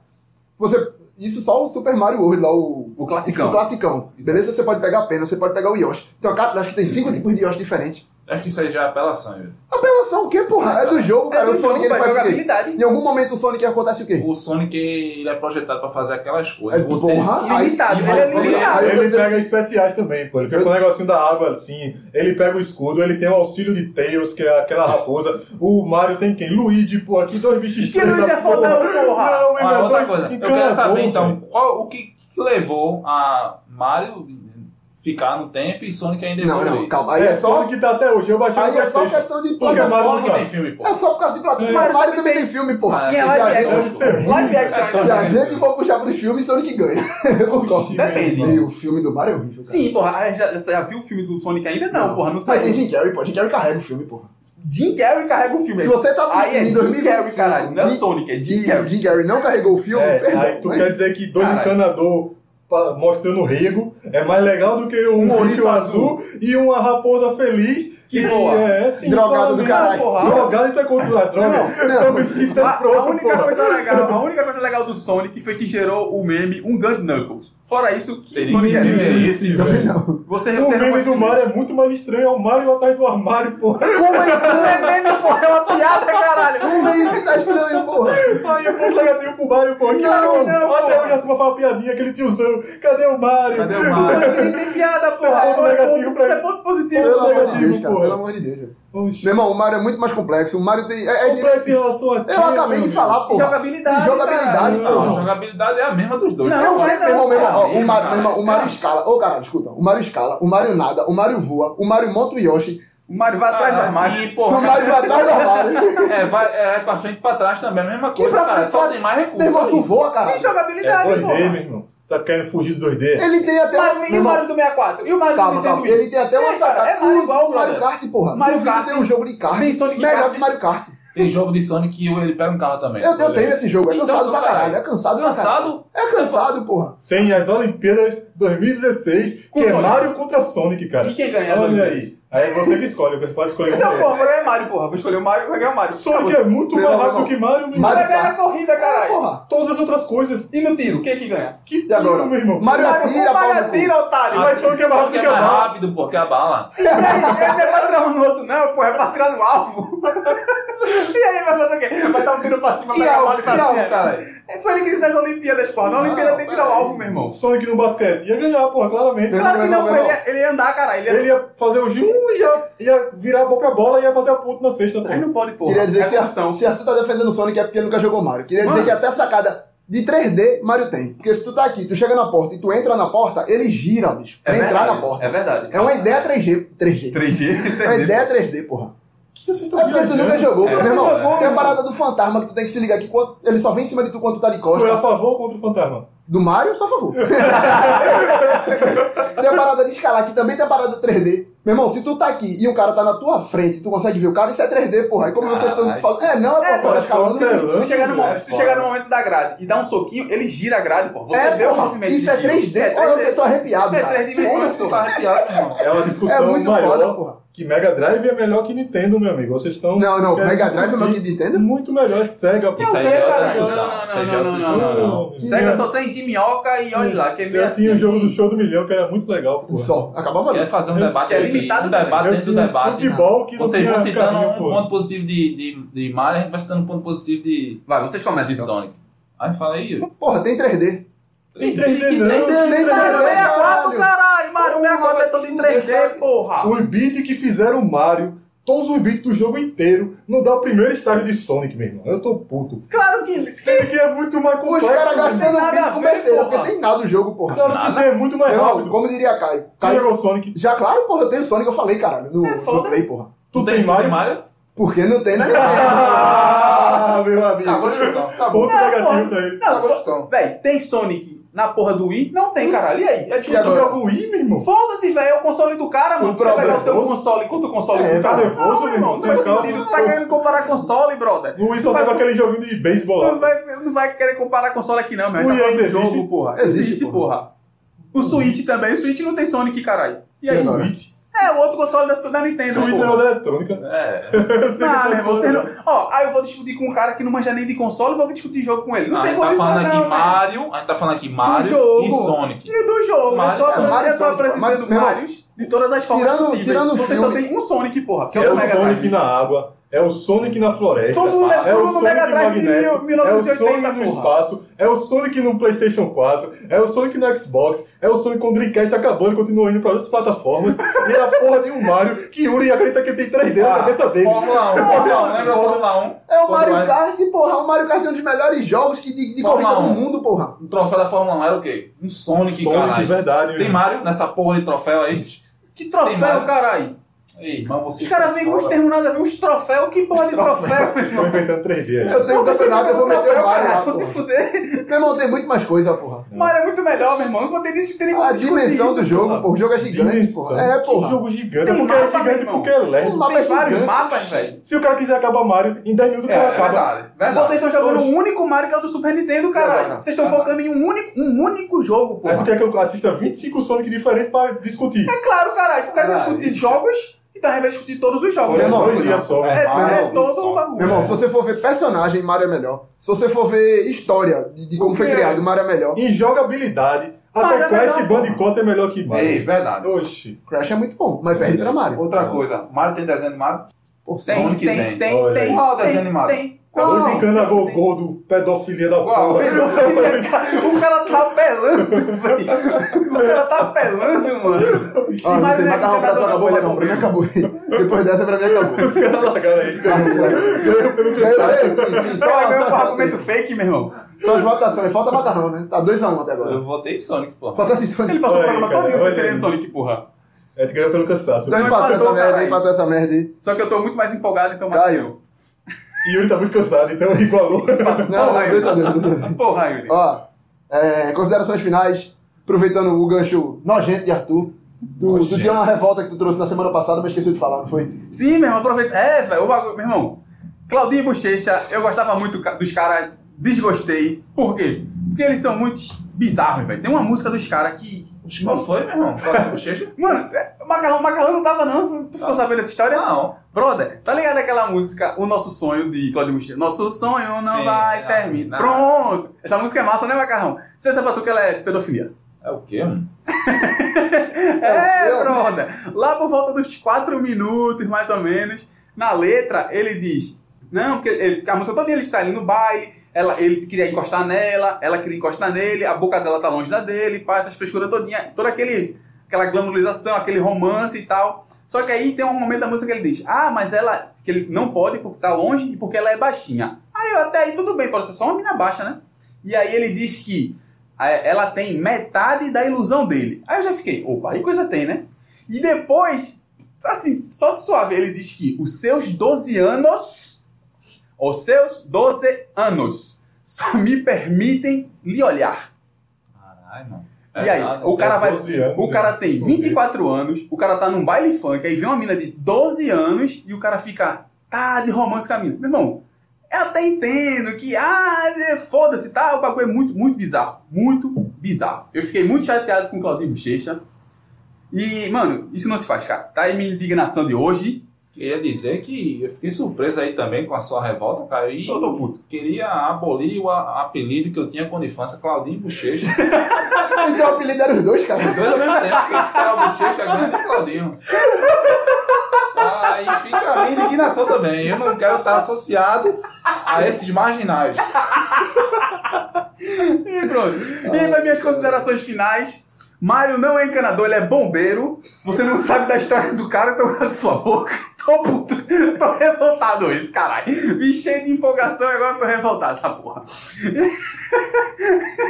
Speaker 3: Você. Isso só o Super Mario World lá, o.
Speaker 2: O classicão.
Speaker 3: O classicão. Beleza? Você pode pegar a pena, você pode pegar o Yoshi. Tem uma capa, acho que tem
Speaker 2: Uhum.
Speaker 3: cinco tipos de Yoshi diferentes.
Speaker 4: Acho que isso aí já é apelação, velho.
Speaker 3: Apelação o quê, porra? É do jogo, cara.
Speaker 2: do
Speaker 3: o Sonic
Speaker 2: jogo,
Speaker 3: ele
Speaker 2: vai
Speaker 3: faz
Speaker 2: jogar
Speaker 3: o quê?
Speaker 2: habilidade.
Speaker 3: Em algum momento o Sonic acontece o quê?
Speaker 4: O Sonic ele é projetado pra fazer aquelas coisas.
Speaker 3: É,
Speaker 4: Você-
Speaker 3: porra, aí-
Speaker 2: Limitado,
Speaker 4: e
Speaker 2: ele é
Speaker 4: você-
Speaker 2: limitado.
Speaker 3: Aí eu
Speaker 1: ele
Speaker 3: vou dizer-
Speaker 1: pega especiais também, pô. Ele pega o negocinho da água, assim. Ele pega o escudo, ele tem o auxílio de Tails, que é aquela raposa. O Mario tem quem? Luigi, pô. Aqui dois bichos
Speaker 2: Que
Speaker 3: é
Speaker 2: não
Speaker 1: da
Speaker 2: ia faltar um porra.
Speaker 1: Não,
Speaker 4: Ah,
Speaker 1: meu
Speaker 4: outra
Speaker 1: dois
Speaker 4: coisa. Eu quero
Speaker 1: encanador,
Speaker 4: saber, então,
Speaker 1: velho.
Speaker 4: qual, o que levou a Mario ficar no tempo e Sonic ainda
Speaker 3: Não,
Speaker 4: evoluir?
Speaker 3: não, calma. Aí
Speaker 1: É,
Speaker 3: é
Speaker 1: só
Speaker 3: só.
Speaker 1: que tá até hoje. Eu baixei
Speaker 3: Aí
Speaker 1: no
Speaker 3: é só
Speaker 1: PlayStation.
Speaker 3: questão de
Speaker 1: Porque Mario
Speaker 3: plataforma.
Speaker 4: Sonic
Speaker 1: cara.
Speaker 4: tem filme, pô.
Speaker 3: É só por causa de Platão.
Speaker 2: É.
Speaker 3: Mario,
Speaker 2: Mario
Speaker 3: também tem filme, porra.
Speaker 4: Ah,
Speaker 2: E é
Speaker 4: você
Speaker 2: live
Speaker 4: viajou,
Speaker 1: deve
Speaker 2: action.
Speaker 1: ser.
Speaker 2: Live action.
Speaker 3: Se
Speaker 2: ainda.
Speaker 3: a gente for puxar pros filmes, Sonic ganha. Eu concordo.
Speaker 2: Depende.
Speaker 3: E o filme do Mario é horrível, cara.
Speaker 2: Sim, porra. ah, Já, já viu o filme do Sonic ainda? Não, porra, não
Speaker 3: Mas tem
Speaker 2: saiu.
Speaker 3: Jim Carrey, pô. Jim Carrey carrega o filme, porra.
Speaker 2: Jim Carrey carrega o filme.
Speaker 3: Se você tá assistindo
Speaker 2: Aí é
Speaker 3: em
Speaker 2: Jim
Speaker 3: 2025,
Speaker 2: Carrey, caralho. Não é
Speaker 3: Jim-
Speaker 2: Sonic, é Jim
Speaker 3: Jim,
Speaker 2: Carrey.
Speaker 3: Jim Carrey não carregou o filme,
Speaker 1: É,
Speaker 3: perdão.
Speaker 1: aí tu
Speaker 3: mas-
Speaker 1: quer dizer que dois
Speaker 2: Caralho.
Speaker 1: encanador pa- mostrando rego é mais legal do que um
Speaker 2: Um
Speaker 1: bicho
Speaker 2: ouriço
Speaker 1: azul, e uma raposa feliz
Speaker 2: Que voa.
Speaker 1: é assim,
Speaker 3: Drogado do
Speaker 1: claramente.
Speaker 3: caralho.
Speaker 2: Porra.
Speaker 1: Drogado e tá contra a droga.
Speaker 3: não.
Speaker 1: Então, bicho, tá
Speaker 2: A, a
Speaker 1: pronto,
Speaker 2: única
Speaker 1: porra.
Speaker 2: coisa legal, a única coisa legal do Sonic foi que gerou o meme Um Gun Knuckles. Fora isso, Sonic é lixo.
Speaker 4: esse, velho.
Speaker 3: Não.
Speaker 2: Você
Speaker 1: O
Speaker 2: recebe
Speaker 1: meme do Mario é muito mais estranho, é o Mario atrás do armário, porra.
Speaker 3: Como é estranho?
Speaker 2: meme, porra, é uma piada, caralho.
Speaker 3: Como é isso que tá estranho, porra?
Speaker 1: Aí eu vou negativo pro Mario, porra. Que
Speaker 3: Não,
Speaker 1: legal.
Speaker 2: não,
Speaker 1: Até
Speaker 2: porra.
Speaker 1: hoje a turma fala piadinha, aquele tiozão. Cadê o Mario?
Speaker 4: Cadê o Mario?
Speaker 2: Tem, tem piada, porra.
Speaker 1: ponto
Speaker 2: Agora é
Speaker 1: negativo
Speaker 2: ponto-
Speaker 1: pra
Speaker 2: Isso é
Speaker 1: mim.
Speaker 2: ponto positivo.
Speaker 3: Pelo
Speaker 1: Porra.
Speaker 3: amor de Deus, cara.
Speaker 1: Porra.
Speaker 3: Pelo amor de Deus. velho.
Speaker 1: Oxi.
Speaker 3: Meu irmão, o Mario é muito mais complexo. O Mario tem. é- é de-
Speaker 1: Complexo em relação a quê,
Speaker 3: Eu acabei
Speaker 1: meu
Speaker 3: de
Speaker 1: amigo?
Speaker 3: falar, porra.
Speaker 2: Jogabilidade,
Speaker 3: Jogabilidade,
Speaker 2: cara.
Speaker 4: Não, a
Speaker 3: porra.
Speaker 4: jogabilidade é a mesma dos dois.
Speaker 2: Não,
Speaker 3: Não,
Speaker 2: vai
Speaker 3: meu irmão, meu irmão, ó,
Speaker 4: Caralho,
Speaker 3: o Mario,
Speaker 4: cara.
Speaker 3: meu irmão, o Mario escala. Ô, cara, escuta. O Mario escala, o Mario nada, o Mario voa, o Mario monta o Yoshi,
Speaker 2: O Mario vai atrás do
Speaker 4: Ah,
Speaker 2: armário.
Speaker 4: sim,
Speaker 3: o
Speaker 4: porra.
Speaker 3: Mario vai atrás do armário.
Speaker 4: É, vai, é, é pra frente e pra trás também, a mesma
Speaker 3: né? Que
Speaker 4: coisa,
Speaker 3: pra
Speaker 4: cara.
Speaker 3: frente, é
Speaker 4: Só
Speaker 3: pra-
Speaker 4: tem mais recursos.
Speaker 3: Meu irmão, tu voa, cara.
Speaker 2: Que jogabilidade,
Speaker 1: É 2D,
Speaker 2: porra.
Speaker 1: meu irmão. Tá querendo fugir do 2D?
Speaker 3: Ele tem até.
Speaker 2: Mario-
Speaker 3: meu
Speaker 2: e o
Speaker 3: irmão,
Speaker 2: Mario do 64? E o Mario
Speaker 3: Calma,
Speaker 2: do Nintendo
Speaker 3: calma.
Speaker 2: Wii?
Speaker 3: Ele tem até uma
Speaker 2: é, cara,
Speaker 3: sacada.
Speaker 2: É Mario
Speaker 3: Usa
Speaker 2: igual,
Speaker 3: o Mario
Speaker 2: brother.
Speaker 3: Kart, porra.
Speaker 2: Mario
Speaker 3: Duvido
Speaker 2: Kart.
Speaker 3: tem um jogo de kart.
Speaker 2: Tem Sonic
Speaker 3: Melhor
Speaker 2: Kart.
Speaker 3: que Mario Kart.
Speaker 4: Tem jogo de Sonic que ele pega um carro também.
Speaker 3: Eu, eu tenho esse jogo. É
Speaker 4: Então,
Speaker 3: cansado pra
Speaker 4: caralho.
Speaker 3: caralho. É cansado pra
Speaker 4: Cansado?
Speaker 3: caralho. É cansado, porra.
Speaker 1: Tem as Olimpíadas 2016,
Speaker 2: Com
Speaker 1: que é
Speaker 2: Sonic.
Speaker 1: Mario contra Sonic, cara.
Speaker 2: E quem ganha as
Speaker 1: Olha
Speaker 2: Olimpíadas?
Speaker 1: aí. Aí você que escolhe, você pode escolher
Speaker 2: Então,
Speaker 1: um
Speaker 2: porra, vai ganhar Mario, porra. Vou escolher o Mario, vai ganhar o Mario.
Speaker 1: Sonic é muito
Speaker 3: Meu
Speaker 1: mais rápido
Speaker 3: irmão.
Speaker 1: que Mario, meu
Speaker 3: Mario
Speaker 2: Vai
Speaker 1: irmão.
Speaker 2: ganhar a corrida, caralho.
Speaker 3: Porra.
Speaker 1: Todas as outras coisas.
Speaker 2: E no tiro, quem é que ganha?
Speaker 1: Que
Speaker 3: E agora?
Speaker 1: tiro, meu irmão.
Speaker 3: Mario atira,
Speaker 2: Mario
Speaker 3: pau no cu.
Speaker 2: atira,
Speaker 4: Ah,
Speaker 2: otário.
Speaker 1: mas Sonic é mais rápido que a bala.
Speaker 4: rápido, porque a bala.
Speaker 2: E aí, ele não é pra tirar um no outro, não, porra, é pra tirar no alvo. E aí, vai fazer o quê? Vai dar um tiro pra cima,
Speaker 3: Que
Speaker 2: vai dar
Speaker 3: alvo,
Speaker 2: uma pra
Speaker 3: que alvo,
Speaker 2: cima.
Speaker 3: caralho?
Speaker 2: É, Foi ele que disse nas Olimpíadas, porra. Na Olimpíada tem que tirar o alvo, meu irmão.
Speaker 1: Sonic no basquete. Ia ganhar, porra, claramente.
Speaker 3: Não,
Speaker 2: Claro que não,
Speaker 3: não, não.
Speaker 2: ele ia- ele ia andar, caralho. Ele é ia
Speaker 1: Ele ia fazer o G1 e ia, ia virar a boca bola e ia fazer a ponta na sexta,
Speaker 2: Aí
Speaker 1: porra.
Speaker 2: não pode, porra.
Speaker 3: Queria dizer
Speaker 2: é
Speaker 3: que se Arthur,
Speaker 2: função.
Speaker 3: se Arthur tá defendendo o Sonic é porque ele nunca jogou Mario. Queria dizer
Speaker 2: Mano.
Speaker 3: que até sacada de 3D Mario tem. Porque se tu tá aqui, tu chega na porta e tu entra na porta, ele gira, bicho. Pra
Speaker 2: É
Speaker 3: entrar
Speaker 2: verdade,
Speaker 3: na porta.
Speaker 2: É verdade.
Speaker 3: É uma ideia 3G. 3G.
Speaker 2: 3G.
Speaker 3: É uma ideia 3D, porra.
Speaker 1: que vocês
Speaker 3: É porque tu nunca jogou,
Speaker 2: É.
Speaker 3: meu irmão.
Speaker 2: Nunca jogou,
Speaker 3: tem a
Speaker 2: mano.
Speaker 3: parada do fantasma que tu tem que se ligar que quando- ele só vem em cima de tu quando tu tá de
Speaker 1: Tu é a
Speaker 3: costa.
Speaker 1: favor ou contra o fantasma?
Speaker 3: Do Mario, só a favor. tem a parada de escalar que também tem a parada 3D. Meu irmão, se tu tá aqui e o cara tá na tua frente, tu consegue ver o cara, isso é 3D, porra. E como vocês estão
Speaker 2: Caralho.
Speaker 3: falando. É, não, é,
Speaker 2: É,
Speaker 3: pô, tá
Speaker 2: pô,
Speaker 3: escalando.
Speaker 1: pô,
Speaker 3: tu-
Speaker 1: pô,
Speaker 2: Se chegar, no
Speaker 1: Lance,
Speaker 2: momento, se
Speaker 1: foda.
Speaker 2: chegar no momento da grade e dar um soquinho, ele gira a grade, pô. Você
Speaker 3: É,
Speaker 2: vê
Speaker 3: porra,
Speaker 2: o movimento.
Speaker 3: isso
Speaker 2: de
Speaker 3: é
Speaker 2: giro.
Speaker 3: 3D.
Speaker 2: É
Speaker 3: Olha, eu tô arrepiado,
Speaker 2: É
Speaker 3: cara.
Speaker 2: três né, dimensões,
Speaker 4: Tu
Speaker 2: pô.
Speaker 4: tá arrepiado, meu irmão.
Speaker 1: É uma discussão
Speaker 3: É muito
Speaker 1: maior
Speaker 3: foda, porra.
Speaker 1: que que Mega Drive é melhor que Nintendo, meu amigo. Vocês estão.
Speaker 3: Não, não,
Speaker 1: querendo
Speaker 3: Mega Drive é melhor que
Speaker 1: discutir.
Speaker 3: Nintendo?
Speaker 1: Muito melhor, é Sega. pô.
Speaker 4: Isso aí
Speaker 2: sei,
Speaker 4: já é outra
Speaker 2: cara.
Speaker 4: discussão.
Speaker 2: Não,
Speaker 4: Isso aí já é
Speaker 2: não,
Speaker 4: outra
Speaker 2: não, não,
Speaker 4: discussão.
Speaker 1: Não,
Speaker 2: Sega só sei de minhoca e olha lá, que é meio
Speaker 1: Eu tinha o
Speaker 2: assim.
Speaker 1: jogo do show do milhão, que era muito legal, pô.
Speaker 3: Só. Acabava
Speaker 4: Quer
Speaker 3: ali.
Speaker 4: fazer um
Speaker 1: Eu-
Speaker 4: debate
Speaker 2: é
Speaker 4: aqui,
Speaker 2: limitado
Speaker 4: um
Speaker 2: também.
Speaker 4: debate
Speaker 1: Eu
Speaker 4: dentro do
Speaker 1: tinha um
Speaker 4: debate. né?
Speaker 1: Futebol que não
Speaker 4: Vocês
Speaker 1: tinha
Speaker 4: vão citando
Speaker 1: caminho,
Speaker 4: um
Speaker 1: pô.
Speaker 4: ponto positivo de, de, de Mario, a gente vai citando um ponto positivo de,
Speaker 2: Vai, vocês começam.
Speaker 4: de
Speaker 2: então.
Speaker 4: Sonic. Aí fala aí, Yuri.
Speaker 3: Porra, tem 3D.
Speaker 1: Em 3D não.
Speaker 3: Nem
Speaker 2: Mario 64,
Speaker 3: caralho.
Speaker 2: caralho! Mario 64 é todo em 3D, porra!
Speaker 1: Os bits que fizeram Mario, todos os bits do jogo inteiro, não dá o primeiro estágio de Sonic, meu irmão. Eu tô puto.
Speaker 2: Claro que sim!
Speaker 1: Sendo que é muito mais
Speaker 3: Os
Speaker 1: complexo.
Speaker 3: caras
Speaker 1: né?
Speaker 3: gastando
Speaker 2: nada a
Speaker 3: tempo com
Speaker 2: ver,
Speaker 3: besteira,
Speaker 2: porra.
Speaker 3: porque tem nada o jogo, porra.
Speaker 1: Claro que tem, é muito mais
Speaker 3: Meu irmão,
Speaker 1: rápido.
Speaker 3: como diria Caio?
Speaker 1: Quem
Speaker 3: Caio.
Speaker 1: jogou Sonic?
Speaker 3: Já claro, porra, eu tenho Sonic, eu falei, caralho, no,
Speaker 2: É
Speaker 3: no
Speaker 2: foda.
Speaker 3: Play, porra.
Speaker 1: Tu tem Mario?
Speaker 3: Porque não tem na Nintendo.
Speaker 1: Ah, meu
Speaker 2: Tá
Speaker 1: amigo.
Speaker 4: Acabou a discussão.
Speaker 1: Ponto
Speaker 2: Não,
Speaker 1: negativo
Speaker 2: porra.
Speaker 1: isso aí.
Speaker 3: Tá
Speaker 2: Não,
Speaker 3: bom,
Speaker 2: só,
Speaker 3: então.
Speaker 2: véi, tem Sonic na porra do Wii? Não tem, caralho. E aí?
Speaker 1: Tu
Speaker 2: É
Speaker 3: E
Speaker 2: discussão.
Speaker 3: agora?
Speaker 1: joga o Wii, meu irmão?
Speaker 2: Foda-se, velho, é o console do cara, mano.
Speaker 3: O
Speaker 2: Tu vai pegar o teu
Speaker 1: nervoso.
Speaker 2: console contra o console
Speaker 3: É,
Speaker 2: do
Speaker 1: tá
Speaker 2: cara.
Speaker 1: nervoso,
Speaker 2: não, meu irmão, não
Speaker 1: meu
Speaker 2: faz
Speaker 1: irmão.
Speaker 2: sentido. Tu tá querendo comparar console, brother.
Speaker 1: O Wii só
Speaker 2: Tu vai-
Speaker 1: tava aquele joguinho de beisebol
Speaker 2: Não
Speaker 1: lá.
Speaker 2: vai, não vai querer comparar console aqui, não, meu. A gente
Speaker 1: Ui,
Speaker 2: Tá falando
Speaker 1: ainda
Speaker 2: de jogo,
Speaker 1: existe?
Speaker 2: porra.
Speaker 3: Existe,
Speaker 2: Existe, porra. O Switch também. O Switch não tem Sonic, caralho. E aí?
Speaker 3: Sim, agora.
Speaker 1: Switch?
Speaker 2: É, o outro console da, da Nintendo,
Speaker 1: Switch é
Speaker 2: porra.
Speaker 1: da eletrônica.
Speaker 4: É.
Speaker 1: Eu sei que
Speaker 2: Ah,
Speaker 1: eu tô
Speaker 2: meu irmão, você não...
Speaker 1: falando.
Speaker 3: né?
Speaker 2: Ó, aí eu vou discutir com um cara que não manja nem de console, vou discutir jogo com
Speaker 1: Ah,
Speaker 2: ele. Não
Speaker 4: a
Speaker 2: tem
Speaker 4: gente tá
Speaker 2: condição,
Speaker 4: falando aqui
Speaker 1: né?
Speaker 2: não, velho.
Speaker 4: Mario, a gente tá falando aqui Mario
Speaker 2: jogo.
Speaker 4: e Sonic.
Speaker 2: E do jogo,
Speaker 4: Mario,
Speaker 2: eu tô, apre-
Speaker 3: Mario,
Speaker 2: eu tô
Speaker 3: Sonic, mas,
Speaker 2: apresentando
Speaker 3: meu irmão,
Speaker 2: vários de todas as formas
Speaker 3: tirando-
Speaker 2: possíveis.
Speaker 3: tirando o
Speaker 2: Você só
Speaker 3: filme-
Speaker 2: tem um Sonic, porra, que é o
Speaker 1: É
Speaker 2: do
Speaker 1: o
Speaker 2: Mega
Speaker 1: Sonic
Speaker 2: Drive.
Speaker 1: na água, é o Sonic na floresta,
Speaker 2: Todo mundo é-
Speaker 1: é
Speaker 2: todo
Speaker 1: o
Speaker 2: mundo
Speaker 1: Sonic
Speaker 2: Mega Drive de
Speaker 1: Magneto,
Speaker 2: mil-
Speaker 1: é o Sonic
Speaker 2: 1980,
Speaker 1: no
Speaker 2: porra.
Speaker 1: espaço, é o Sonic no Playstation 4, é o Sonic no Xbox, é o Sonic com o Dreamcast acabou e continua indo pra outras plataformas, e é a porra de um Mario que Yuri acredita que ele tem 3D
Speaker 2: Ah,
Speaker 1: na cabeça dele.
Speaker 4: Ah, Fórmula 1, Fórmula 1, lembra a Fórmula 1?
Speaker 3: É o
Speaker 4: Quando
Speaker 3: Mario
Speaker 4: mais-
Speaker 3: Kart, porra. O Mario Kart é um dos melhores jogos que de, de
Speaker 4: Fórmula
Speaker 3: corrida do
Speaker 4: um.
Speaker 3: mundo, porra.
Speaker 4: O troféu da Fórmula 1 era o quê? Um Sonic,
Speaker 1: Sonic,
Speaker 4: caralho.
Speaker 1: verdade,
Speaker 4: Tem
Speaker 1: viu?
Speaker 4: Mario nessa porra de troféu aí?
Speaker 2: Que
Speaker 4: Tem
Speaker 2: troféu,
Speaker 4: Mario.
Speaker 2: caralho.
Speaker 4: Ei, irmão, você. tá
Speaker 2: Os caras vêm com os termos nada a ver. Uns troféus, que porra de troféu, meu
Speaker 1: Estou
Speaker 2: irmão.
Speaker 1: inventando 3D
Speaker 2: É,
Speaker 1: aí.
Speaker 3: Eu tenho um
Speaker 2: Vocês
Speaker 3: campeonato, eu vou
Speaker 2: ficam
Speaker 3: meter o
Speaker 2: troféu,
Speaker 3: Mario lá,
Speaker 2: caralho, Vou se
Speaker 3: porra.
Speaker 2: fuder.
Speaker 3: Meu irmão, tem muito mais coisa, porra.
Speaker 2: Mario é muito melhor, meu irmão. Eu vou ter que ter
Speaker 3: A dimensão do jogo,
Speaker 4: porra.
Speaker 3: porra. O jogo é gigante,
Speaker 1: Dimensão.
Speaker 3: porra. É,
Speaker 1: Que
Speaker 3: porra.
Speaker 1: jogo gigante, é
Speaker 2: Tem
Speaker 1: porque é
Speaker 2: mapa, meu
Speaker 1: gigante
Speaker 2: irmão.
Speaker 1: porque é
Speaker 3: Um
Speaker 1: LED.
Speaker 3: mapa
Speaker 2: Tem vários
Speaker 3: gigante.
Speaker 2: mapas, velho.
Speaker 1: Se o cara quiser acabar Mario, em 10 minutos o
Speaker 4: É,
Speaker 1: cara
Speaker 4: é
Speaker 1: acaba.
Speaker 4: verdade, verdade.
Speaker 2: Vocês estão jogando o único Mario que é o do Super Nintendo, caralho.
Speaker 4: Verdade.
Speaker 2: Vocês estão
Speaker 4: Verdade.
Speaker 2: focando em um único, um único jogo,
Speaker 1: Aí tu
Speaker 2: porra.
Speaker 1: quer que eu assista 25 Sonic diferentes pra discutir.
Speaker 2: É claro, caralho. Tu quer
Speaker 3: Caralho.
Speaker 2: discutir jogos, então ao invés de discutir todos os jogos.
Speaker 1: Olha,
Speaker 3: irmão,
Speaker 1: dois dias só.
Speaker 2: É,
Speaker 3: Mario,
Speaker 2: é todo
Speaker 4: um
Speaker 2: o
Speaker 3: Meu
Speaker 2: bagulho.
Speaker 3: irmão, se você for ver personagem, Mario é melhor. Se você for ver história de, de como
Speaker 1: Por
Speaker 3: foi
Speaker 1: quê?
Speaker 3: criado, Mario é melhor.
Speaker 1: Em jogabilidade, até
Speaker 2: Mario é
Speaker 1: Crash
Speaker 2: melhor,
Speaker 1: Bandicoot é melhor que Mario.
Speaker 4: Ei, verdade.
Speaker 1: Oxi.
Speaker 3: Crash é muito bom, mas perde pra Mario.
Speaker 4: Outra coisa, Mario tem desenho animado? Pô,
Speaker 2: Tem,
Speaker 4: Sonic
Speaker 2: tem, tem,
Speaker 1: Olha
Speaker 2: tem,
Speaker 1: aí.
Speaker 2: tem.
Speaker 4: Qual desenho animado?
Speaker 2: Tem.
Speaker 1: Não,
Speaker 2: Qual?
Speaker 1: Tá brincando a gogô do pedofilia da
Speaker 4: Qual?
Speaker 1: porra.
Speaker 2: O cara tá apelando, velho. O cara tá apelando, mano.
Speaker 3: Ah, não sei,
Speaker 2: Mario
Speaker 3: macarrão
Speaker 2: Kart,
Speaker 3: prato acabou,
Speaker 2: ele é
Speaker 3: macarrão pra mim acabou. Depois dessa, pra mim acabou.
Speaker 1: Os caras largaram aí. Ganhou pelo
Speaker 3: Ei,
Speaker 1: cantar.
Speaker 3: ei, sim, sim, só-
Speaker 2: Ela
Speaker 1: Tá,
Speaker 2: ganhou com
Speaker 3: só-
Speaker 2: é argumento fake, meu irmão.
Speaker 3: Só as votações, falta macarrão, né? Tá 2x1 até agora.
Speaker 4: Eu votei em Sonic, pô.
Speaker 3: Falta assim, Sonic.
Speaker 2: Ele passou o
Speaker 1: Olha aí,
Speaker 2: programa
Speaker 1: cara,
Speaker 2: todo
Speaker 1: olha
Speaker 2: preferindo
Speaker 1: aí.
Speaker 2: Sonic, porra.
Speaker 1: É, tu ganhou pelo cansaço.
Speaker 3: Então
Speaker 2: Não
Speaker 3: empatou essa
Speaker 2: empatou,
Speaker 3: merda,
Speaker 2: caralho.
Speaker 3: empatou essa merda aí.
Speaker 2: Só que eu tô muito mais empolgado, então...
Speaker 3: Caiu.
Speaker 1: E Yuri tá muito cansado, então igualou.
Speaker 3: Não, não,
Speaker 2: Porra,
Speaker 3: dois a dois,
Speaker 2: Yuri.
Speaker 3: dois a dois.
Speaker 2: Porra, Yuri.
Speaker 3: Ó, é, considerações finais, aproveitando o gancho nojento de Arthur. Tu, tu
Speaker 4: Nojento.
Speaker 3: tinha uma revolta que tu trouxe na semana passada, mas esqueci de falar, não foi?
Speaker 2: Sim, meu irmão, aproveita. É, velho, o bagulho. Meu irmão, Claudinho e Bochecha, eu gostava muito ca- dos caras, desgostei. Por quê? Porque eles são muito bizarros, velho. Tem uma música dos caras que.
Speaker 4: Não foi, meu irmão? Só que bochecha?
Speaker 2: Mano, é, macarrão, macarrão não dava, não. Tu ficou sabendo dessa história?
Speaker 4: Não.
Speaker 2: Brother, tá ligado aquela música O Nosso Sonho de Claudio Bochecha? Nosso sonho não
Speaker 4: Sim,
Speaker 2: vai
Speaker 4: não,
Speaker 2: terminar.
Speaker 4: não.
Speaker 2: Pronto! Essa música é massa, né, macarrão? Você sabe pra tu que ela é de pedofilia.
Speaker 4: É o quê, mano?
Speaker 2: É,
Speaker 3: meu.
Speaker 2: brother. Lá por volta dos 4 minutos, mais ou menos, na letra, ele diz. Não, porque ele- a música toda ele está ali no baile, ela, ele queria encostar nela, ela queria encostar nele, a boca dela tá longe da dele, passa as frescuras todinha, toda aquele, aquela glamorização, aquele romance e tal. Só que aí tem um momento da música que ele diz, ah, mas ela, que ele não pode porque tá longe e porque ela é baixinha. Aí eu até aí tudo bem, pode ser só uma mina baixa, né? E aí ele diz que é, ela tem metade da ilusão dele. Aí eu já fiquei, opa, aí coisa tem, né? E depois, assim, só de suave, ele diz que os seus 12 anos, os seus 12 anos, só me permitem lhe olhar.
Speaker 4: Caralho, mano.
Speaker 2: e aí,
Speaker 4: Verdade.
Speaker 2: o cara vai.
Speaker 1: 12 anos,
Speaker 2: o cara tem
Speaker 1: Fudeu.
Speaker 2: 24 anos, o cara tá num baile funk, aí vem uma mina de 12 anos e o cara fica, tá, de romance com a mina. Meu irmão, eu até entendo que, ah, é, foda-se, tá? O bagulho é muito, muito bizarro. Muito bizarro. Eu fiquei muito chateado com o Claudinho Bochecha. E, mano, isso não se faz, cara. Tá aí minha indignação de hoje.
Speaker 4: Queria dizer que eu fiquei surpreso aí também com a sua revolta, cara. E
Speaker 2: Eu tô puto.
Speaker 4: queria abolir o a- apelido que eu tinha quando infância, Claudinho Bochecha.
Speaker 3: Então o apelido era os dois, cara.
Speaker 4: Dois ao mesmo tempo, que era o Bochecha grande e Claudinho. Aí fica a minha indignação também. Eu não quero estar associado a esses marginais.
Speaker 2: E pronto. E aí, para minhas considerações finais. Mário não é encanador, ele é bombeiro. Você não sabe da história do cara, então cala sua boca. Tô puto. Tô revoltado hoje, caralho. Me cheio de empolgação e agora tô revoltado, essa porra.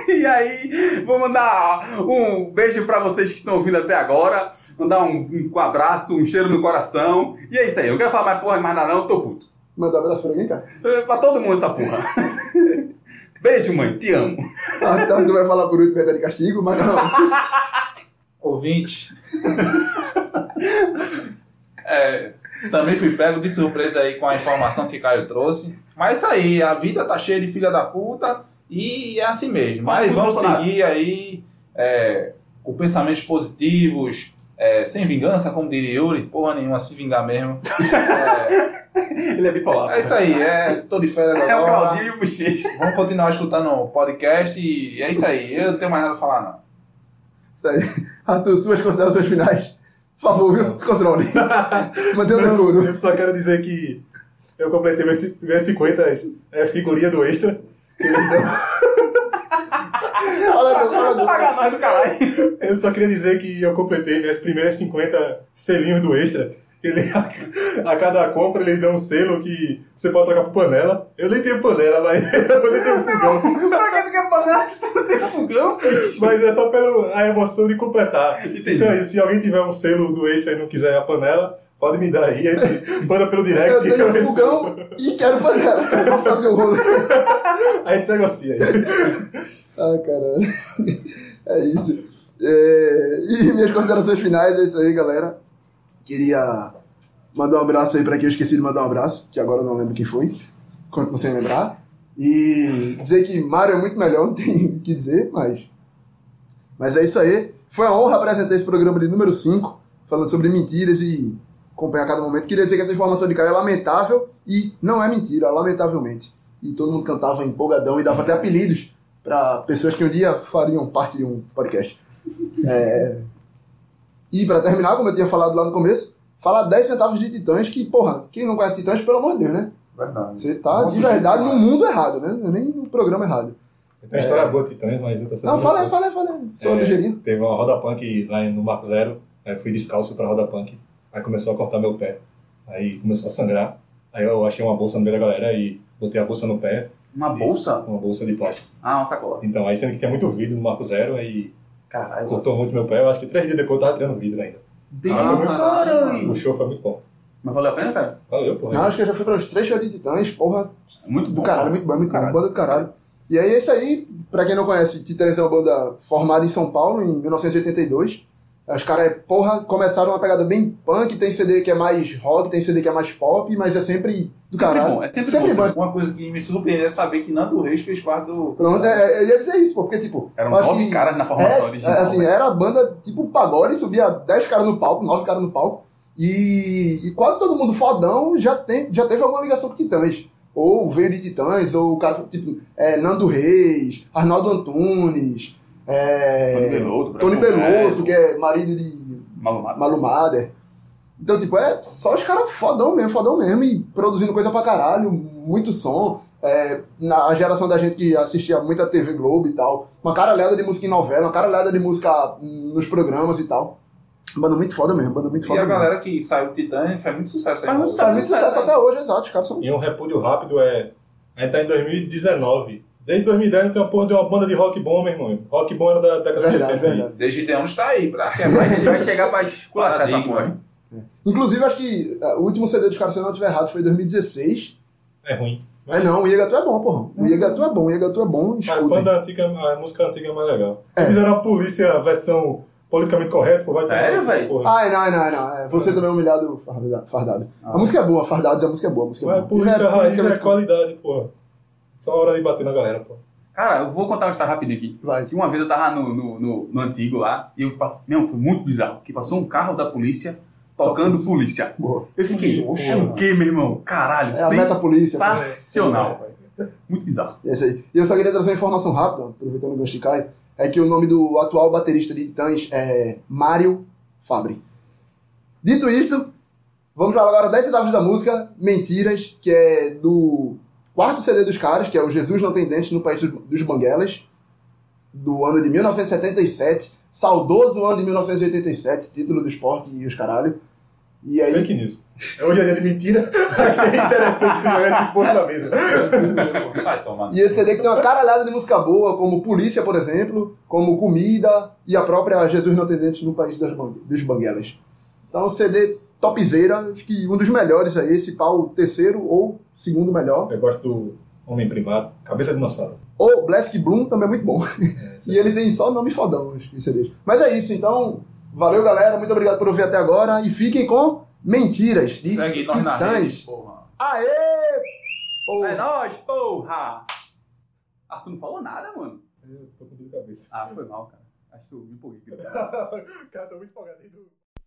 Speaker 2: E aí, vou mandar um beijo pra vocês que estão ouvindo até agora. Mandar um, um abraço, um cheiro no coração. E é isso aí. Eu não quero falar mais porra, mais nada não, tô puto.
Speaker 3: Manda um abraço pra alguém, cara.
Speaker 2: É Pra todo mundo essa porra. Beijo, mãe. Te amo.
Speaker 3: Ah, tá, tu vai falar por último, é tá de castigo, mas não.
Speaker 4: Ouvinte. É, também fui pego de surpresa aí com a informação que Caio trouxe. Mas isso aí, a vida tá cheia de filha da puta e é assim mesmo. Mas
Speaker 2: Tudo
Speaker 4: vamos
Speaker 2: Bolsonaro.
Speaker 4: seguir aí é, com pensamentos positivos, é, sem vingança, como diria Yuri, porra nenhuma, se vingar mesmo.
Speaker 2: Ele é bipolar.
Speaker 4: É, é isso aí, é, tô de férias
Speaker 2: É o
Speaker 4: agora.
Speaker 2: Claudinho e o Bochecha.
Speaker 4: Vamos continuar escutando o podcast e é isso aí. Eu não tenho mais nada a falar, não.
Speaker 3: Isso aí. Arthur, suas considerações finais. Por favor, viu? Se controle. Mantenha o
Speaker 1: Não,
Speaker 3: decoro.
Speaker 1: eu só quero dizer que eu completei meus, meus 50 é, figurinha do extra.
Speaker 2: Paga nós do caralho.
Speaker 1: Eu só queria dizer que eu completei minhas primeiras 50 selinhos do extra. Ele, a, cada compra eles dão um selo que você pode trocar por panela. Eu nem tenho panela, mas eu nem tenho fogão.
Speaker 2: Pra que você quer pagar se não tem
Speaker 3: é
Speaker 2: fogão?
Speaker 1: Mas é só pela a emoção de completar.
Speaker 2: Entendi.
Speaker 1: Então, se alguém tiver um selo do extra e não quiser a panela, pode me dar aí. aí Manda pelo direct.
Speaker 3: Eu tenho um
Speaker 1: É eu-
Speaker 3: fogão e quero panela. Vamos fazer o rolo.
Speaker 1: A gente negocia.
Speaker 3: Ah, caralho. É isso. É, E minhas considerações finais é isso aí, galera. Queria mandar um abraço aí pra quem eu esqueci de mandar um abraço, que agora eu não lembro quem foi. Quanto sem lembrar. E dizer que Mário é muito melhor, não tem o que dizer, mas. Mas é isso aí. Foi uma honra apresentar esse programa de número 5, falando sobre mentiras e acompanhar cada momento. Queria dizer que essa informação de Caio é lamentável e não é mentira, lamentavelmente. E todo mundo cantava empolgadão e dava até apelidos para pessoas que um dia fariam parte de um podcast. É. E para terminar, como eu tinha falado lá no começo, falar 10 centavos de Titãs, que, porra, quem não conhece Titãs, pelo amor de Deus, né?
Speaker 4: Verdade.
Speaker 3: Você tá
Speaker 4: Nossa,
Speaker 3: de verdade
Speaker 4: cara.
Speaker 3: no mundo errado, né? Nem no programa errado.
Speaker 1: Tem uma história boa, Titãs, mas eu tô
Speaker 3: Não, fala aí, fala aí, fala aí. Sou
Speaker 1: É.
Speaker 3: ligeirinho.
Speaker 1: Teve uma roda punk lá no Marco Zero, aí eu fui descalço pra roda punk, aí começou a cortar meu pé, aí começou a sangrar, aí eu achei uma bolsa no meio da galera e botei a bolsa no pé,
Speaker 2: Uma bolsa?
Speaker 1: uma bolsa de plástico.
Speaker 2: Ah, uma sacola.
Speaker 1: Então, aí sendo que tinha muito vidro no Marco Zero, aí
Speaker 2: Caralho.
Speaker 1: cortou muito meu pé, eu acho que três dias depois eu tava tirando vidro ainda. Ah,
Speaker 2: Caralho.
Speaker 1: O show foi muito bom.
Speaker 2: Mas valeu a pena, cara?
Speaker 1: Valeu, porra.
Speaker 3: Não, acho que eu já fui para os três shows de Titãs, porra,
Speaker 2: Muito
Speaker 3: do
Speaker 2: bom.
Speaker 3: caralho, muito bom, muito bom,
Speaker 2: Caralho.
Speaker 3: banda do caralho. E aí, isso aí, pra quem não conhece, Titãs é uma banda formada em São Paulo, em 1982. Os caras, porra, começaram uma pegada bem punk, tem CD que é mais rock, tem CD que é mais pop, mas é sempre do
Speaker 2: Sempre
Speaker 3: caralho.
Speaker 2: bom, é sempre
Speaker 3: Sempre
Speaker 2: bom.
Speaker 3: bom. assim.
Speaker 4: Uma coisa que me surpreendeu é saber que Nando Reis fez parte do.
Speaker 3: Pronto, é, é, eu ia dizer isso, pô, porque, tipo...
Speaker 2: Eram
Speaker 3: eu acho
Speaker 2: nove
Speaker 3: que-
Speaker 2: caras na
Speaker 3: É,
Speaker 2: formação original. né?
Speaker 3: é, assim, era a banda tipo pagode, subia 10 caras no palco, 9 caras no palco, e, e quase todo mundo fodão já, tem, já teve alguma ligação com Titãs. Ou veio de Titãs, ou o cara tipo é, Nando Reis, Arnaldo Antunes, é,
Speaker 2: Tony Belotto,
Speaker 3: Tony
Speaker 2: Branco
Speaker 3: Belotto,
Speaker 2: Velho,
Speaker 3: que é marido de
Speaker 2: Malumado.
Speaker 3: Malu Mader. Então, tipo, é só os caras fodão mesmo, fodão mesmo, e produzindo coisa pra caralho, muito som. É, na a geração da gente que assistia muita TV Globo e tal, uma caralhada de música em novela, uma caralhada de música hum, nos programas e tal. Banda muito foda mesmo, banda muito
Speaker 4: E
Speaker 3: foda
Speaker 4: a
Speaker 3: mesmo.
Speaker 4: galera que saiu do Titã faz muito sucesso aí.
Speaker 2: Faz
Speaker 4: no-
Speaker 2: muito
Speaker 3: Faz muito sucesso até hoje, exato, os caras são...
Speaker 1: E um repúdio rápido é. A gente tá em 2019. Desde 2010 não tem uma porra de uma banda de rock bom, meu irmão. Rock bom era da década de
Speaker 3: Verdade,
Speaker 1: 80. aí.
Speaker 3: verdade.
Speaker 4: Desde de anos tá aí pra quebrar
Speaker 2: É, Mas ele vai chegar pra esculachar essa
Speaker 4: Paradigma,
Speaker 2: porra.
Speaker 4: hein?
Speaker 3: Inclusive, acho que é, o último CD dos caras, se eu não estiver errado, foi em 2016.
Speaker 1: É ruim.
Speaker 3: Mas não, o Iegatu é bom, porra. O Iegatu é bom, o Iegatu é bom,
Speaker 1: A
Speaker 3: escutem.
Speaker 1: banda antiga, a música antiga é mais legal.
Speaker 3: É.
Speaker 1: Fizeram a polícia a versão politicamente correta, pô, vai tomar
Speaker 2: Sério,
Speaker 1: no cu,
Speaker 2: véi?
Speaker 1: porra.
Speaker 3: Ai, não, não, não. É, Você também é humilhado farda- fardado. A música é boa, fardados, a música é boa, a música é
Speaker 1: Mas
Speaker 3: boa.
Speaker 1: polícia
Speaker 3: É,
Speaker 1: raiz é
Speaker 3: politicamente-
Speaker 1: qualidade, porra. Só a hora de bater na galera, pô.
Speaker 2: Cara, eu vou contar uma história rapidinho aqui.
Speaker 3: Vai.
Speaker 2: Que uma vez eu tava no, no, no- no antigo lá, e eu passei. Não, foi muito bizarro. Que passou um carro da polícia tocando polícia.
Speaker 3: Boa.
Speaker 2: Eu fiquei,
Speaker 4: Oxe,
Speaker 2: é o quê, meu irmão? Caralho,
Speaker 3: É a meta polícia. pô.
Speaker 2: sensacional. Muito bizarro.
Speaker 3: É isso aí. E eu só queria trazer uma informação rápida, aproveitando o gancho de Caio, é que o nome do atual baterista de Titãs é Mário Fabri. Dito isto, vamos falar agora 10 centavos da música Mentiras, que é do quarto CD dos caras, que é o Jesus Não Tem Dentes no País dos dos Banguelas, do ano de 1977, saudoso ano de 1987, título do esporte e os caralho. E aí,
Speaker 1: Fake news. Hoje é dia de mentira. Achei É interessante jogar esse porra na mesa.
Speaker 4: Vai tomar.
Speaker 3: E esse CD que tem uma caralhada de música boa, como Polícia, por exemplo, como Comida e a própria Jesus Não Tem Dentes no País das Ban- dos Banguelas. Então, CD topzera, acho que um dos melhores aí, esse pau terceiro ou segundo melhor.
Speaker 1: Eu gosto do Homem Primado, Cabeça de Dinossauro.
Speaker 3: Ou Blast Bloom também é muito bom. E ele tem só nome fodão, acho que CDs. Mas é isso, então, valeu galera, muito obrigado por ouvir até agora e fiquem com Mentiras de
Speaker 4: Segue nós na rede,
Speaker 3: Titãs.
Speaker 4: porra.
Speaker 3: Aê! Pô,
Speaker 2: É nóis, porra! Arthur não falou nada, mano.
Speaker 1: Eu tô com dor de cabeça.
Speaker 2: Ah, foi mal, cara. Acho que eu me empolguei. gritando.
Speaker 1: Cara, tô muito empolgado aí do.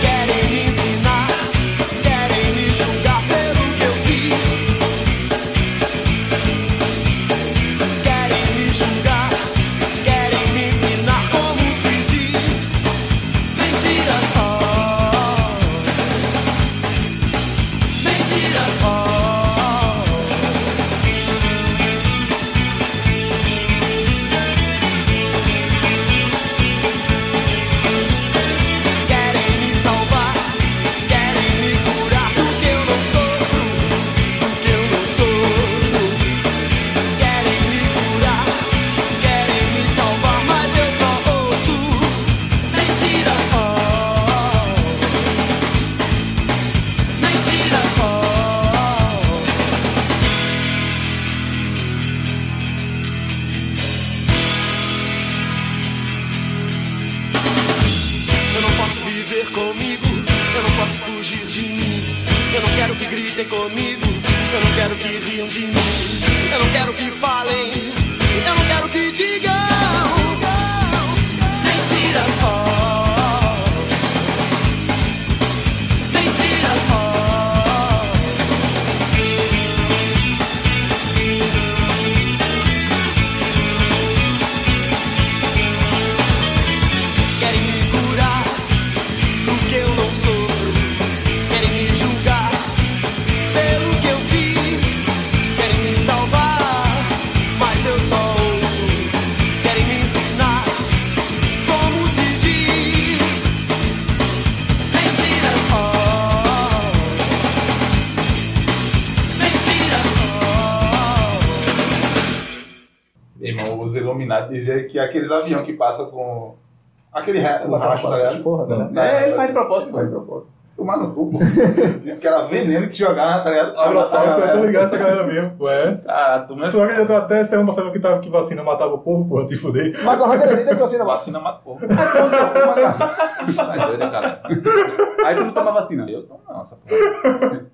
Speaker 5: Querem me ensinar, querem me julgar pelo que eu fiz. Querem me julgar, querem me ensinar como se diz. Mentira só, mentira só. Querem me salvar, querem me curar do que eu não sofro, do que eu não sofro. Querem me curar, querem me salvar, mas eu só ouço mentira só, mentira só. Eu não posso viver comigo, eu não posso fugir de mim. Eu não quero que gritem comigo, eu não quero que riam de mim. Eu não quero que falem, eu não quero que digam. Mentira só. Mentira só. Querem me curar do que eu não sofro. Querem me julgar pelo que eu fiz. Querem me salvar, mas eu só ouço. Querem me ensinar como se diz. Mentiras só. Mentiras só.
Speaker 6: Meu irmão, os Illuminati diziam que aqueles aviões que passam com. Aquele ré, o racho, tá ligado?
Speaker 3: Porra, né?
Speaker 2: É, ele faz de propósito, pô.
Speaker 6: Tomar no cu, pô. Disse que era veneno que jogava, tá ligado? Pra
Speaker 1: Agora
Speaker 6: matar a
Speaker 1: tá,
Speaker 6: galera.
Speaker 1: tô ligado essa galera mesmo. Ué.
Speaker 4: Cara, tu não é
Speaker 1: Tu acredita até se é uma pessoa que, tava, que vacina matava o povo, porra, te fuder.
Speaker 3: Mas a Rocket Elite é que eu assino a
Speaker 4: vacina, mas porra. Tá doido, cara.
Speaker 2: Aí tu não toma vacina.
Speaker 4: Eu tomo não, essa porra.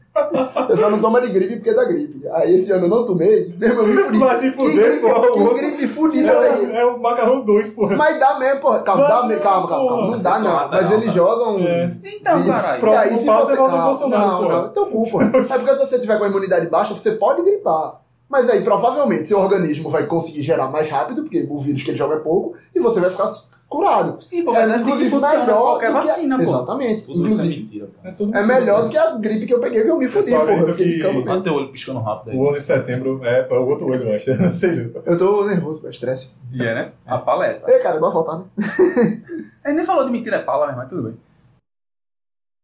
Speaker 3: Eu só não tomo de gripe porque dá gripe. Aí esse ano eu não tomei, mesmo eu me fudi.
Speaker 1: Mas de fuder,
Speaker 3: que gripe,
Speaker 1: porra, o
Speaker 3: Que
Speaker 1: outro-
Speaker 3: gripe fudida eu peguei.
Speaker 1: É, é o macarrão 2, porra.
Speaker 3: Mas dá mesmo, porra. Calma,
Speaker 1: Dá
Speaker 3: dá mesmo, calma, calma,
Speaker 1: porra.
Speaker 3: calma. Não dá não.
Speaker 4: Não,
Speaker 3: Mas
Speaker 4: não,
Speaker 3: eles
Speaker 4: não.
Speaker 3: jogam.
Speaker 1: É.
Speaker 2: Então, caralho.
Speaker 3: E
Speaker 1: Próximo
Speaker 3: aí se
Speaker 1: passo
Speaker 3: você.
Speaker 1: é votar no
Speaker 3: Ah,
Speaker 1: Bolsonaro,
Speaker 3: não,
Speaker 1: porra.
Speaker 3: não, teu cu, porra. É porque se você tiver com a imunidade baixa, você pode gripar. Mas aí provavelmente seu organismo vai conseguir gerar mais rápido, porque o vírus que ele joga é pouco, e você vai ficar curado.
Speaker 2: Sim, pô, mas é assim que funciona qualquer
Speaker 3: do que a-
Speaker 2: vacina, pô.
Speaker 3: Exatamente.
Speaker 4: Tudo isso é
Speaker 3: Inclusive,
Speaker 4: mentira, pô.
Speaker 1: todo
Speaker 3: é
Speaker 1: mundo-
Speaker 3: melhor do que a gripe que eu peguei, que eu me fudi,
Speaker 1: Pessoal,
Speaker 3: porra. Eu
Speaker 1: acredito
Speaker 3: fiquei de
Speaker 1: que-
Speaker 3: cama
Speaker 4: Olha teu olho piscando rápido aí.
Speaker 1: O 11 de setembro é para o outro olho, eu acho. Não sei não.
Speaker 3: Eu tô nervoso, pô, estresse.
Speaker 2: E é, né? A palestra.
Speaker 3: Ei, cara, bora voltar, né?
Speaker 2: Ele nem falou de mentira é pala, mas tudo bem.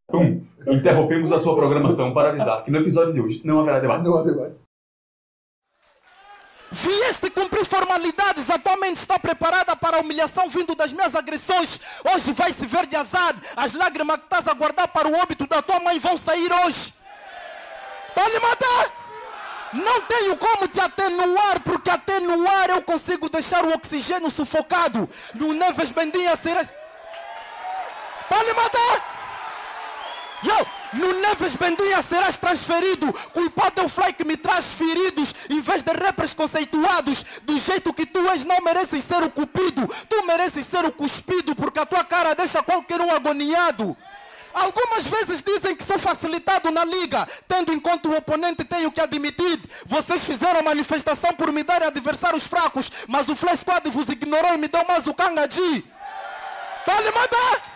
Speaker 2: Pum. Interrompemos a sua programação para avisar que no episódio de hoje não haverá debate.
Speaker 3: Não, agora.
Speaker 7: Vieste cumprir formalidades, a tua mente está preparada para a humilhação vindo das minhas agressões. Hoje vai se ver de azar, as lágrimas que estás a guardar para o óbito da tua mãe vão sair hoje. Para lhe matar? Não tenho como te atenuar, porque atenuar deixar o oxigênio sufocado. No Neves Bendinha serás. Pode matar! Yo, no Neves Bendinha serás transferido. Culpado é o fly que me traz feridos. Em vez de rappers conceituados, do jeito que tu és, não mereces ser o cupido. Tu mereces ser o cuspido, porque a tua cara deixa qualquer um agoniado. Algumas vezes dizem que sou facilitado na liga, tendo em conta o oponente, tenho que admitir. Vocês fizeram manifestação por me darem adversários fracos, mas o Fly Squad vos ignorou e me deu mais o Kanga G. Pode matar!